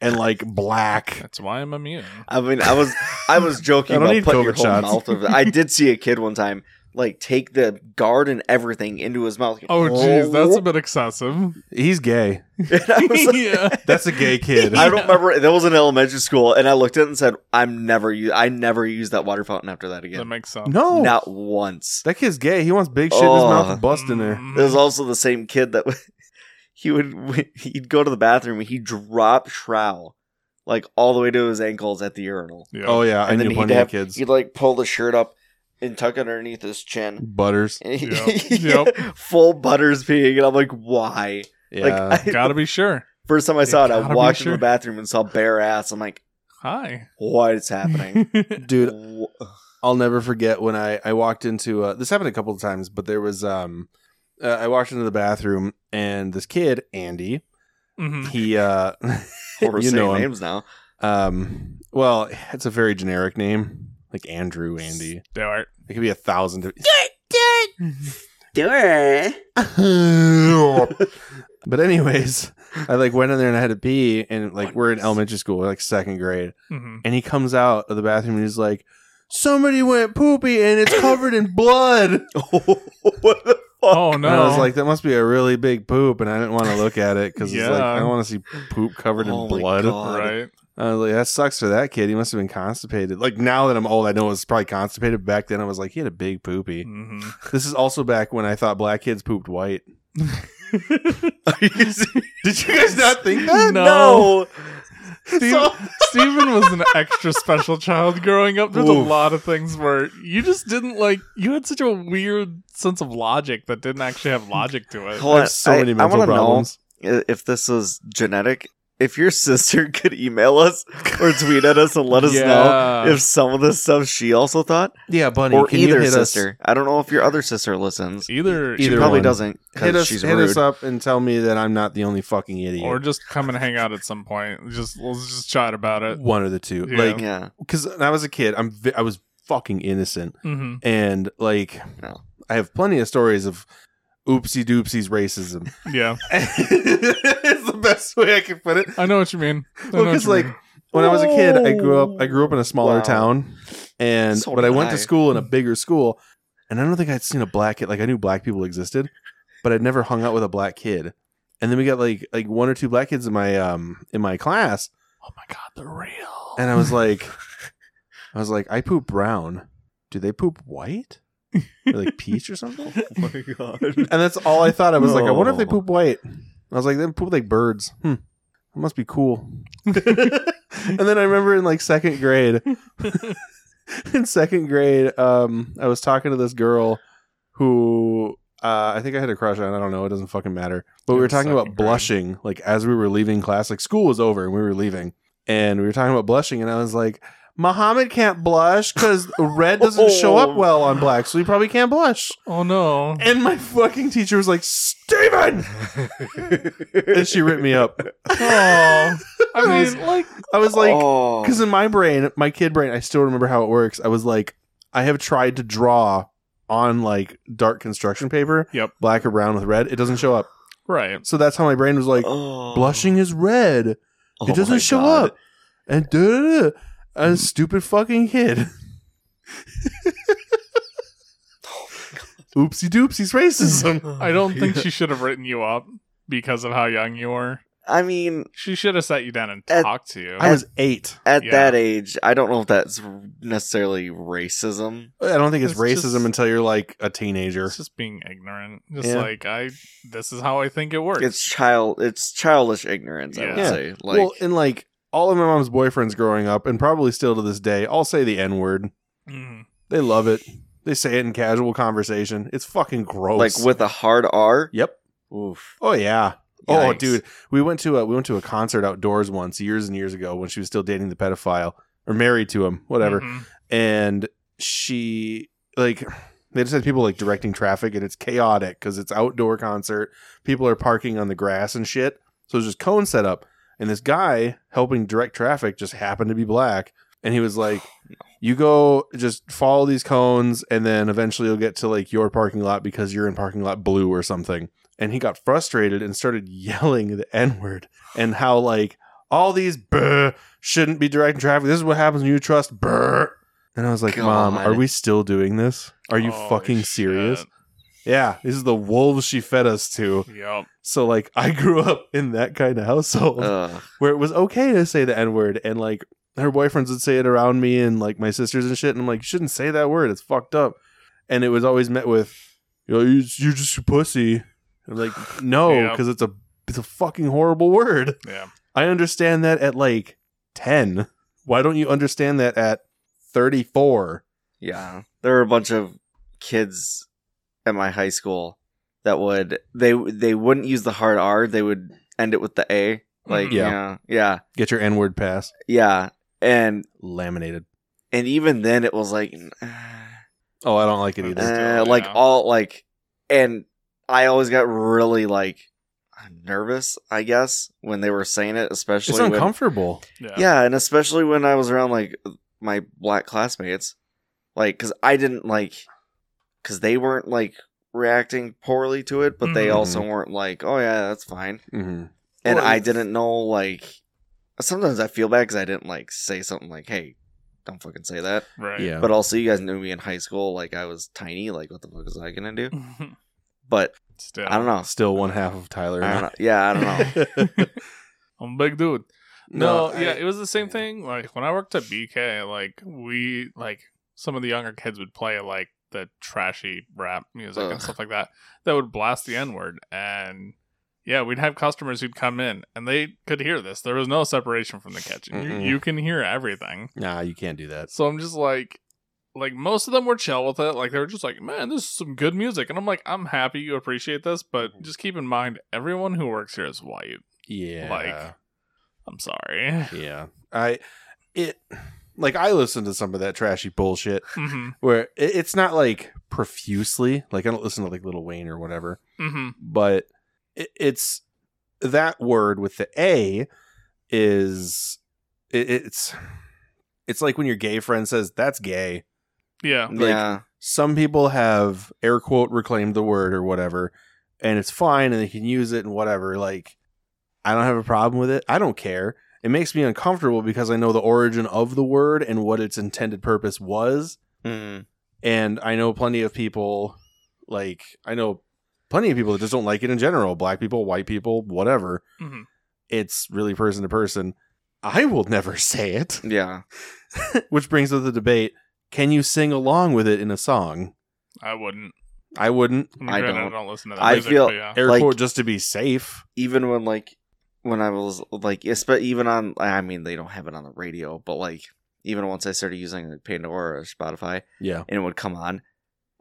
[SPEAKER 2] and like black.
[SPEAKER 1] That's why I'm immune.
[SPEAKER 3] I mean, I was I was joking
[SPEAKER 2] I don't
[SPEAKER 3] about
[SPEAKER 2] need
[SPEAKER 3] putting
[SPEAKER 2] COVID
[SPEAKER 3] your whole
[SPEAKER 2] shots.
[SPEAKER 3] mouth of it. I did see a kid one time like take the guard and everything into his mouth.
[SPEAKER 1] Oh, jeez, that's a bit excessive.
[SPEAKER 2] He's gay.
[SPEAKER 3] And I, was like-
[SPEAKER 1] yeah.
[SPEAKER 2] That's a gay kid.
[SPEAKER 3] I don't remember. That was in elementary school, and I looked at it and said, "I'm never. u- I never used that water fountain after that
[SPEAKER 1] That
[SPEAKER 3] again.
[SPEAKER 1] makes sense.
[SPEAKER 2] No.
[SPEAKER 3] Not once."
[SPEAKER 2] That kid's gay. He wants big shit in his
[SPEAKER 3] Oh.
[SPEAKER 2] mouth and bust in there.
[SPEAKER 1] Mm.
[SPEAKER 3] It was also the same kid that he would he'd go to the bathroom. and He'd drop trowel like all the way to his ankles at the urinal.
[SPEAKER 1] Yeah.
[SPEAKER 2] Oh yeah, I
[SPEAKER 3] And then
[SPEAKER 2] knew
[SPEAKER 3] he'd
[SPEAKER 2] plenty
[SPEAKER 3] have-
[SPEAKER 2] of kids.
[SPEAKER 3] He'd like pull the shirt up and tuck it underneath his chin.
[SPEAKER 2] Butters.
[SPEAKER 1] Yep.
[SPEAKER 3] Full butters peeing, and I'm like, why?
[SPEAKER 2] Yeah.
[SPEAKER 3] Like, I,
[SPEAKER 1] Gotta be sure.
[SPEAKER 3] first time I
[SPEAKER 1] You
[SPEAKER 3] saw it, I
[SPEAKER 1] gotta be
[SPEAKER 3] walked
[SPEAKER 1] sure.
[SPEAKER 3] in the bathroom and saw bare ass. I'm like,
[SPEAKER 1] Hi.
[SPEAKER 3] What is happening?
[SPEAKER 2] dude
[SPEAKER 3] Wh-
[SPEAKER 2] i'll never forget when i i walked into uh, this happened a couple of times but there was um uh, i walked into the bathroom and this kid andy
[SPEAKER 1] Mhm.
[SPEAKER 2] he uh
[SPEAKER 3] We're
[SPEAKER 2] You
[SPEAKER 3] saying
[SPEAKER 2] know him.
[SPEAKER 3] names now.
[SPEAKER 2] um well it's a very generic name like andrew andy
[SPEAKER 1] Stuart.
[SPEAKER 2] it could be a thousand different but anyways i like went in there and i had to pee and like we're in elementary school we're like second grade
[SPEAKER 1] Mhm.
[SPEAKER 2] and he comes out of the bathroom and he's like somebody went poopy and it's covered in blood
[SPEAKER 3] Oh, what the fuck?
[SPEAKER 1] Oh no!
[SPEAKER 2] And I was like, that must be a really big poop, and I didn't want to look at it because it's like
[SPEAKER 1] Yeah.
[SPEAKER 2] I don't want to see poop covered
[SPEAKER 3] Oh
[SPEAKER 2] in
[SPEAKER 3] my
[SPEAKER 2] blood.
[SPEAKER 3] God.
[SPEAKER 1] right?
[SPEAKER 2] I was like, that sucks for that kid. He must have been constipated. Like now that I'm old, I know it was probably constipated. Back then, I was like, he had a big poopy.
[SPEAKER 1] Mhm.
[SPEAKER 2] This is also back when I thought black kids pooped white.
[SPEAKER 3] Are you serious?
[SPEAKER 2] Did you guys not think that?
[SPEAKER 1] No.
[SPEAKER 2] Steve-
[SPEAKER 1] Steve- Steven was an extra special child growing up. There's a
[SPEAKER 2] Oof.
[SPEAKER 1] lot of things where you just didn't like. You had such a weird sense of logic that didn't actually have logic to it.
[SPEAKER 2] I have so many mental
[SPEAKER 3] wanna
[SPEAKER 2] problems.
[SPEAKER 3] know if this is genetic. If your sister could email us or tweet at us and let us
[SPEAKER 1] Yeah.
[SPEAKER 3] know if some of the stuff she also thought,
[SPEAKER 2] Yeah, buddy.
[SPEAKER 3] or
[SPEAKER 2] can you
[SPEAKER 3] either
[SPEAKER 2] hit
[SPEAKER 3] sister.
[SPEAKER 2] Us?
[SPEAKER 3] I don't know if your other sister listens.
[SPEAKER 1] Either,
[SPEAKER 3] she
[SPEAKER 2] Either
[SPEAKER 3] probably
[SPEAKER 2] one.
[SPEAKER 3] doesn't
[SPEAKER 2] Hit
[SPEAKER 3] because
[SPEAKER 2] us,
[SPEAKER 3] she's
[SPEAKER 2] hit
[SPEAKER 3] rude.
[SPEAKER 2] us up and tell me that I'm not the only fucking idiot.
[SPEAKER 1] or just come and hang out at some point. Just let's just chat about it.
[SPEAKER 2] one of the two.
[SPEAKER 1] Yeah.
[SPEAKER 2] Like,
[SPEAKER 3] Yeah,
[SPEAKER 2] because when I was a kid, I'm vi- I was fucking innocent,
[SPEAKER 1] hmm
[SPEAKER 2] and like
[SPEAKER 3] No.
[SPEAKER 2] I have plenty of stories of oopsie doopsies racism.
[SPEAKER 1] Yeah,
[SPEAKER 2] it's the best way I can put it.
[SPEAKER 1] I know what you mean. I know
[SPEAKER 2] Well,
[SPEAKER 1] what
[SPEAKER 2] because
[SPEAKER 1] you
[SPEAKER 2] like
[SPEAKER 1] mean.
[SPEAKER 2] when I was a kid, I grew up I grew up in a smaller
[SPEAKER 3] Wow.
[SPEAKER 2] town, and
[SPEAKER 3] So
[SPEAKER 2] but I
[SPEAKER 3] did
[SPEAKER 2] went
[SPEAKER 3] I.
[SPEAKER 2] to school in a bigger school, and I don't think I'd seen a black kid. Like I knew black people existed, but I'd never hung out with a black kid. And then we got like like one or two black kids in my um in my class,
[SPEAKER 1] oh my god, the real.
[SPEAKER 2] and I was like, I was like, I poop brown. Do they poop white? Or like peach or something?
[SPEAKER 3] Oh my god.
[SPEAKER 2] And that's all I thought. I was like, I wonder if
[SPEAKER 1] Oh.
[SPEAKER 2] they
[SPEAKER 3] No.
[SPEAKER 2] poop white. I was like, they poop like birds. Hmm. That must be cool. and then I remember in like second grade, in second grade, um, I was talking to this girl who uh, I think I had a crush on. I don't know. It doesn't fucking matter. But we
[SPEAKER 1] In
[SPEAKER 2] were talking about
[SPEAKER 1] second grade.
[SPEAKER 2] blushing, like as we were leaving class, like school was over and we were leaving, and we were talking about blushing, and I was like, Muhammad can't blush because red doesn't show up well on black, so he probably can't blush.
[SPEAKER 1] oh no.
[SPEAKER 2] And my fucking teacher was like, Steven! and she ripped me up.
[SPEAKER 1] Oh, I mean, like,
[SPEAKER 2] I was like,
[SPEAKER 3] oh.
[SPEAKER 2] because in my brain, my kid brain, I still remember how it works. I was like, I have tried to draw on like dark construction paper,
[SPEAKER 1] Yep.
[SPEAKER 2] black or brown with red. It doesn't show up.
[SPEAKER 1] right.
[SPEAKER 2] So that's how my brain was like,
[SPEAKER 3] Oh.
[SPEAKER 2] blushing is red.
[SPEAKER 3] Oh
[SPEAKER 2] It
[SPEAKER 3] my
[SPEAKER 2] doesn't show
[SPEAKER 3] God.
[SPEAKER 2] up. And da da da. A stupid fucking kid.
[SPEAKER 3] Oh
[SPEAKER 2] Oopsie doopsies racism.
[SPEAKER 1] I don't think she should have written you up because of how young you were.
[SPEAKER 3] I mean,
[SPEAKER 1] She should have sat you down and
[SPEAKER 3] At-
[SPEAKER 1] talked to you.
[SPEAKER 2] I was eight.
[SPEAKER 3] at
[SPEAKER 1] Yeah.
[SPEAKER 3] that age, I don't know if that's necessarily racism.
[SPEAKER 2] I don't think it's,
[SPEAKER 1] It's
[SPEAKER 2] racism
[SPEAKER 1] just-
[SPEAKER 2] until you're like a teenager.
[SPEAKER 1] It's just being ignorant. Just
[SPEAKER 2] Yeah.
[SPEAKER 1] like I, this is how I think it works.
[SPEAKER 3] It's child. It's childish ignorance. I would
[SPEAKER 1] Yeah.
[SPEAKER 3] say. Like,
[SPEAKER 2] well, and like all of my mom's boyfriends growing up, and probably still to this day, all say the N word.
[SPEAKER 1] Mhm.
[SPEAKER 2] They love it. They say it in casual conversation. It's fucking gross.
[SPEAKER 3] like with a hard R.
[SPEAKER 2] Yep.
[SPEAKER 3] Oof.
[SPEAKER 2] Oh yeah. Oh
[SPEAKER 3] Yikes.
[SPEAKER 2] dude, we went to a we went to a concert outdoors once years and years ago when she was still dating the pedophile or married to him, whatever.
[SPEAKER 1] Mhm.
[SPEAKER 3] Mm-hmm.
[SPEAKER 2] And she like they just had people like directing traffic and it's chaotic because it's outdoor concert. People are parking on the grass and shit. So there's just cone set up. And this guy helping direct traffic just happened to be black. And he was like, You go just follow these cones and then eventually you'll get to like your parking lot because you're in parking lot blue or something. And he got frustrated and started yelling the N-word and how like all these brr shouldn't be directing traffic. This is what happens when you trust brr. And I was like, Mom,
[SPEAKER 3] God.
[SPEAKER 2] are we still doing this? Are you
[SPEAKER 1] Holy
[SPEAKER 2] fucking
[SPEAKER 1] shit.
[SPEAKER 2] serious? Yeah, these are the wolves she fed us to.
[SPEAKER 1] Yep.
[SPEAKER 2] So like I grew up in that kind of household
[SPEAKER 3] Ugh.
[SPEAKER 2] where it was okay to say the N word and like her boyfriends would say it around me and like my sisters and shit. And I'm like, you shouldn't say that word. It's fucked up. And it was always met with, you know, you- you're just a pussy. I'm like, no,
[SPEAKER 1] Yep.
[SPEAKER 2] because it's a it's a fucking horrible word.
[SPEAKER 1] Yeah.
[SPEAKER 2] I understand that at like ten. Why don't you understand that at thirty four?
[SPEAKER 3] Yeah. There were a bunch of kids at my high school that would they they wouldn't use the hard R. They would end it with the A. Like
[SPEAKER 1] Mhm.
[SPEAKER 2] Mm-hmm. Yeah.
[SPEAKER 3] yeah, yeah,
[SPEAKER 2] Get your N word pass.
[SPEAKER 3] yeah. and
[SPEAKER 2] Laminated.
[SPEAKER 3] and even then it was like
[SPEAKER 2] Oh, I don't like it
[SPEAKER 1] Let's
[SPEAKER 2] either.
[SPEAKER 1] do
[SPEAKER 3] uh,
[SPEAKER 1] it,
[SPEAKER 3] like
[SPEAKER 1] yeah.
[SPEAKER 3] all like and i always got really like nervous i guess when they were saying it especially
[SPEAKER 2] It's
[SPEAKER 3] when,
[SPEAKER 2] uncomfortable.
[SPEAKER 1] Mm-hmm. Yeah.
[SPEAKER 3] yeah and especially when i was around like my black classmates like because i didn't like because they weren't like reacting poorly to it but they
[SPEAKER 1] Mhm.
[SPEAKER 3] also weren't like oh yeah that's fine
[SPEAKER 2] hmm
[SPEAKER 3] and
[SPEAKER 1] Well,
[SPEAKER 3] I
[SPEAKER 1] it's-
[SPEAKER 3] didn't know like sometimes I feel bad because I didn't like say something like hey don't fucking say that
[SPEAKER 1] Right.
[SPEAKER 2] Yeah.
[SPEAKER 3] but also you guys knew me in high school like I was tiny like what the fuck is I gonna do but
[SPEAKER 1] Still.
[SPEAKER 3] I don't know
[SPEAKER 2] Still one half of Tyler.
[SPEAKER 3] I don't know yeah I don't know
[SPEAKER 2] know.
[SPEAKER 1] I'm a big dude. No, yeah,
[SPEAKER 2] I-
[SPEAKER 1] it was the same thing. Like when I worked at BK, like we like some of the younger kids would play like the trashy rap music
[SPEAKER 3] Ugh.
[SPEAKER 1] and stuff like that that would blast the N word and yeah, we'd have customers who'd come in and they could hear this. There was no separation from the kitchen. You,
[SPEAKER 2] Mm-mm.
[SPEAKER 1] you can hear everything.
[SPEAKER 2] nah, you can't do that.
[SPEAKER 1] So I'm just like like most of them were chill with it. Like they were just like, "Man, this is some good music." And I'm like, "I'm happy you appreciate this, but just keep in mind everyone who works here is white."
[SPEAKER 2] Yeah.
[SPEAKER 1] Like- I'm sorry.
[SPEAKER 2] yeah. I it like I listen to some of that trashy bullshit
[SPEAKER 1] mhm.
[SPEAKER 2] where it, it's not like profusely. Like I don't listen to like Little Wayne or whatever.
[SPEAKER 1] Mhm.
[SPEAKER 2] but it, it's that word with the a is it, it's it's like when your gay friend says that's gay
[SPEAKER 1] Yeah.
[SPEAKER 2] Like-
[SPEAKER 3] yeah
[SPEAKER 2] some people have air quote reclaimed the word or whatever and it's fine and they can use it and whatever like i don't have a problem with it i don't care it makes me uncomfortable because i know the origin of the word and what its intended purpose was
[SPEAKER 3] Mm.
[SPEAKER 2] and I know plenty of people like I know plenty of people that just don't like it in general. Black people, white people, whatever.
[SPEAKER 1] Mhm.
[SPEAKER 2] It's really person to person. I will never say it,
[SPEAKER 3] yeah
[SPEAKER 2] which brings up the debate: Can you sing along with it in a song?
[SPEAKER 1] I wouldn't.
[SPEAKER 2] I wouldn't.
[SPEAKER 1] I, mean,
[SPEAKER 3] I
[SPEAKER 1] granted, I
[SPEAKER 3] don't.
[SPEAKER 1] don't listen to that
[SPEAKER 3] I
[SPEAKER 1] music,
[SPEAKER 3] feel-
[SPEAKER 1] but yeah.
[SPEAKER 2] Air
[SPEAKER 3] Like-
[SPEAKER 2] quote just to be safe.
[SPEAKER 3] even when like when I was like espe- even on I mean they don't have it on the radio but like even once I started using like Pandora or Spotify
[SPEAKER 2] Yeah,
[SPEAKER 3] and it would come on,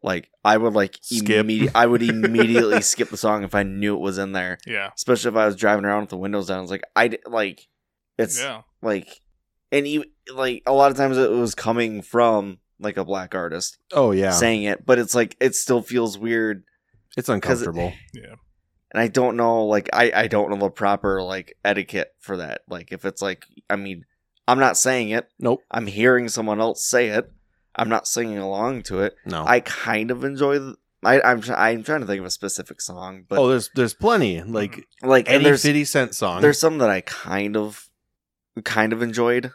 [SPEAKER 3] like I would like
[SPEAKER 2] Skip.
[SPEAKER 3] imme- I would immediately skip the song if I knew it was in there,
[SPEAKER 1] Yeah.
[SPEAKER 3] especially if I was driving around with the windows down. It's like I d- like it's
[SPEAKER 1] yeah.
[SPEAKER 3] like and even like a lot of times it was coming from like a black artist
[SPEAKER 2] Oh yeah,
[SPEAKER 3] saying it, but it's like it still feels weird,
[SPEAKER 2] it's uncomfortable.
[SPEAKER 3] and I don't know like I I don't know the proper like etiquette for that. Like if it's like I mean I'm not saying it,
[SPEAKER 2] Nope.
[SPEAKER 3] I'm hearing someone else say it. I'm not singing along to it.
[SPEAKER 2] No.
[SPEAKER 3] I kind of enjoy. The, I, I'm try- I'm trying to think of a specific song, but
[SPEAKER 2] oh, there's there's plenty like
[SPEAKER 3] like and
[SPEAKER 2] any
[SPEAKER 3] there's
[SPEAKER 2] fifty cent song.
[SPEAKER 3] there's some that I kind of kind of enjoyed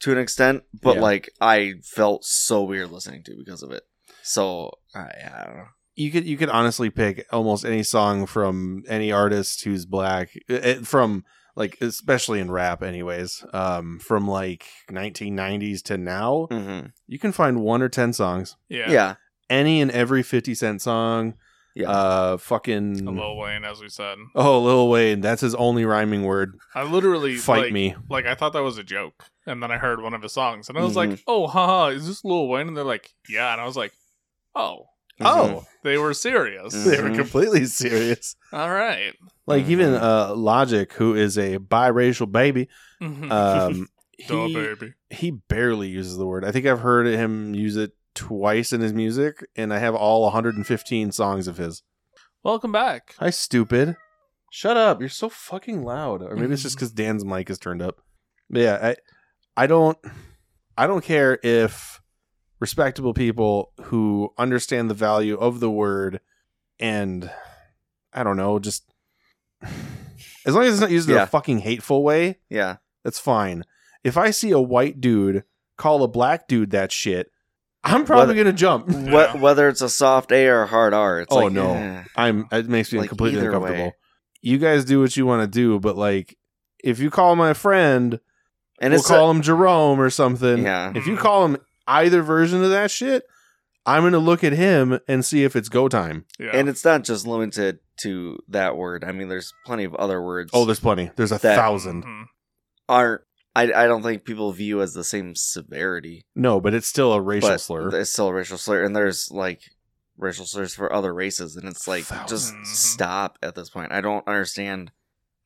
[SPEAKER 3] to an extent, but
[SPEAKER 2] Yeah.
[SPEAKER 3] like I felt so weird listening to because of it. So I, I don't know.
[SPEAKER 2] you could you could honestly pick almost any song from any artist who's black eh, eh, from like especially in rap anyways um from like 1990s to now
[SPEAKER 3] hmm
[SPEAKER 2] you can find one or 10 songs
[SPEAKER 1] Yeah.
[SPEAKER 3] Yeah. yeah,
[SPEAKER 2] any and every 50 cent song uh fucking
[SPEAKER 1] A Lil Wayne, as we said.
[SPEAKER 2] oh Lil Wayne that's his only rhyming word
[SPEAKER 1] I literally
[SPEAKER 2] fight
[SPEAKER 1] like,
[SPEAKER 2] me
[SPEAKER 1] Like I thought that was a joke, and then I heard one of his songs, and I was like,
[SPEAKER 3] Mhm.
[SPEAKER 1] "Oh, haha, is this Lil Wayne?" And they're like, "Yeah," and I was like, "Oh,
[SPEAKER 3] Mm-hmm.
[SPEAKER 2] oh
[SPEAKER 1] they were serious.
[SPEAKER 2] they were
[SPEAKER 3] Mhm.
[SPEAKER 2] completely serious
[SPEAKER 1] All right."
[SPEAKER 2] like even
[SPEAKER 3] Mhm.
[SPEAKER 2] uh Logic who is a biracial baby
[SPEAKER 1] Mhm.
[SPEAKER 2] um
[SPEAKER 1] Duh,
[SPEAKER 2] he-
[SPEAKER 1] baby.
[SPEAKER 2] he barely uses the word. I think I've heard him use it twice in his music, and I have all 115 songs of his.
[SPEAKER 1] Welcome back.
[SPEAKER 2] Hi, stupid. Mm. Shut up. You're so fucking loud. Or maybe it's just because Dan's mic is turned up. But yeah, I, I don't, I don't care if respectable people who understand the value of the word and I don't know, just as long as it's not used in
[SPEAKER 3] Yeah.
[SPEAKER 2] a fucking hateful way,
[SPEAKER 3] yeah,
[SPEAKER 2] that's fine. If I see a white dude call a black dude that shit, I'm probably gonna jump.
[SPEAKER 1] Yeah.
[SPEAKER 3] Wh- whether it's a soft A or a hard R, it's
[SPEAKER 2] Oh,
[SPEAKER 3] like
[SPEAKER 2] no.
[SPEAKER 3] eh.
[SPEAKER 2] I'm. It makes me
[SPEAKER 3] Like,
[SPEAKER 2] completely
[SPEAKER 3] either
[SPEAKER 2] uncomfortable.
[SPEAKER 3] way.
[SPEAKER 2] You guys do what you want to do, but like, if you call my friend,
[SPEAKER 3] and
[SPEAKER 2] we'll
[SPEAKER 3] it's
[SPEAKER 2] call him Jerome or something.
[SPEAKER 3] yeah,
[SPEAKER 2] If you call him either version of that shit, I'm gonna look at him and see if it's go time.
[SPEAKER 1] Yeah.
[SPEAKER 3] and it's not just limited to that word. I mean, there's plenty of other words.
[SPEAKER 2] Oh, there's plenty. There's a
[SPEAKER 3] That-
[SPEAKER 2] thousand.
[SPEAKER 1] Mhm.
[SPEAKER 3] aren't. I, I don't think people view as the same severity.
[SPEAKER 2] No, but it's still a racial
[SPEAKER 3] but
[SPEAKER 2] slur.
[SPEAKER 3] It's still a racial slur, and there's like racial slurs for other races, and it's like
[SPEAKER 2] Thousands.
[SPEAKER 3] just stop at this point. I don't understand.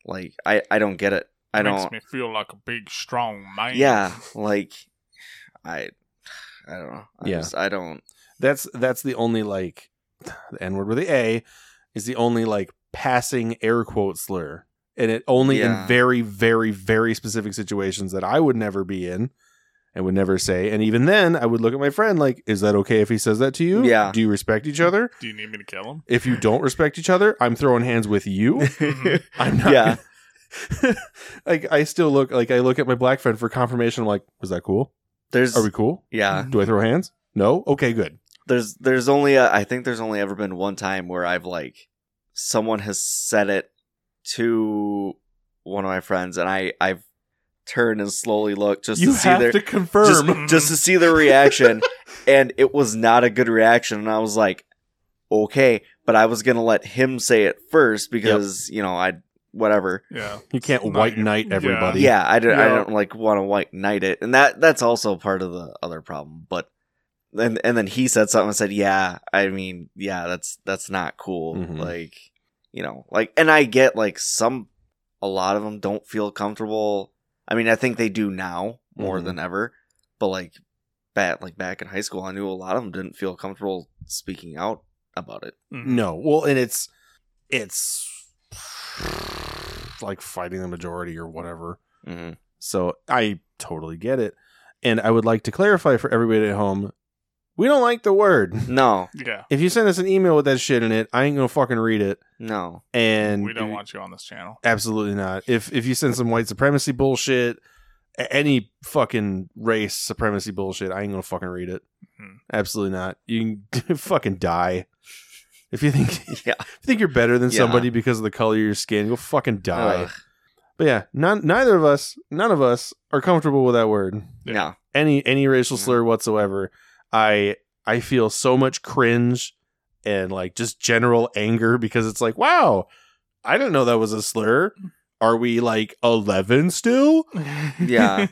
[SPEAKER 3] Like I I don't get it. I
[SPEAKER 1] makes
[SPEAKER 3] don't.
[SPEAKER 1] me feel like a big strong man.
[SPEAKER 3] Yeah, like I, I don't know. I
[SPEAKER 2] Yeah.
[SPEAKER 3] just, I don't.
[SPEAKER 2] That's that's the only like the N word with the A is the only like passing air quote slur. And it only
[SPEAKER 3] Yeah.
[SPEAKER 2] in very, very, very specific situations that I would never be in and would never say. And even then I would look at my friend like, is that okay if he says that to you?
[SPEAKER 3] Yeah.
[SPEAKER 2] Do you respect each other?
[SPEAKER 1] Do you need me to kill him?
[SPEAKER 2] If you don't respect each other, I'm throwing hands with you.
[SPEAKER 1] Mm-hmm.
[SPEAKER 2] I'm not
[SPEAKER 3] Yeah.
[SPEAKER 2] like I still look like I look at my black friend for confirmation. I'm like, was that cool?
[SPEAKER 3] There's
[SPEAKER 2] Are we cool?
[SPEAKER 3] yeah.
[SPEAKER 2] Do I throw hands? No? Okay, good.
[SPEAKER 3] There's there's only a, I think there's only ever been one time where I've like someone has said it to one of my friends and I I've turned and slowly looked just
[SPEAKER 2] you
[SPEAKER 3] to see
[SPEAKER 2] have
[SPEAKER 3] their
[SPEAKER 2] to
[SPEAKER 3] just,
[SPEAKER 2] confirm.
[SPEAKER 3] just to see their reaction and it was not a good reaction and I was like okay but I was going to let him say it first because you know I whatever
[SPEAKER 1] Yeah.
[SPEAKER 2] you can't
[SPEAKER 1] Not
[SPEAKER 2] white
[SPEAKER 1] you.
[SPEAKER 2] knight
[SPEAKER 1] Yeah.
[SPEAKER 2] everybody.
[SPEAKER 3] yeah i don't, I
[SPEAKER 1] Yeah.
[SPEAKER 3] don't like want to white knight it and that that's also part of the other problem but and and then he said something and said yeah i mean yeah that's that's not cool
[SPEAKER 2] Mhm.
[SPEAKER 3] like you know like and i get like some a lot of them don't feel comfortable i mean i think they do now more
[SPEAKER 2] Mhm.
[SPEAKER 3] than ever but like back like back in high school i knew a lot of them didn't feel comfortable speaking out about it
[SPEAKER 1] Mhm.
[SPEAKER 2] No. Well, and it's it's like fighting the majority or whatever.
[SPEAKER 3] Mhm.
[SPEAKER 2] So I totally get it. And I would like to clarify for everybody at home, we don't like the word.
[SPEAKER 3] no
[SPEAKER 1] Yeah.
[SPEAKER 2] If you send us an email with that shit in it, I ain't gonna fucking read it.
[SPEAKER 3] no
[SPEAKER 2] And
[SPEAKER 1] we don't want you on this channel.
[SPEAKER 2] Absolutely not. If if you send some white supremacy bullshit, a- any fucking race supremacy bullshit, I ain't gonna fucking read it.
[SPEAKER 1] Mhm.
[SPEAKER 2] Absolutely not. You can fucking die. If you think
[SPEAKER 3] yeah
[SPEAKER 2] if you think you're better than
[SPEAKER 3] Yeah.
[SPEAKER 2] somebody because of the color of your skin, go fucking die.
[SPEAKER 3] Ugh.
[SPEAKER 2] But yeah, none, neither of us, none of us are comfortable with that word.
[SPEAKER 3] no
[SPEAKER 2] Any any racial
[SPEAKER 3] Mhm.
[SPEAKER 2] slur whatsoever. I I feel so much cringe and like just general anger because it's like, wow, I didn't know that was a slur. Are we like 11 still?
[SPEAKER 3] Yeah.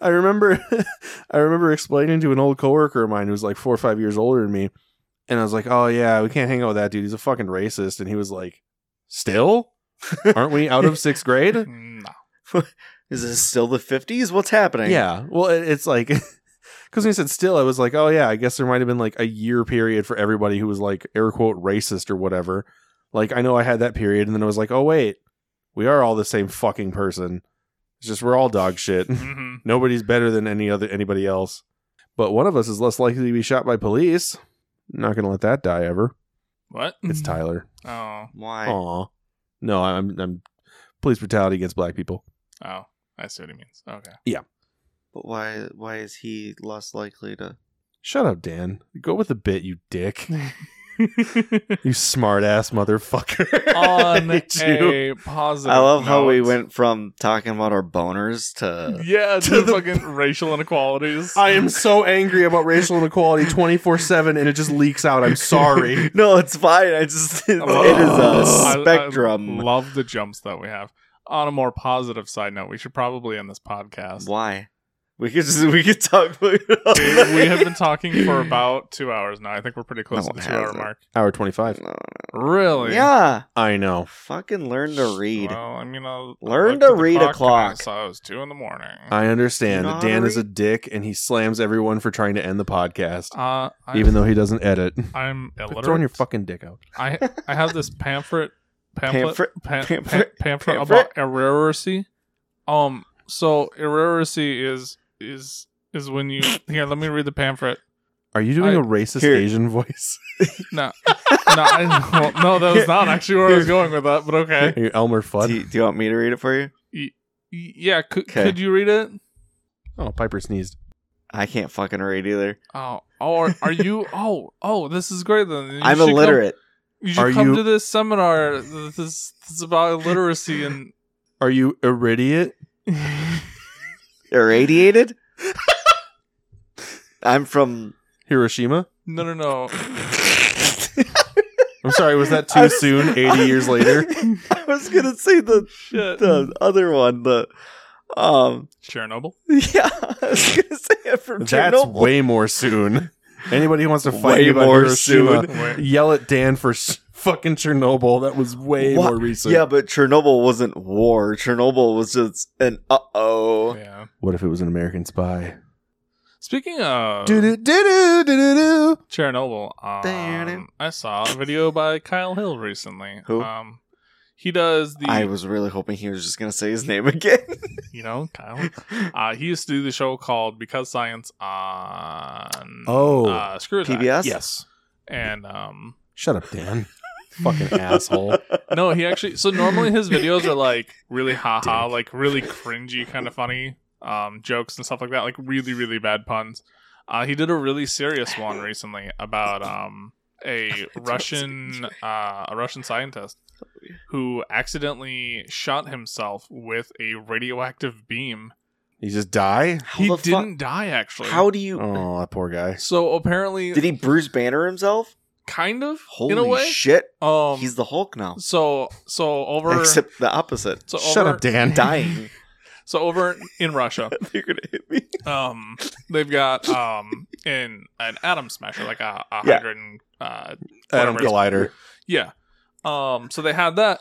[SPEAKER 2] I remember I remember explaining to an old coworker of mine who was like four or five years older than me, and I was like, Oh yeah, we can't hang out with that dude. He's a fucking racist. And he was like, Still? Aren't we out of sixth grade?
[SPEAKER 1] no.
[SPEAKER 3] is this still the 50s what's happening
[SPEAKER 2] Yeah. Well, it, it's like because when he said still, I was like, oh yeah, I guess there might have been like a year period for everybody who was like air quote racist or whatever. Like I know I had that period, and then I was like, oh wait, we are all the same fucking person. It's just we're all dog shit.
[SPEAKER 1] Mhm.
[SPEAKER 2] Nobody's better than any other anybody else. But one of us is less likely to be shot by police. Not gonna let that die ever.
[SPEAKER 1] What?
[SPEAKER 2] It's Tyler.
[SPEAKER 1] Oh.
[SPEAKER 3] why
[SPEAKER 2] Aw. No, I'm I'm police brutality against black people.
[SPEAKER 1] Oh. I see what he means. Okay.
[SPEAKER 3] But why why is he less likely to
[SPEAKER 2] Shut up, Dan. Go with the bit, you dick. You smart ass motherfucker.
[SPEAKER 1] on
[SPEAKER 2] Hate you.
[SPEAKER 1] a positive.
[SPEAKER 3] I love how we
[SPEAKER 1] note-
[SPEAKER 3] went from talking about our boners to
[SPEAKER 2] to
[SPEAKER 1] Yeah, to
[SPEAKER 2] the-
[SPEAKER 1] fucking racial inequalities.
[SPEAKER 2] I am so angry about racial inequality 24 7 and it just leaks out. I'm sorry.
[SPEAKER 3] No, it's fine. I just it is
[SPEAKER 1] love- I-
[SPEAKER 3] a
[SPEAKER 1] Oh, I
[SPEAKER 3] spectrum.
[SPEAKER 1] love the jumps that we have. On a more positive side note, we should probably end this podcast.
[SPEAKER 3] why? We could just we could talk about it all
[SPEAKER 1] we have
[SPEAKER 3] night.
[SPEAKER 1] been talking for about two hours now. I think we're pretty close
[SPEAKER 3] No,
[SPEAKER 1] to
[SPEAKER 3] it
[SPEAKER 1] the two hour
[SPEAKER 3] hasn't.
[SPEAKER 1] mark.
[SPEAKER 2] Hour 25.
[SPEAKER 3] No, no.
[SPEAKER 1] Really?
[SPEAKER 3] Yeah.
[SPEAKER 2] I know.
[SPEAKER 3] Fucking learn to read.
[SPEAKER 1] Well, I mean, I
[SPEAKER 3] Learn
[SPEAKER 1] looked
[SPEAKER 3] to
[SPEAKER 1] at the
[SPEAKER 3] read a
[SPEAKER 1] clock.
[SPEAKER 3] clock.
[SPEAKER 1] and I saw it was two in the morning.
[SPEAKER 2] I understand.
[SPEAKER 3] You know how
[SPEAKER 2] Dan
[SPEAKER 3] to
[SPEAKER 2] is a dick and he slams everyone for trying to end the podcast,
[SPEAKER 1] uh, I'm,
[SPEAKER 2] even though he doesn't edit.
[SPEAKER 1] I'm
[SPEAKER 2] Throw
[SPEAKER 1] illiterate.
[SPEAKER 2] Throwing your fucking dick out.
[SPEAKER 1] I I have this pamphlet pamphlet
[SPEAKER 3] Pamphlet,
[SPEAKER 1] pam- pam-
[SPEAKER 3] pamphlet,
[SPEAKER 1] pamphlet,
[SPEAKER 3] pamphlet.
[SPEAKER 1] about illiteracy. Um, so illiteracy is is is when you here. Let me read the pamphlet.
[SPEAKER 2] Are you doing
[SPEAKER 1] I-
[SPEAKER 2] a racist
[SPEAKER 3] Here.
[SPEAKER 2] Asian voice?
[SPEAKER 1] No, no, I, well, no, that was not actually where I was going with that. But okay,
[SPEAKER 2] Are you Elmer Fudd?
[SPEAKER 3] Do you, do you want me to read it for you?
[SPEAKER 1] Y- yeah. Could,
[SPEAKER 3] Okay.
[SPEAKER 1] could you read it?
[SPEAKER 2] oh, Piper sneezed.
[SPEAKER 3] I can't fucking read either.
[SPEAKER 1] Oh, or are you? Oh, oh, this is great. Then You
[SPEAKER 3] I'm
[SPEAKER 1] should come-
[SPEAKER 3] illiterate.
[SPEAKER 1] you should
[SPEAKER 2] Are
[SPEAKER 1] come
[SPEAKER 2] you-
[SPEAKER 1] to this seminar. This, this is about illiteracy and
[SPEAKER 2] Are you iridiate?
[SPEAKER 3] Irradiated? I'm from
[SPEAKER 2] Hiroshima?
[SPEAKER 1] no, no, no.
[SPEAKER 2] I'm sorry, was that
[SPEAKER 3] I
[SPEAKER 2] too
[SPEAKER 3] was-
[SPEAKER 2] soon? 80 years later?
[SPEAKER 3] I was gonna say the
[SPEAKER 1] Shit.
[SPEAKER 3] the other one, the um
[SPEAKER 1] Chernobyl.
[SPEAKER 3] yeah, I was gonna say it from
[SPEAKER 2] That's
[SPEAKER 3] Chernobyl.
[SPEAKER 2] way more soon. Anybody who wants to fight
[SPEAKER 3] Way
[SPEAKER 2] you about
[SPEAKER 3] more
[SPEAKER 2] Hiroshima,
[SPEAKER 1] Wait.
[SPEAKER 2] yell at Dan for s- fucking Chernobyl. That was way
[SPEAKER 3] What?
[SPEAKER 2] more recent.
[SPEAKER 3] Yeah, but Chernobyl wasn't war. Chernobyl was just an uh oh.
[SPEAKER 1] Yeah.
[SPEAKER 2] What if it was an American spy?
[SPEAKER 1] Speaking of
[SPEAKER 2] Do do do do do do.
[SPEAKER 1] Chernobyl, um, I saw a video by Kyle Hill recently.
[SPEAKER 3] Who?
[SPEAKER 1] Um, he does the
[SPEAKER 3] I was really hoping he was just gonna say his name again.
[SPEAKER 1] you know Kyle. Uh, he used to do the show called Because Science on
[SPEAKER 2] Oh.
[SPEAKER 1] uh, Screw Attack.
[SPEAKER 3] PBS.
[SPEAKER 2] Yes.
[SPEAKER 1] and um
[SPEAKER 2] Shut up, Dan. fucking asshole.
[SPEAKER 1] no he actually so normally his videos are like really haha like really cringy kind of funny um jokes and stuff like that like really really bad puns uh he did a really serious one recently about um a russian uh a russian scientist who accidentally shot himself with a radioactive beam
[SPEAKER 2] You just die?
[SPEAKER 3] How
[SPEAKER 1] he
[SPEAKER 3] the fuck-
[SPEAKER 1] didn't die actually
[SPEAKER 3] How do you?
[SPEAKER 2] Oh, that poor guy.
[SPEAKER 1] so apparently
[SPEAKER 3] Did he Bruce Banner himself?
[SPEAKER 1] kind of
[SPEAKER 3] Holy
[SPEAKER 1] in a way
[SPEAKER 3] shit!
[SPEAKER 1] um
[SPEAKER 3] He's the Hulk now,
[SPEAKER 1] so so over
[SPEAKER 3] except the opposite,
[SPEAKER 1] so
[SPEAKER 2] Shut
[SPEAKER 1] over,
[SPEAKER 2] up, Dan.
[SPEAKER 3] dying.
[SPEAKER 1] So over in Russia,
[SPEAKER 3] They're gonna hit me.
[SPEAKER 1] um, they've got um in an atom smasher, like a, a
[SPEAKER 3] Yeah.
[SPEAKER 1] hydrogen. Uh,
[SPEAKER 2] Adam
[SPEAKER 1] Whatever.
[SPEAKER 2] Collider.
[SPEAKER 1] yeah. Um. So they had that,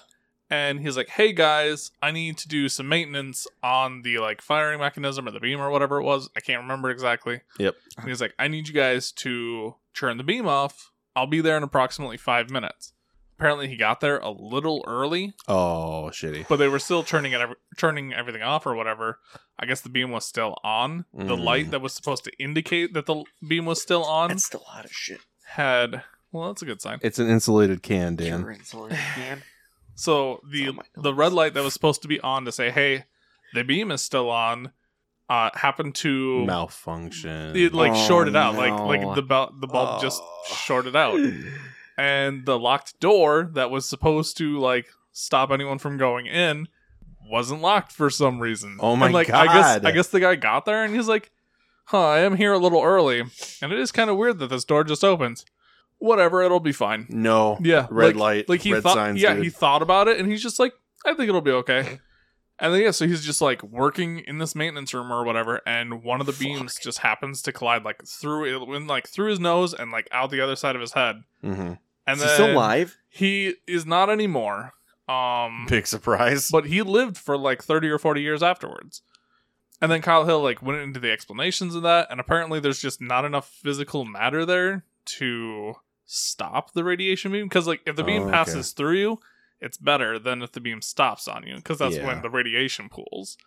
[SPEAKER 1] and he's like, "Hey guys, I need to do some maintenance on the like firing mechanism or the beam or whatever it was. I can't remember exactly."
[SPEAKER 2] Yep.
[SPEAKER 1] And he's like, "I need you guys to turn the beam off. I'll be there in approximately five minutes." Apparently, he got there a little early,
[SPEAKER 2] Oh, shitty.
[SPEAKER 1] but they were still turning it ev- turning everything off or whatever. I guess the beam was still on. The
[SPEAKER 2] Mm.
[SPEAKER 1] light that was supposed to indicate that the l- beam was still on
[SPEAKER 3] That's still a lot of shit.
[SPEAKER 1] had well, that's a good sign.
[SPEAKER 2] It's an insulated can,
[SPEAKER 3] You're
[SPEAKER 2] Dan.
[SPEAKER 3] insulated, Dan.
[SPEAKER 1] So the
[SPEAKER 3] Oh my
[SPEAKER 1] the red light that was supposed to be on to say, "Hey, the beam is still on," uh happened to
[SPEAKER 2] Malfunction.
[SPEAKER 1] it like
[SPEAKER 3] Oh,
[SPEAKER 1] shorted out,
[SPEAKER 3] no.
[SPEAKER 1] like like the bu- the bulb just
[SPEAKER 3] Oh.
[SPEAKER 1] shorted out, and the locked door that was supposed to like stop anyone from going in wasn't locked for some reason.
[SPEAKER 2] Oh my
[SPEAKER 1] and, like, I
[SPEAKER 2] God.
[SPEAKER 1] guess I guess the guy got there and he's like, "Huh, I am here a little early, and it is kind of weird that this door just opens. Whatever, it'll be fine."
[SPEAKER 2] no.
[SPEAKER 1] Yeah,
[SPEAKER 2] Red
[SPEAKER 1] like,
[SPEAKER 2] light.
[SPEAKER 1] Like he
[SPEAKER 2] red
[SPEAKER 1] thought,
[SPEAKER 2] signs.
[SPEAKER 1] yeah,
[SPEAKER 2] dude.
[SPEAKER 1] he thought about it, and he's just like, "I think it'll be okay." And then yeah, so he's just like working in this maintenance room or whatever, and one of the beams just happens to collide like through it went like through his nose and like out the other side of his head.
[SPEAKER 2] Mhm.
[SPEAKER 1] And
[SPEAKER 3] Is
[SPEAKER 1] then
[SPEAKER 3] he still alive?
[SPEAKER 1] he is not anymore. Um
[SPEAKER 2] Big surprise.
[SPEAKER 1] but he lived for like 30 or 40 years afterwards. And then Kyle Hill like went into the explanations of that and apparently there's just not enough physical matter there to stop the radiation beam cuz like if the beam
[SPEAKER 2] Oh, okay.
[SPEAKER 1] passes through you, it's better than if the beam stops on you cuz that's
[SPEAKER 2] Yeah.
[SPEAKER 1] when the radiation pools.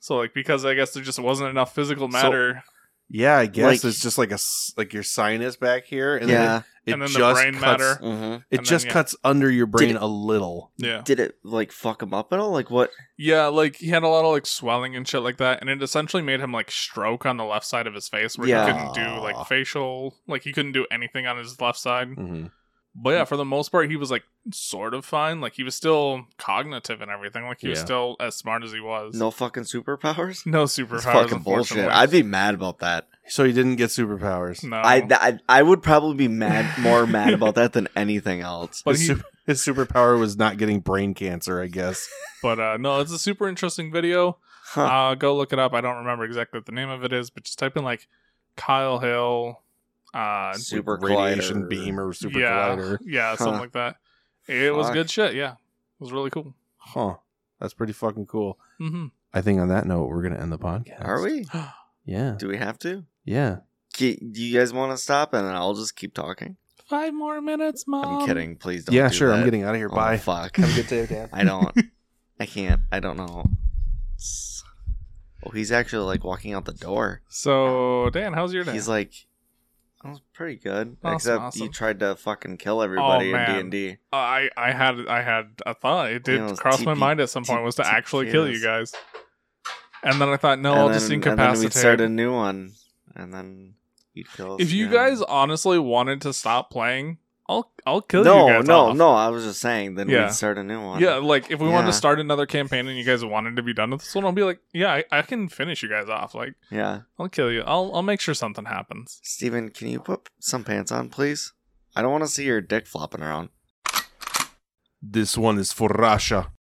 [SPEAKER 1] So like because I guess there just wasn't enough physical matter
[SPEAKER 2] yeah, I
[SPEAKER 3] Like-
[SPEAKER 2] guess it's just like a s- like your sinus back here, and then
[SPEAKER 3] yeah.
[SPEAKER 2] it, it
[SPEAKER 1] And then the
[SPEAKER 2] just
[SPEAKER 1] brain
[SPEAKER 2] cuts,
[SPEAKER 1] matter.
[SPEAKER 3] Mhm.
[SPEAKER 2] It
[SPEAKER 1] And then,
[SPEAKER 2] just
[SPEAKER 1] yeah.
[SPEAKER 2] cuts under your brain
[SPEAKER 3] Did it-
[SPEAKER 2] a little.
[SPEAKER 1] yeah.
[SPEAKER 3] Did it like fuck him up at all? Like what?
[SPEAKER 1] Yeah, like he had a lot of like swelling and shit like that, and it essentially made him like stroke on the left side of his face where
[SPEAKER 3] Yeah.
[SPEAKER 1] he couldn't do like facial, like he couldn't do anything on his left side.
[SPEAKER 2] Mm-hmm.
[SPEAKER 1] But yeah, for the most part, he was like sort of fine. Like he was still cognitive and everything. Like he was
[SPEAKER 2] Yeah.
[SPEAKER 1] still as smart as he was.
[SPEAKER 3] No fucking superpowers.
[SPEAKER 1] no
[SPEAKER 3] That's
[SPEAKER 1] superpowers.
[SPEAKER 3] fucking bullshit.
[SPEAKER 1] Unfortunately,
[SPEAKER 3] I'd be mad about that.
[SPEAKER 2] So he didn't get superpowers.
[SPEAKER 1] no.
[SPEAKER 3] I, th- I I would probably be mad, more mad about that than anything else.
[SPEAKER 1] but
[SPEAKER 2] his,
[SPEAKER 1] he,
[SPEAKER 2] sup- his superpower was not getting brain cancer, I guess.
[SPEAKER 1] but uh, no, it's a super interesting video.
[SPEAKER 3] Huh.
[SPEAKER 1] Uh, go look it up. I don't remember exactly what the name of it is, but just type in like Kyle Hill. Uh,
[SPEAKER 3] Super
[SPEAKER 2] radiation
[SPEAKER 3] collider.
[SPEAKER 2] beam or super
[SPEAKER 1] yeah,
[SPEAKER 2] collider.
[SPEAKER 1] yeah, something
[SPEAKER 3] Huh.
[SPEAKER 1] like that. It was
[SPEAKER 3] Fuck.
[SPEAKER 1] good shit. Yeah, it was really cool.
[SPEAKER 2] Huh. That's pretty fucking cool.
[SPEAKER 1] hmm
[SPEAKER 2] I think on that note, we're gonna end the podcast.
[SPEAKER 3] Are we?
[SPEAKER 2] Yeah.
[SPEAKER 3] Do we have to?
[SPEAKER 2] Yeah.
[SPEAKER 3] Ki- Do you guys want to stop and then I'll just keep talking?
[SPEAKER 1] Five more minutes, mom.
[SPEAKER 3] I'm kidding. Please don't.
[SPEAKER 2] Um, yeah.
[SPEAKER 3] do
[SPEAKER 2] Sure. I'm
[SPEAKER 3] that.
[SPEAKER 2] getting out of here.
[SPEAKER 3] Oh,
[SPEAKER 2] Bye.
[SPEAKER 3] Fuck.
[SPEAKER 2] Have a good day, Dan.
[SPEAKER 3] I don't. I can't. I don't know. It's- Oh, he's actually like walking out the door.
[SPEAKER 1] So, Dan, how's your day?
[SPEAKER 3] He's like, that was pretty good.
[SPEAKER 1] Awesome,
[SPEAKER 3] Except
[SPEAKER 1] awesome.
[SPEAKER 3] you tried to fucking kill everybody in D
[SPEAKER 1] man.
[SPEAKER 3] and D.
[SPEAKER 1] I I had I had a thought. It did
[SPEAKER 3] Yeah, it was
[SPEAKER 1] cross my
[SPEAKER 3] TP
[SPEAKER 1] mind at some point was to
[SPEAKER 3] TP
[SPEAKER 1] actually kill you guys. And then I thought, no,
[SPEAKER 3] and
[SPEAKER 1] I'll
[SPEAKER 3] then,
[SPEAKER 1] just
[SPEAKER 3] and then we'd
[SPEAKER 1] incapacitate.
[SPEAKER 3] start a new one, and then you'd kill. us
[SPEAKER 1] if you
[SPEAKER 3] again.
[SPEAKER 1] guys honestly wanted to stop playing, I'll I'll kill
[SPEAKER 3] no,
[SPEAKER 1] you guys.
[SPEAKER 3] no,
[SPEAKER 1] off.
[SPEAKER 3] no. I was just saying. Then
[SPEAKER 1] Yeah.
[SPEAKER 3] we'd start a new one.
[SPEAKER 1] Yeah, like if we
[SPEAKER 3] Yeah.
[SPEAKER 1] wanted to start another campaign and you guys wanted to be done with this one, I'll be like, yeah, I, I can finish you guys off. Like,
[SPEAKER 3] yeah.
[SPEAKER 1] I'll kill you. I'll I'll make sure something happens.
[SPEAKER 3] Steven, can you put some pants on, please? I don't want to see your dick flopping around.
[SPEAKER 2] This one is for Russia.